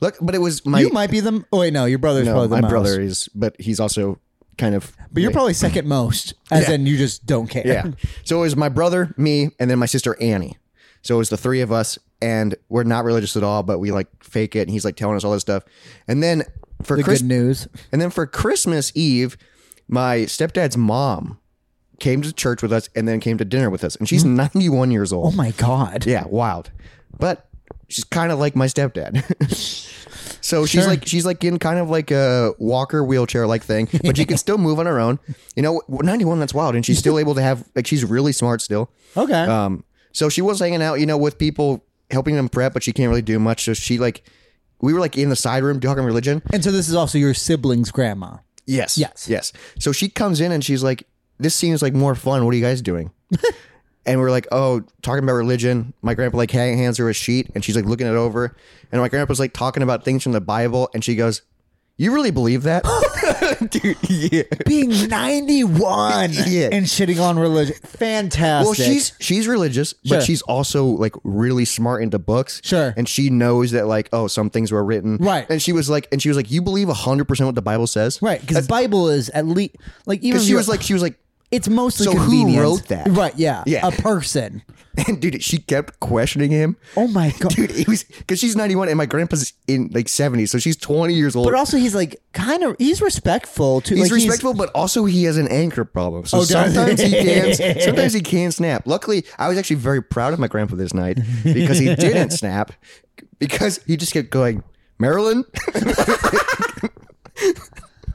[SPEAKER 1] Look, but it was my
[SPEAKER 2] You might be the. Oh wait, no, your brother's
[SPEAKER 1] no,
[SPEAKER 2] probably the
[SPEAKER 1] my
[SPEAKER 2] most.
[SPEAKER 1] brother is, but he's also kind of.
[SPEAKER 2] But you're probably second most, as in you just don't care.
[SPEAKER 1] yeah. So it was my brother, me, and then my sister Annie. So it was the three of us, and we're not religious at all, but we like fake it, and he's like telling us all this stuff, and then for
[SPEAKER 2] The
[SPEAKER 1] Chris-
[SPEAKER 2] good news.
[SPEAKER 1] and then for Christmas Eve, my stepdad's mom came to church with us, and then came to dinner with us, and she's 91 years old.
[SPEAKER 2] Hmm. Oh my god.
[SPEAKER 1] Yeah, wild. But she's kind of like my stepdad. so she's like she's like in kind of like a walker wheelchair like thing, but she can still move on her own. You know, 91 that's wild and she's still able to have like she's really smart still.
[SPEAKER 2] Okay.
[SPEAKER 1] Um so she was hanging out, you know, with people helping them prep, but she can't really do much. So she like we were like in the side room talking religion.
[SPEAKER 2] and so this is also your sibling's grandma.
[SPEAKER 1] Yes.
[SPEAKER 2] Yes.
[SPEAKER 1] Yes. So she comes in and she's like, "This seems like more fun. What are you guys doing?" and we're like, "Oh, talking about religion." My grandpa like ha- hands her a sheet and she's like looking it over, and my grandpa's like talking about things from the Bible, and she goes, "You really believe that?" Dude, yeah.
[SPEAKER 2] Being 91
[SPEAKER 1] Yeah.
[SPEAKER 2] and shitting on religion. Fantastic.
[SPEAKER 1] Well, she's she's religious,
[SPEAKER 2] Sure.
[SPEAKER 1] but she's also like really smart into books.
[SPEAKER 2] Sure.
[SPEAKER 1] and she knows that like oh some things were written
[SPEAKER 2] Right.
[SPEAKER 1] And she was like, and she was like, you believe hundred percent what the Bible says,
[SPEAKER 2] right because Bible is at least like even
[SPEAKER 1] Because she
[SPEAKER 2] your-
[SPEAKER 1] was like, she was like,
[SPEAKER 2] it's mostly
[SPEAKER 1] So who
[SPEAKER 2] convenience.
[SPEAKER 1] wrote that?
[SPEAKER 2] Right. Yeah.
[SPEAKER 1] Yeah.
[SPEAKER 2] A person.
[SPEAKER 1] and dude, she kept questioning him.
[SPEAKER 2] Oh my god.
[SPEAKER 1] dude it was because she's 91 and my grandpa's in like 70 so she's 20 years old
[SPEAKER 2] But also, he's like kind of he's respectful to.
[SPEAKER 1] he's
[SPEAKER 2] like,
[SPEAKER 1] respectful but also he has an anchor problem so
[SPEAKER 2] Oh, does he?
[SPEAKER 1] sometimes he can sometimes he can snap luckily i was actually very proud of my grandpa this night because he didn't snap because he just kept going marilyn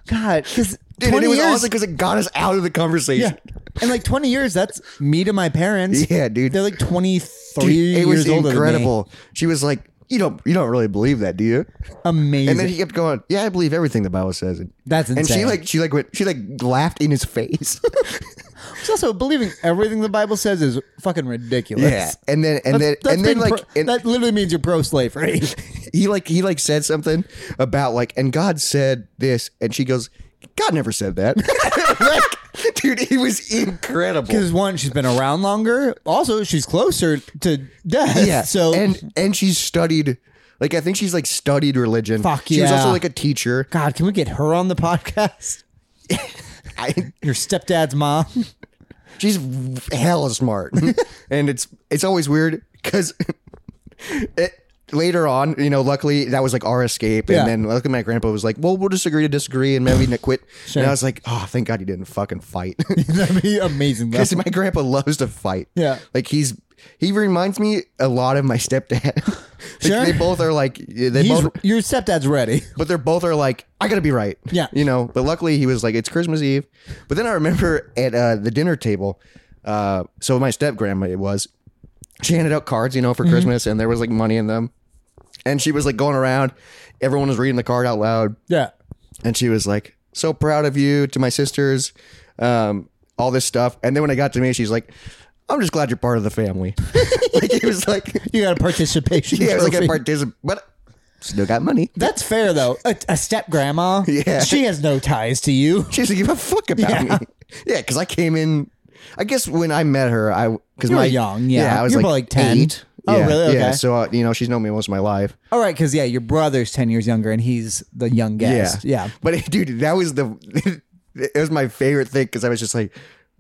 [SPEAKER 2] God, because
[SPEAKER 1] Dude, and
[SPEAKER 2] twenty
[SPEAKER 1] it was
[SPEAKER 2] years.
[SPEAKER 1] awesome because it got us out of the conversation
[SPEAKER 2] yeah. And like twenty years, that's me to my parents.
[SPEAKER 1] Yeah, dude.
[SPEAKER 2] They're like twenty three
[SPEAKER 1] Dude,
[SPEAKER 2] years
[SPEAKER 1] it was
[SPEAKER 2] older than me.
[SPEAKER 1] incredible she was like you don't you don't really believe that do you
[SPEAKER 2] Amazing.
[SPEAKER 1] and then he kept going yeah i believe everything the bible says
[SPEAKER 2] That's
[SPEAKER 1] and she
[SPEAKER 2] insane.
[SPEAKER 1] like she like went she like laughed in his face
[SPEAKER 2] It's also believing everything the Bible says is fucking ridiculous.
[SPEAKER 1] Yeah, and then and then
[SPEAKER 2] That's- that's
[SPEAKER 1] and then
[SPEAKER 2] been
[SPEAKER 1] like
[SPEAKER 2] pro-
[SPEAKER 1] and
[SPEAKER 2] that literally means you're pro slavery.
[SPEAKER 1] he like he like said something about like and God said this, and she goes, God never said that. like, dude, it was incredible.
[SPEAKER 2] Because one, she's been around longer. Also, she's closer to death.
[SPEAKER 1] Yeah.
[SPEAKER 2] So
[SPEAKER 1] and and she studied. Like I think she's like studied religion.
[SPEAKER 2] Fuck
[SPEAKER 1] She was
[SPEAKER 2] yeah.
[SPEAKER 1] also like a teacher.
[SPEAKER 2] God, can we get her on the podcast?
[SPEAKER 1] I,
[SPEAKER 2] Your stepdad's mom.
[SPEAKER 1] she's hella smart, and it's it's always weird because it. Later on, you know, luckily that was like our escape, and
[SPEAKER 2] Yeah.
[SPEAKER 1] then luckily my grandpa was like, "Well, we'll just agree to disagree and maybe quit."
[SPEAKER 2] Sure.
[SPEAKER 1] And I was like, "Oh, thank God he didn't fucking fight."
[SPEAKER 2] That'd be amazing. though.
[SPEAKER 1] Because my grandpa loves to fight.
[SPEAKER 2] Yeah.
[SPEAKER 1] Like he's he reminds me a lot of my stepdad. like
[SPEAKER 2] Sure.
[SPEAKER 1] They both are like they
[SPEAKER 2] He's,
[SPEAKER 1] both
[SPEAKER 2] your stepdad's ready.
[SPEAKER 1] but they're both are like, I gotta be right.
[SPEAKER 2] Yeah.
[SPEAKER 1] You know, but luckily he was like, It's Christmas Eve. But then I remember at uh, the dinner table, uh, so my step grandma it was, she handed out cards, you know,
[SPEAKER 2] Mm-hmm.
[SPEAKER 1] for Christmas and there was like money in them. And she was like going around, everyone was reading the card out loud
[SPEAKER 2] Yeah.
[SPEAKER 1] and she was like so proud of you to my sisters um all this stuff and then when it got to me she's like i'm just glad you're part of the family like it was like
[SPEAKER 2] You got a participation.
[SPEAKER 1] yeah it was like a
[SPEAKER 2] trophy.
[SPEAKER 1] participant but Still got money.
[SPEAKER 2] That's fair though. A, a step grandma.
[SPEAKER 1] Yeah.
[SPEAKER 2] She has no ties to you.
[SPEAKER 1] She doesn't give a fuck about
[SPEAKER 2] Yeah.
[SPEAKER 1] me. Yeah, because I came in. I guess when I met her, I because
[SPEAKER 2] You were
[SPEAKER 1] my
[SPEAKER 2] young, yeah.
[SPEAKER 1] I was
[SPEAKER 2] You were
[SPEAKER 1] like,
[SPEAKER 2] probably like 10.
[SPEAKER 1] eight.
[SPEAKER 2] Oh,
[SPEAKER 1] Yeah,
[SPEAKER 2] really?
[SPEAKER 1] Yeah.
[SPEAKER 2] Okay.
[SPEAKER 1] So uh, you know, she's known me most of my life.
[SPEAKER 2] All right, because yeah, your brother's ten years younger, and he's the young guest. Yeah.
[SPEAKER 1] But dude, that was the it was my favorite thing because I was just like,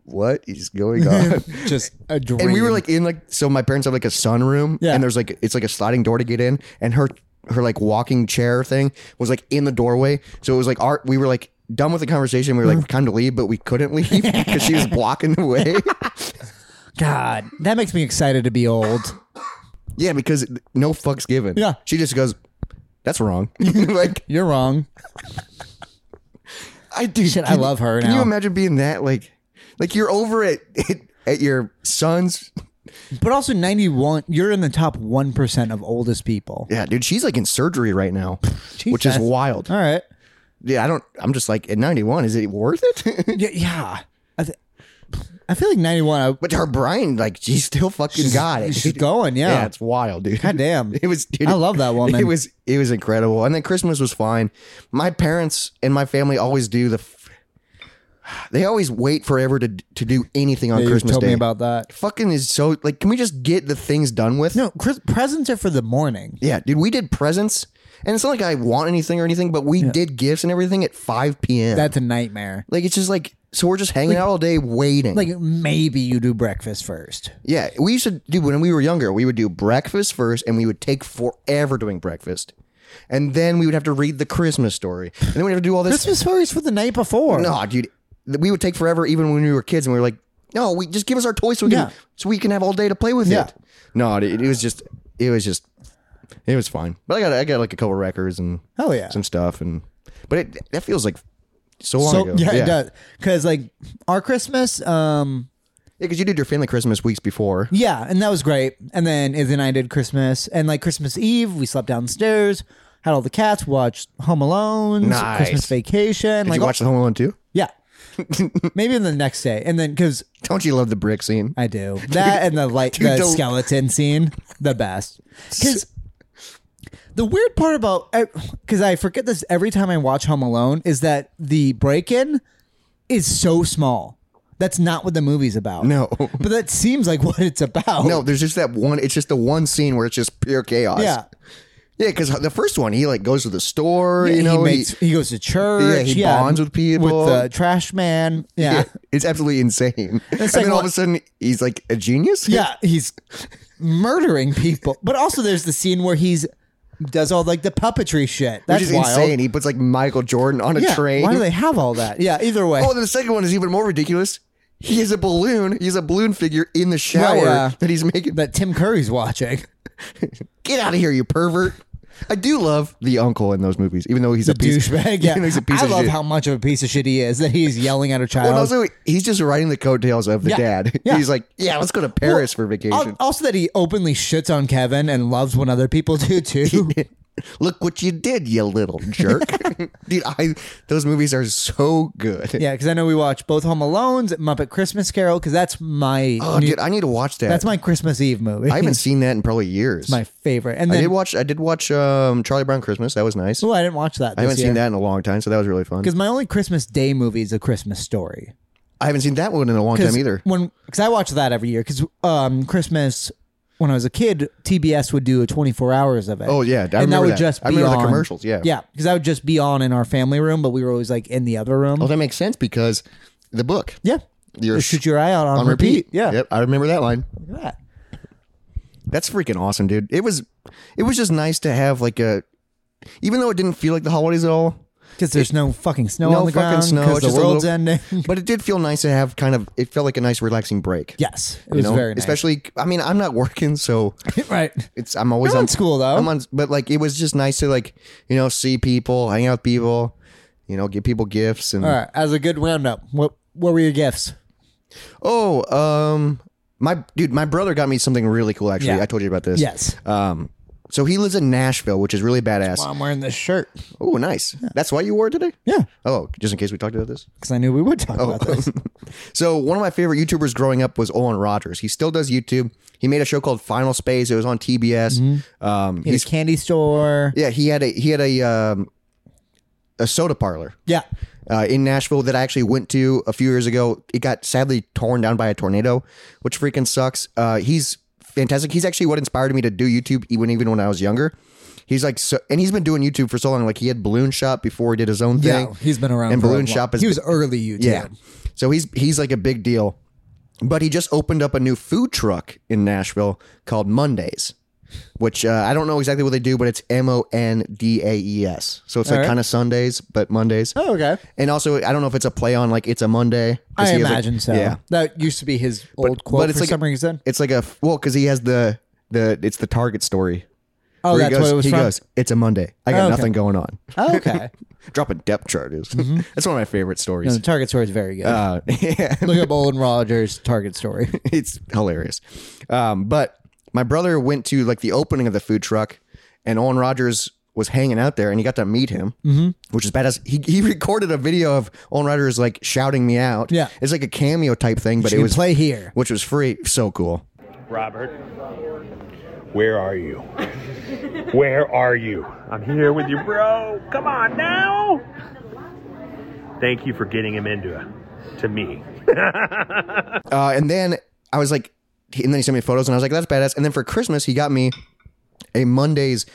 [SPEAKER 1] what is going on?
[SPEAKER 2] Just a dream.
[SPEAKER 1] and we were like in like so my parents have like a sunroom
[SPEAKER 2] Yeah.
[SPEAKER 1] and there's like it's like a sliding door to get in and her her like walking chair thing was like in the doorway so it was like our we were like done with the conversation we were
[SPEAKER 2] Mm.
[SPEAKER 1] like time to leave but we couldn't leave because she was blocking the way
[SPEAKER 2] God, that makes me excited to be old.
[SPEAKER 1] yeah because no fucks given
[SPEAKER 2] Yeah.
[SPEAKER 1] she just goes that's wrong like
[SPEAKER 2] You're wrong.
[SPEAKER 1] i do
[SPEAKER 2] Shit, I love her
[SPEAKER 1] can
[SPEAKER 2] now.
[SPEAKER 1] you imagine being that like like you're over at at, at your son's
[SPEAKER 2] But also, ninety one. You're in the top one percent of oldest people.
[SPEAKER 1] yeah dude she's like in surgery right now which
[SPEAKER 2] Jesus.
[SPEAKER 1] is wild
[SPEAKER 2] All right.
[SPEAKER 1] yeah i don't i'm just like at 91 is it worth it
[SPEAKER 2] Yeah. yeah. I, th- I feel like ninety one. I
[SPEAKER 1] But her brain, like, she still fucking got it.
[SPEAKER 2] She's going. Yeah.
[SPEAKER 1] it's wild, dude.
[SPEAKER 2] God damn.
[SPEAKER 1] It was. dude,
[SPEAKER 2] I love that woman.
[SPEAKER 1] It was. It was incredible. And then Christmas was fine. My parents and my family always do the. f- They always wait forever to to do anything on
[SPEAKER 2] Yeah, you
[SPEAKER 1] Christmas
[SPEAKER 2] told
[SPEAKER 1] Day.
[SPEAKER 2] me about that.
[SPEAKER 1] fucking is so like. Can we just get the things done with?
[SPEAKER 2] No, Chris, presents are for the morning.
[SPEAKER 1] Yeah, dude. We did presents, and it's not like I want anything or anything, but we did gifts and everything at five p.m.
[SPEAKER 2] That's a nightmare.
[SPEAKER 1] like it's just like so we're just hanging out all day waiting.
[SPEAKER 2] Like maybe you do breakfast first.
[SPEAKER 1] Yeah, we used to do when we were younger. We would do breakfast first, and we would take forever doing breakfast, and then we would have to read the Christmas story, and then we would have to do all this.
[SPEAKER 2] Christmas stories for the night before.
[SPEAKER 1] No, dude, we would take forever even when we were kids, and we were like, no, we just give us our toys so we
[SPEAKER 2] Yeah.
[SPEAKER 1] can so we can have all day to play with
[SPEAKER 2] Yeah.
[SPEAKER 1] it. No, dude, it was just it was just it was fine. But I got I got like a couple records and
[SPEAKER 2] Hell yeah.
[SPEAKER 1] some stuff, and but it that feels like so long
[SPEAKER 2] So
[SPEAKER 1] ago.
[SPEAKER 2] yeah, it does. Because like our Christmas, um,
[SPEAKER 1] because you did your family Christmas weeks before.
[SPEAKER 2] yeah, and that was great. And then Izzy and I did Christmas, and like Christmas Eve, we slept downstairs, had all the cats, watched Home Alone,
[SPEAKER 1] Nice.
[SPEAKER 2] Christmas Vacation,
[SPEAKER 1] Did
[SPEAKER 2] like
[SPEAKER 1] you watch the Home Alone too?
[SPEAKER 2] yeah. Maybe the next day, and then because
[SPEAKER 1] Don't you love the brick scene?
[SPEAKER 2] I do that, and the like
[SPEAKER 1] Dude,
[SPEAKER 2] the
[SPEAKER 1] don't-
[SPEAKER 2] skeleton scene, the best. Because the weird part about because I forget this every time I watch Home Alone is that the break in is so small. That's not what the movie's about.
[SPEAKER 1] No.
[SPEAKER 2] but that seems like what it's about.
[SPEAKER 1] No, there's just that one. It's just the one scene where it's just pure chaos.
[SPEAKER 2] yeah.
[SPEAKER 1] yeah. Because the first one, he like goes to the store. you know,
[SPEAKER 2] he, makes, he, goes to church.
[SPEAKER 1] Yeah, he bonds with people.
[SPEAKER 2] With the trash man. Yeah.
[SPEAKER 1] yeah, it's absolutely insane. And
[SPEAKER 2] It's like
[SPEAKER 1] then all
[SPEAKER 2] what-
[SPEAKER 1] of a sudden, he's like a genius.
[SPEAKER 2] Yeah, he's murdering people. But also, there's the scene where he's does all like the puppetry shit.
[SPEAKER 1] which
[SPEAKER 2] That's
[SPEAKER 1] is
[SPEAKER 2] wild.
[SPEAKER 1] insane. He puts like Michael Jordan on a
[SPEAKER 2] Yeah,
[SPEAKER 1] train.
[SPEAKER 2] Why do they have all that? Yeah. Either way,
[SPEAKER 1] oh, and then the second one is even more ridiculous. He has a balloon. He has a balloon figure in the shower
[SPEAKER 2] yeah.
[SPEAKER 1] that he's making.
[SPEAKER 2] that Tim Curry's watching.
[SPEAKER 1] Get out of here, you pervert! I do love the uncle in those movies, even though he's a piece,
[SPEAKER 2] Douchebag. Yeah.
[SPEAKER 1] even though he's a piece
[SPEAKER 2] I
[SPEAKER 1] of
[SPEAKER 2] love
[SPEAKER 1] shit.
[SPEAKER 2] how much of a piece of shit he is that he's yelling at a child.
[SPEAKER 1] Well, and also, he's just riding the coattails of the
[SPEAKER 2] Yeah.
[SPEAKER 1] dad.
[SPEAKER 2] Yeah.
[SPEAKER 1] He's like, "Yeah, let's go to Paris for vacation."
[SPEAKER 2] Al- Also, that he openly shits on Kevin and loves when other people do too.
[SPEAKER 1] Look what you did, you little jerk. Dude, I those movies are so good.
[SPEAKER 2] yeah, because I know we watch both Home Alone's Muppet Christmas Carol because that's my
[SPEAKER 1] Oh, dude, I need to watch that.
[SPEAKER 2] that's my Christmas Eve movie.
[SPEAKER 1] I haven't seen that in probably years.
[SPEAKER 2] my favorite. And
[SPEAKER 1] I did
[SPEAKER 2] then
[SPEAKER 1] watch I did watch um Charlie Brown Christmas. That was nice.
[SPEAKER 2] oh, I didn't watch that. This
[SPEAKER 1] I haven't
[SPEAKER 2] year.
[SPEAKER 1] seen that in a long time, so that was really fun.
[SPEAKER 2] because my only Christmas Day movie is A Christmas Story.
[SPEAKER 1] I haven't seen that one in a long
[SPEAKER 2] 'Cause
[SPEAKER 1] time either.
[SPEAKER 2] When because I watch that every year because um, Christmas when I was a kid, TBS would do 24 hours of it.
[SPEAKER 1] Oh yeah, I
[SPEAKER 2] and that
[SPEAKER 1] remember
[SPEAKER 2] would
[SPEAKER 1] that.
[SPEAKER 2] just be
[SPEAKER 1] I remember
[SPEAKER 2] on
[SPEAKER 1] the commercials, yeah.
[SPEAKER 2] yeah, because I would just be on in our family room, but we were always like in the other room.
[SPEAKER 1] Well, that makes sense because the book.
[SPEAKER 2] yeah,
[SPEAKER 1] Your
[SPEAKER 2] Just shoot your eye out on,
[SPEAKER 1] on
[SPEAKER 2] repeat.
[SPEAKER 1] repeat.
[SPEAKER 2] Yeah,
[SPEAKER 1] Yep, I remember that line.
[SPEAKER 2] Look at that.
[SPEAKER 1] That's freaking awesome, dude. It was it was just nice to have like a even though it didn't feel like the holidays at all,
[SPEAKER 2] Because there's no fucking snow
[SPEAKER 1] No
[SPEAKER 2] on the
[SPEAKER 1] fucking
[SPEAKER 2] ground.
[SPEAKER 1] snow,
[SPEAKER 2] Because
[SPEAKER 1] it's
[SPEAKER 2] the
[SPEAKER 1] just a
[SPEAKER 2] world's
[SPEAKER 1] little-
[SPEAKER 2] ending.
[SPEAKER 1] but it did feel nice to have kind of it felt like a nice relaxing break.
[SPEAKER 2] yes, it
[SPEAKER 1] You
[SPEAKER 2] was
[SPEAKER 1] know,
[SPEAKER 2] very nice.
[SPEAKER 1] especially i mean i'm not working so
[SPEAKER 2] right.
[SPEAKER 1] it's i'm always
[SPEAKER 2] You're on
[SPEAKER 1] on
[SPEAKER 2] school, though.
[SPEAKER 1] i'm on but like it was just nice to like you know see people hang out with people you know give people gifts and
[SPEAKER 2] All right, as a good roundup, what what were your gifts?
[SPEAKER 1] oh um my dude my brother got me something really cool actually
[SPEAKER 2] Yeah.
[SPEAKER 1] i told you about this
[SPEAKER 2] Yes.
[SPEAKER 1] um So he lives in Nashville, which is really badass.
[SPEAKER 2] I'm wearing this shirt.
[SPEAKER 1] Oh, nice. That's why you wore it today?
[SPEAKER 2] Yeah,
[SPEAKER 1] Oh, just in case we talked about this.
[SPEAKER 2] because I knew we would talk
[SPEAKER 1] Oh,
[SPEAKER 2] about this.
[SPEAKER 1] So one of my favorite YouTubers growing up was Olin Rogers. He still does YouTube. He made a show called Final Space. It was on TBS.
[SPEAKER 2] Mm-hmm.
[SPEAKER 1] Um,
[SPEAKER 2] His
[SPEAKER 1] he's-
[SPEAKER 2] candy store.
[SPEAKER 1] yeah, he had a he had a um, a soda parlor
[SPEAKER 2] Yeah.
[SPEAKER 1] uh, in Nashville that I actually went to a few years ago. It got sadly torn down by a tornado, which freaking sucks. Uh, he's fantastic. He's actually what inspired me to do YouTube even even when I was younger. He's like so, and he's been doing YouTube for so long. Like he had Balloon Shop before he did his own thing.
[SPEAKER 2] he's been around.
[SPEAKER 1] And
[SPEAKER 2] for a
[SPEAKER 1] Balloon
[SPEAKER 2] while.
[SPEAKER 1] Shop is-
[SPEAKER 2] he was early YouTube.
[SPEAKER 1] Yeah. So he's he's like a big deal. But he just opened up a new food truck in Nashville called Mondays, which uh, I don't know exactly what they do, but it's M O N D A E S. So it's like
[SPEAKER 2] right.
[SPEAKER 1] kind of Sundays, but Mondays.
[SPEAKER 2] Oh, okay.
[SPEAKER 1] And also, I don't know if it's a play on like it's a Monday. 'cause he
[SPEAKER 2] I
[SPEAKER 1] has, like-
[SPEAKER 2] imagine so.
[SPEAKER 1] Yeah.
[SPEAKER 2] That used to be his old quote
[SPEAKER 1] but it's
[SPEAKER 2] for
[SPEAKER 1] like-
[SPEAKER 2] some reason.
[SPEAKER 1] It's like a f- well, because he has the the it's the Target story.
[SPEAKER 2] Oh,
[SPEAKER 1] where he
[SPEAKER 2] that's
[SPEAKER 1] goes,
[SPEAKER 2] what it was
[SPEAKER 1] he
[SPEAKER 2] from.
[SPEAKER 1] goes, it's a Monday. I got
[SPEAKER 2] Oh, okay.
[SPEAKER 1] nothing going on.
[SPEAKER 2] Oh, Mm-hmm. okay.
[SPEAKER 1] Dropping depth charges. that's one of my favorite stories.
[SPEAKER 2] the Target store is very good.
[SPEAKER 1] Uh, yeah.
[SPEAKER 2] Look up Olin Rogers' Target story.
[SPEAKER 1] it's hilarious. Um, but my brother went to like the opening of the food truck, and Owen Rogers was hanging out there, and he got to meet him, mm-hmm. which is badass. He, he recorded a video of Owen Rogers like shouting me out.
[SPEAKER 2] Yeah.
[SPEAKER 1] it's like a cameo type thing, but
[SPEAKER 2] You
[SPEAKER 1] it
[SPEAKER 2] can
[SPEAKER 1] was
[SPEAKER 2] play here.
[SPEAKER 1] which was free. So cool.
[SPEAKER 4] Robert, where are you? Where are you? I'm here with you, bro. Come on now. Thank you for getting him into it. To me.
[SPEAKER 1] Uh, and then I was like, and then he sent me photos, and I was like, that's badass. And then for Christmas, he got me a Monday's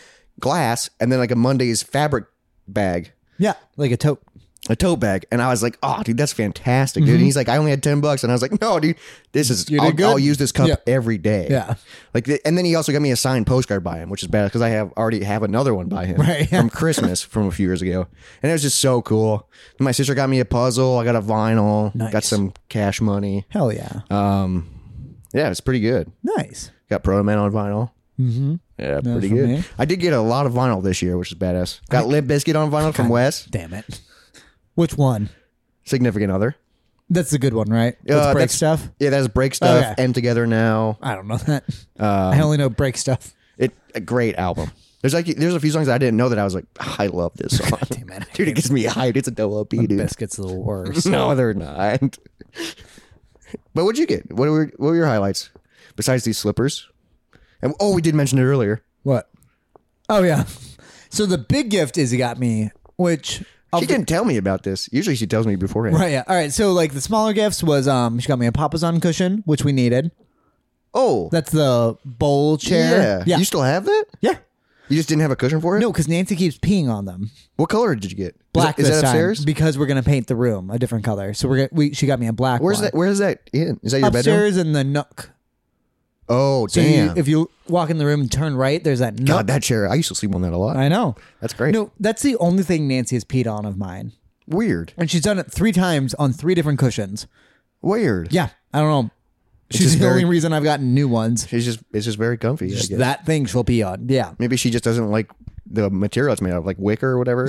[SPEAKER 1] glass, and then like a Monday's fabric bag.
[SPEAKER 2] Yeah, like a tote.
[SPEAKER 1] a tote bag, and I was like, "Oh, dude, that's fantastic, dude." And he's like, "I only had ten bucks," and I was like, "No, dude, this is
[SPEAKER 2] Mm-hmm. You did
[SPEAKER 1] I'll,
[SPEAKER 2] good.
[SPEAKER 1] I'll use this cup
[SPEAKER 2] Yeah.
[SPEAKER 1] every day."
[SPEAKER 2] Yeah.
[SPEAKER 1] like, th- and then he also got me a signed postcard by him, which is bad because I have already have another one by him
[SPEAKER 2] Right, yeah.
[SPEAKER 1] from Christmas from a few years ago, and it was just so cool. And my sister got me a puzzle, I got a vinyl, got
[SPEAKER 2] Nice.
[SPEAKER 1] some cash money.
[SPEAKER 2] Hell yeah.
[SPEAKER 1] Uh, Yeah, it's pretty good.
[SPEAKER 2] nice.
[SPEAKER 1] Got Proto Man on vinyl. Mm-hmm. Yeah, pretty
[SPEAKER 2] from
[SPEAKER 1] good.
[SPEAKER 2] me.
[SPEAKER 1] I did get a lot of vinyl this year, which is badass. Got Lip Biscuit on vinyl from Wes,
[SPEAKER 2] Damn it. Which one?
[SPEAKER 1] significant other.
[SPEAKER 2] That's a good one, right?
[SPEAKER 1] Uh,
[SPEAKER 2] Let's break
[SPEAKER 1] that's-
[SPEAKER 2] stuff.
[SPEAKER 1] Yeah, that's break stuff.
[SPEAKER 2] Okay.
[SPEAKER 1] End together now.
[SPEAKER 2] I don't know that.
[SPEAKER 1] Um,
[SPEAKER 2] I only know break stuff.
[SPEAKER 1] It a great album. There's like there's a few songs that I didn't know that I was like I love this song.
[SPEAKER 2] Damn it.
[SPEAKER 1] Dude, it gets me hyped. It's a double up, dude.
[SPEAKER 2] Biscuits the worst.
[SPEAKER 1] No, they're not. but what'd you get? What were what were your highlights besides these slippers? And oh, we did mention it earlier.
[SPEAKER 2] What? Oh yeah. So the big gift is he got me, which
[SPEAKER 1] She didn't tell me about this. Usually, she tells me beforehand.
[SPEAKER 2] right. Yeah. All right. So like the smaller gifts was um she got me a Papa's on cushion, which we needed.
[SPEAKER 1] Oh,
[SPEAKER 2] That's the bowl
[SPEAKER 1] yeah.
[SPEAKER 2] chair. Yeah.
[SPEAKER 1] You still have that?
[SPEAKER 2] yeah.
[SPEAKER 1] You just didn't have a cushion for it?
[SPEAKER 2] No, because Nancy keeps peeing on them.
[SPEAKER 1] What color did you get? Is
[SPEAKER 2] Black
[SPEAKER 1] that- Is,
[SPEAKER 2] this
[SPEAKER 1] that
[SPEAKER 2] time
[SPEAKER 1] upstairs?
[SPEAKER 2] because we're gonna paint the room a different color. So we're gonna, we she got me a black.
[SPEAKER 1] Where's
[SPEAKER 2] one.
[SPEAKER 1] that? Where's that in? Is that your bedroom?
[SPEAKER 2] Upstairs in the nook.
[SPEAKER 1] Oh,
[SPEAKER 2] So
[SPEAKER 1] damn.
[SPEAKER 2] you, if you walk in the room and turn right, there's that nook.
[SPEAKER 1] God, that chair. I used to sleep on that a lot.
[SPEAKER 2] I know.
[SPEAKER 1] That's great.
[SPEAKER 2] No, that's the only thing Nancy has peed on of mine,
[SPEAKER 1] Weird.
[SPEAKER 2] and she's done it three times on three different cushions.
[SPEAKER 1] Weird.
[SPEAKER 2] Yeah, I don't know. She's
[SPEAKER 1] just
[SPEAKER 2] the
[SPEAKER 1] very-
[SPEAKER 2] only reason I've gotten new ones.
[SPEAKER 1] It's just it's just very comfy. I
[SPEAKER 2] Just
[SPEAKER 1] guess.
[SPEAKER 2] that thing she'll pee on. Yeah.
[SPEAKER 1] Maybe she just doesn't like the material it's made out of, like wicker or whatever.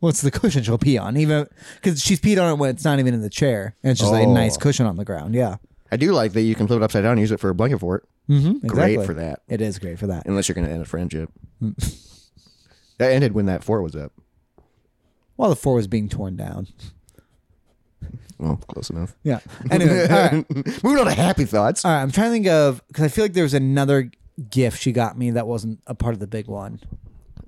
[SPEAKER 2] Well, it's the cushion she'll pee on, even because she's peed on it when it's not even in the chair, and it's just like a
[SPEAKER 1] Oh.
[SPEAKER 2] nice cushion on the ground. Yeah.
[SPEAKER 1] I do like that you can flip it upside down and use it for a blanket fort.
[SPEAKER 2] Mm-hmm,
[SPEAKER 1] Great for that.
[SPEAKER 2] It is great for that.
[SPEAKER 1] Unless you're going to end a friendship.
[SPEAKER 2] Mm.
[SPEAKER 1] that ended when that fort was up.
[SPEAKER 2] While the floor was being torn down.
[SPEAKER 1] Well, close enough.
[SPEAKER 2] Yeah. Anyway, all right.
[SPEAKER 1] Moving on to happy thoughts.
[SPEAKER 2] All right, I'm trying to think of because I feel like there was another gift she got me that wasn't a part of the big one.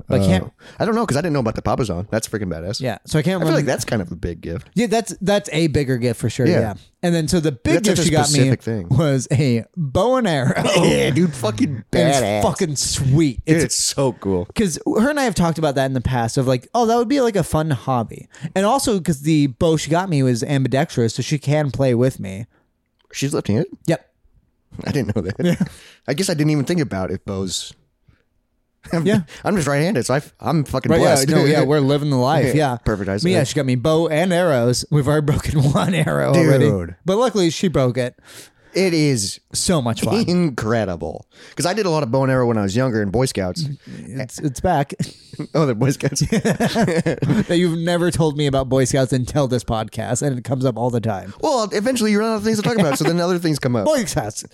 [SPEAKER 2] But I can't.
[SPEAKER 1] Oh. I don't know because I didn't know about the Papa Zone. That's freaking badass.
[SPEAKER 2] Yeah, so I can't
[SPEAKER 1] I
[SPEAKER 2] remember.
[SPEAKER 1] feel like that's kind of a big gift.
[SPEAKER 2] Yeah, that's that's a bigger gift for sure.
[SPEAKER 1] Yeah.
[SPEAKER 2] Yeah. And then so the big
[SPEAKER 1] That's
[SPEAKER 2] gift
[SPEAKER 1] such a
[SPEAKER 2] she got me
[SPEAKER 1] specific thing.
[SPEAKER 2] was a bow and arrow.
[SPEAKER 1] Yeah, dude, fucking
[SPEAKER 2] And
[SPEAKER 1] badass.
[SPEAKER 2] It's fucking sweet.
[SPEAKER 1] Dude,
[SPEAKER 2] It's
[SPEAKER 1] it's so cool.
[SPEAKER 2] because her and I have talked about that in the past of like, oh, that would be like a fun hobby. And also because the bow she got me was ambidextrous, so she can play with me.
[SPEAKER 1] She's left-handed.
[SPEAKER 2] Yep.
[SPEAKER 1] I didn't know that. I guess I didn't even think about if Bose. I'm,
[SPEAKER 2] Yeah.
[SPEAKER 1] I'm just right-handed, so I, am fucking
[SPEAKER 2] Right. Yeah.
[SPEAKER 1] blessed.
[SPEAKER 2] No. Yeah. We're living the life.
[SPEAKER 1] Yeah,
[SPEAKER 2] Yeah.
[SPEAKER 1] perfect eyes.
[SPEAKER 2] But yeah. She got me bow and arrows. We've already broken one arrow
[SPEAKER 1] Dude.
[SPEAKER 2] already. But luckily, she broke it.
[SPEAKER 1] It is
[SPEAKER 2] So much fun.
[SPEAKER 1] incredible. Because I did a lot of bow and arrow when I was younger in Boy Scouts.
[SPEAKER 2] Mm-hmm. It's, it's back
[SPEAKER 1] oh, the Boy Scouts.
[SPEAKER 2] that you've never told me about Boy Scouts until this podcast, and it comes up all the time.
[SPEAKER 1] well, eventually you run out of things to talk about, so then other things come up.
[SPEAKER 2] Boy Scouts.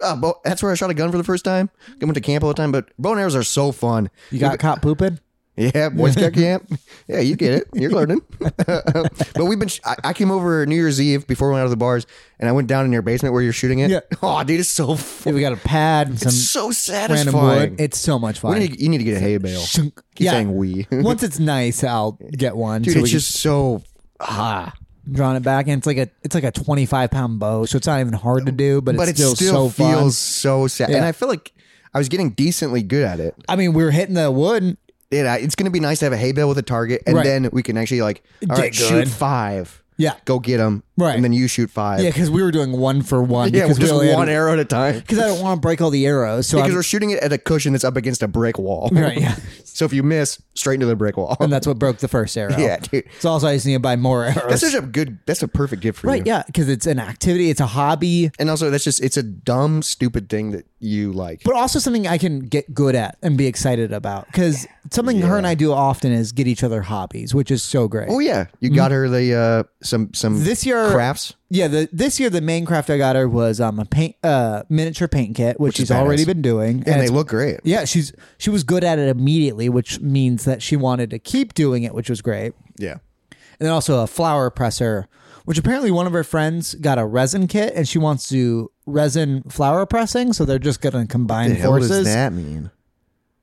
[SPEAKER 1] Uh, bow, that's where I shot a gun for the first time. I went to camp all the time, but bow and arrows are so fun.
[SPEAKER 2] You got caught pooping?
[SPEAKER 1] Yeah, Boy Scout camp. Yeah, you get it. You're learning. but we've been. Sh- I-, I came over New Year's Eve before we went out of the bars, and I went down in your basement where you're shooting it.
[SPEAKER 2] Yeah.
[SPEAKER 1] Oh, dude, it's so f-
[SPEAKER 2] Yeah, we got a pad and some
[SPEAKER 1] so
[SPEAKER 2] random
[SPEAKER 1] satisfying.
[SPEAKER 2] wood. It's so much
[SPEAKER 1] We
[SPEAKER 2] fun.
[SPEAKER 1] need- you need to get a hay bale.
[SPEAKER 2] Shunk.
[SPEAKER 1] Keep
[SPEAKER 2] Yeah.
[SPEAKER 1] saying we. Dude,
[SPEAKER 2] Once it's nice, I'll get one. so we
[SPEAKER 1] it's
[SPEAKER 2] can
[SPEAKER 1] just so ah,
[SPEAKER 2] drawing it back, and it's like a it's like a twenty five pound bow, so it's not even hard to do, but,
[SPEAKER 1] but
[SPEAKER 2] it's still, so fun.
[SPEAKER 1] feels so sad. And
[SPEAKER 2] Yeah.
[SPEAKER 1] I feel like I was getting decently good at it.
[SPEAKER 2] I mean, we were hitting the wood.
[SPEAKER 1] It, I- it's going to be nice to have a hay bale with a target, and
[SPEAKER 2] Right.
[SPEAKER 1] then we can actually like all
[SPEAKER 2] Get
[SPEAKER 1] right, shoot
[SPEAKER 2] good.
[SPEAKER 1] five.
[SPEAKER 2] Yeah.
[SPEAKER 1] go get them.
[SPEAKER 2] Right.
[SPEAKER 1] and then you shoot five.
[SPEAKER 2] Yeah, because we were doing one for one.
[SPEAKER 1] yeah,
[SPEAKER 2] because we
[SPEAKER 1] just
[SPEAKER 2] only had-
[SPEAKER 1] one arrow at a time.
[SPEAKER 2] Because I don't want to break all the arrows. So
[SPEAKER 1] Because
[SPEAKER 2] I'm,
[SPEAKER 1] we're shooting it at a cushion that's up against a brick wall.
[SPEAKER 2] right, yeah.
[SPEAKER 1] So if you miss, straight into the brick wall.
[SPEAKER 2] And that's what broke the first arrow.
[SPEAKER 1] yeah, dude.
[SPEAKER 2] So also, I just need to buy more arrows.
[SPEAKER 1] That's such a good. That's a perfect gift for you.
[SPEAKER 2] right, yeah, because it's an activity, it's a hobby,
[SPEAKER 1] And also, that's just it's a dumb, stupid thing that you like.
[SPEAKER 2] but also something I can get good at and be excited about. Because something her and I do often is get each other hobbies, which is so great.
[SPEAKER 1] oh yeah, you got her the uh some some
[SPEAKER 2] This year,
[SPEAKER 1] crafts.
[SPEAKER 2] yeah, the, this year the main craft I got her was um a paint uh miniature paint kit, which,
[SPEAKER 1] is
[SPEAKER 2] she's already
[SPEAKER 1] badass.
[SPEAKER 2] been doing,
[SPEAKER 1] Yeah, and they
[SPEAKER 2] it's-
[SPEAKER 1] look great.
[SPEAKER 2] yeah, she's she was good at it immediately, which means that she wanted to keep doing it, which was great.
[SPEAKER 1] Yeah.
[SPEAKER 2] and then also a flower presser, which apparently one of her friends got a resin kit and she wants to do resin flower pressing. So they're just going to combine
[SPEAKER 1] The hell
[SPEAKER 2] forces.
[SPEAKER 1] does that mean?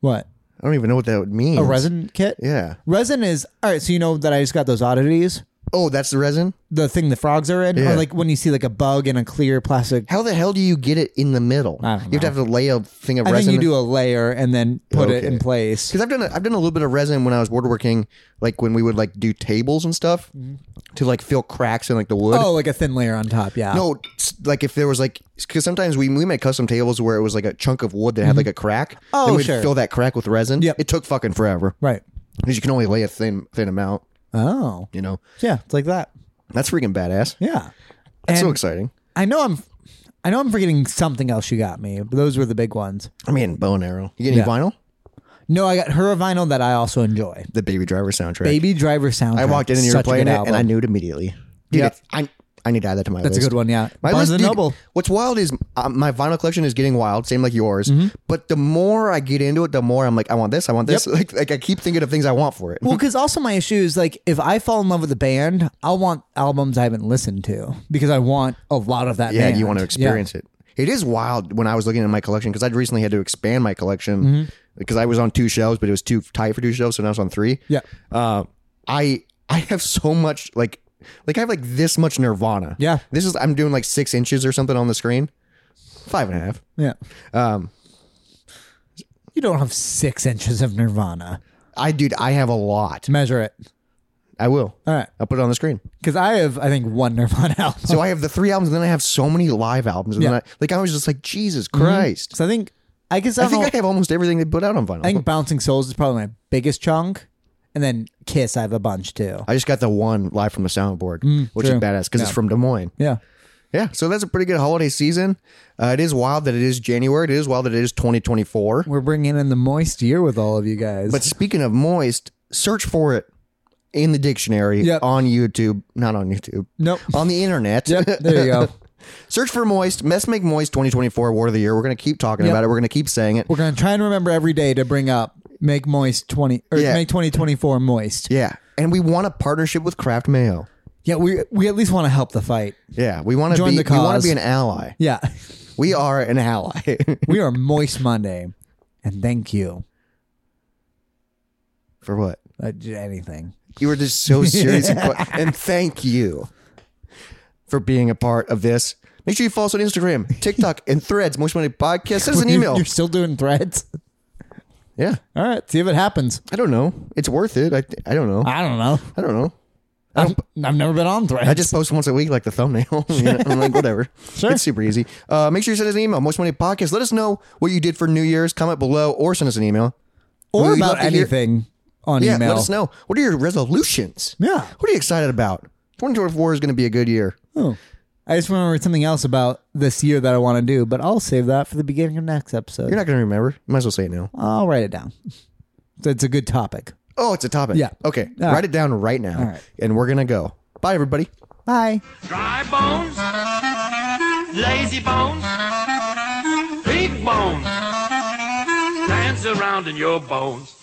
[SPEAKER 2] What?
[SPEAKER 1] I don't even know what that would mean.
[SPEAKER 2] A resin kit?
[SPEAKER 1] Yeah.
[SPEAKER 2] Resin is, all right, so you know that I just got those oddities.
[SPEAKER 1] Oh, that's the resin.
[SPEAKER 2] The thing the frogs are in,
[SPEAKER 1] Yeah.
[SPEAKER 2] or like when you see like a bug in a clear plastic.
[SPEAKER 1] How the hell do you get it in the middle?
[SPEAKER 2] I don't
[SPEAKER 1] You have to have to lay a thing of
[SPEAKER 2] I
[SPEAKER 1] resin.
[SPEAKER 2] think you do a layer and then put it
[SPEAKER 1] Okay.
[SPEAKER 2] in place.
[SPEAKER 1] because I've done a, I've done a little bit of resin when I was woodworking, like when we would like do tables and stuff
[SPEAKER 2] Mm-hmm.
[SPEAKER 1] to like fill cracks in like the wood.
[SPEAKER 2] Oh, like a thin layer on top. Yeah.
[SPEAKER 1] No, s- like if there was like because sometimes we we made custom tables where it was like a chunk of wood that had like a crack.
[SPEAKER 2] Oh,
[SPEAKER 1] then we'd
[SPEAKER 2] sure.
[SPEAKER 1] Fill that crack with resin.
[SPEAKER 2] Yep.
[SPEAKER 1] It took fucking forever
[SPEAKER 2] Right.
[SPEAKER 1] because you can only lay a thin thin amount.
[SPEAKER 2] Oh.
[SPEAKER 1] You know,
[SPEAKER 2] Yeah. It's like that.
[SPEAKER 1] that's freaking badass.
[SPEAKER 2] Yeah.
[SPEAKER 1] That's so
[SPEAKER 2] And-
[SPEAKER 1] exciting.
[SPEAKER 2] I know I'm. I know I'm forgetting something else you got me, but those were the big ones.
[SPEAKER 1] I mean, bow and arrow. You get any
[SPEAKER 2] Yeah.
[SPEAKER 1] vinyl?
[SPEAKER 2] No, I got her a vinyl that I also enjoy.
[SPEAKER 1] The Baby Driver soundtrack.
[SPEAKER 2] Baby Driver soundtrack.
[SPEAKER 1] I walked in and you were
[SPEAKER 2] Such a
[SPEAKER 1] playing
[SPEAKER 2] good
[SPEAKER 1] it,
[SPEAKER 2] album.
[SPEAKER 1] and I knew it immediately. Dude,
[SPEAKER 2] Yeah.
[SPEAKER 1] it's- I I need to add that to my
[SPEAKER 2] that's
[SPEAKER 1] list.
[SPEAKER 2] a good one. Yeah,
[SPEAKER 1] My
[SPEAKER 2] Barnes
[SPEAKER 1] list,
[SPEAKER 2] and
[SPEAKER 1] dude,
[SPEAKER 2] Noble.
[SPEAKER 1] What's wild is um, my vinyl collection is getting wild, same like yours.
[SPEAKER 2] Mm-hmm.
[SPEAKER 1] But the more I get into it, the more I'm like, I want this, I want this. Like, like I keep thinking of things I want for it.
[SPEAKER 2] Well, because also my issue is like if I fall in love with a band, I'll want albums I haven't listened to because I want a lot of that.
[SPEAKER 1] yeah,
[SPEAKER 2] band.
[SPEAKER 1] you want to experience it. It is wild when I was looking at my collection because I'd recently had to expand my collection because I was on two shelves, but it was too tight for two shelves, so now it's on three.
[SPEAKER 2] Mm-hmm. Yeah.
[SPEAKER 1] Uh, I I have so much like like I have like this much Nirvana.
[SPEAKER 2] Yeah.
[SPEAKER 1] This is I'm doing like six inches or something on the screen. Five and a half.
[SPEAKER 2] Yeah. yeah.
[SPEAKER 1] Um,
[SPEAKER 2] You don't have six inches of Nirvana.
[SPEAKER 1] I dude, I have a lot.
[SPEAKER 2] Measure it.
[SPEAKER 1] I will.
[SPEAKER 2] All right,
[SPEAKER 1] I'll put it on the screen.
[SPEAKER 2] because I have I think one Nirvana album. So,
[SPEAKER 1] So I have the three albums, and then I have so many live albums. And
[SPEAKER 2] Yeah.
[SPEAKER 1] then I, like I was just like, Jesus Christ!
[SPEAKER 2] I think I guess I,
[SPEAKER 1] I think
[SPEAKER 2] don't-
[SPEAKER 1] I have almost everything they put out on vinyl.
[SPEAKER 2] I
[SPEAKER 1] I,
[SPEAKER 2] think Bouncing Souls is probably my biggest chunk, and then Kiss I have a bunch too.
[SPEAKER 1] just got the one live from the soundboard, which
[SPEAKER 2] Mm, true.
[SPEAKER 1] is badass because it's from Des Moines.
[SPEAKER 2] Yeah.
[SPEAKER 1] Yeah, so that's a pretty good holiday season. Uh, it is wild that it is January. It is wild that it is 2024.
[SPEAKER 2] We're bringing in the moist year with all of you guys.
[SPEAKER 1] But speaking of moist, search for it in the dictionary
[SPEAKER 2] Yep.
[SPEAKER 1] on YouTube, not on YouTube,
[SPEAKER 2] nope.
[SPEAKER 1] on the internet.
[SPEAKER 2] yep. There you go.
[SPEAKER 1] Search for Moist, Mess Make Moist 2024 Award of the Year. We're going to keep talking
[SPEAKER 2] Yep.
[SPEAKER 1] about it. We're going to keep saying it.
[SPEAKER 2] We're gonna try and remember every day to bring up make moist twenty or
[SPEAKER 1] Yeah.
[SPEAKER 2] make twenty twenty four moist.
[SPEAKER 1] Yeah. And we want a partnership with Kraft Mayo.
[SPEAKER 2] Yeah, we we at least want to help the fight.
[SPEAKER 1] Yeah, we want to
[SPEAKER 2] Join
[SPEAKER 1] be
[SPEAKER 2] the
[SPEAKER 1] we want
[SPEAKER 2] cause.
[SPEAKER 1] to be an ally.
[SPEAKER 2] Yeah,
[SPEAKER 1] We are an ally.
[SPEAKER 2] we are moist Monday, and thank you.
[SPEAKER 1] For what?
[SPEAKER 2] Uh, j- anything.
[SPEAKER 1] You were just so serious and, qu- and thank you for being a part of this. Make sure you follow us on Instagram, TikTok, and Threads. Moist Money Podcast. Send us an
[SPEAKER 2] You're-
[SPEAKER 1] email.
[SPEAKER 2] You're still doing threads.
[SPEAKER 1] Yeah,
[SPEAKER 2] All right, see if it happens.
[SPEAKER 1] I don't know. It's worth it. I, I don't know.
[SPEAKER 2] I don't know.
[SPEAKER 1] I don't know.
[SPEAKER 2] I don't, I've never been on threads.
[SPEAKER 1] I just post once a week, like the thumbnail. You know, I'm like, whatever. It's super easy. Uh, make sure you send us an email, Most Money Podcast. Let us know what you did for New Year's. Comment below or send us an email.
[SPEAKER 2] or
[SPEAKER 1] we'd
[SPEAKER 2] about
[SPEAKER 1] love to hear-
[SPEAKER 2] anything on
[SPEAKER 1] Yeah,
[SPEAKER 2] email.
[SPEAKER 1] let us know. What are your resolutions?
[SPEAKER 2] Yeah.
[SPEAKER 1] What are you excited about? 2024 is going to be a good year.
[SPEAKER 2] Oh, I just remembered something else about this year that I want to do, but I'll save that for the beginning of next episode.
[SPEAKER 1] You're not going to remember. Might as well say it now.
[SPEAKER 2] I'll write it down. So it's a good topic.
[SPEAKER 1] Oh, it's a topic.
[SPEAKER 2] Yeah. Ah.
[SPEAKER 1] Okay.
[SPEAKER 2] All
[SPEAKER 1] Write
[SPEAKER 2] right.
[SPEAKER 1] it down right now.
[SPEAKER 2] right.
[SPEAKER 1] And we're going to go. Bye, everybody.
[SPEAKER 2] Bye.
[SPEAKER 5] Dry bones, lazy bones, big bones, dance around in your bones.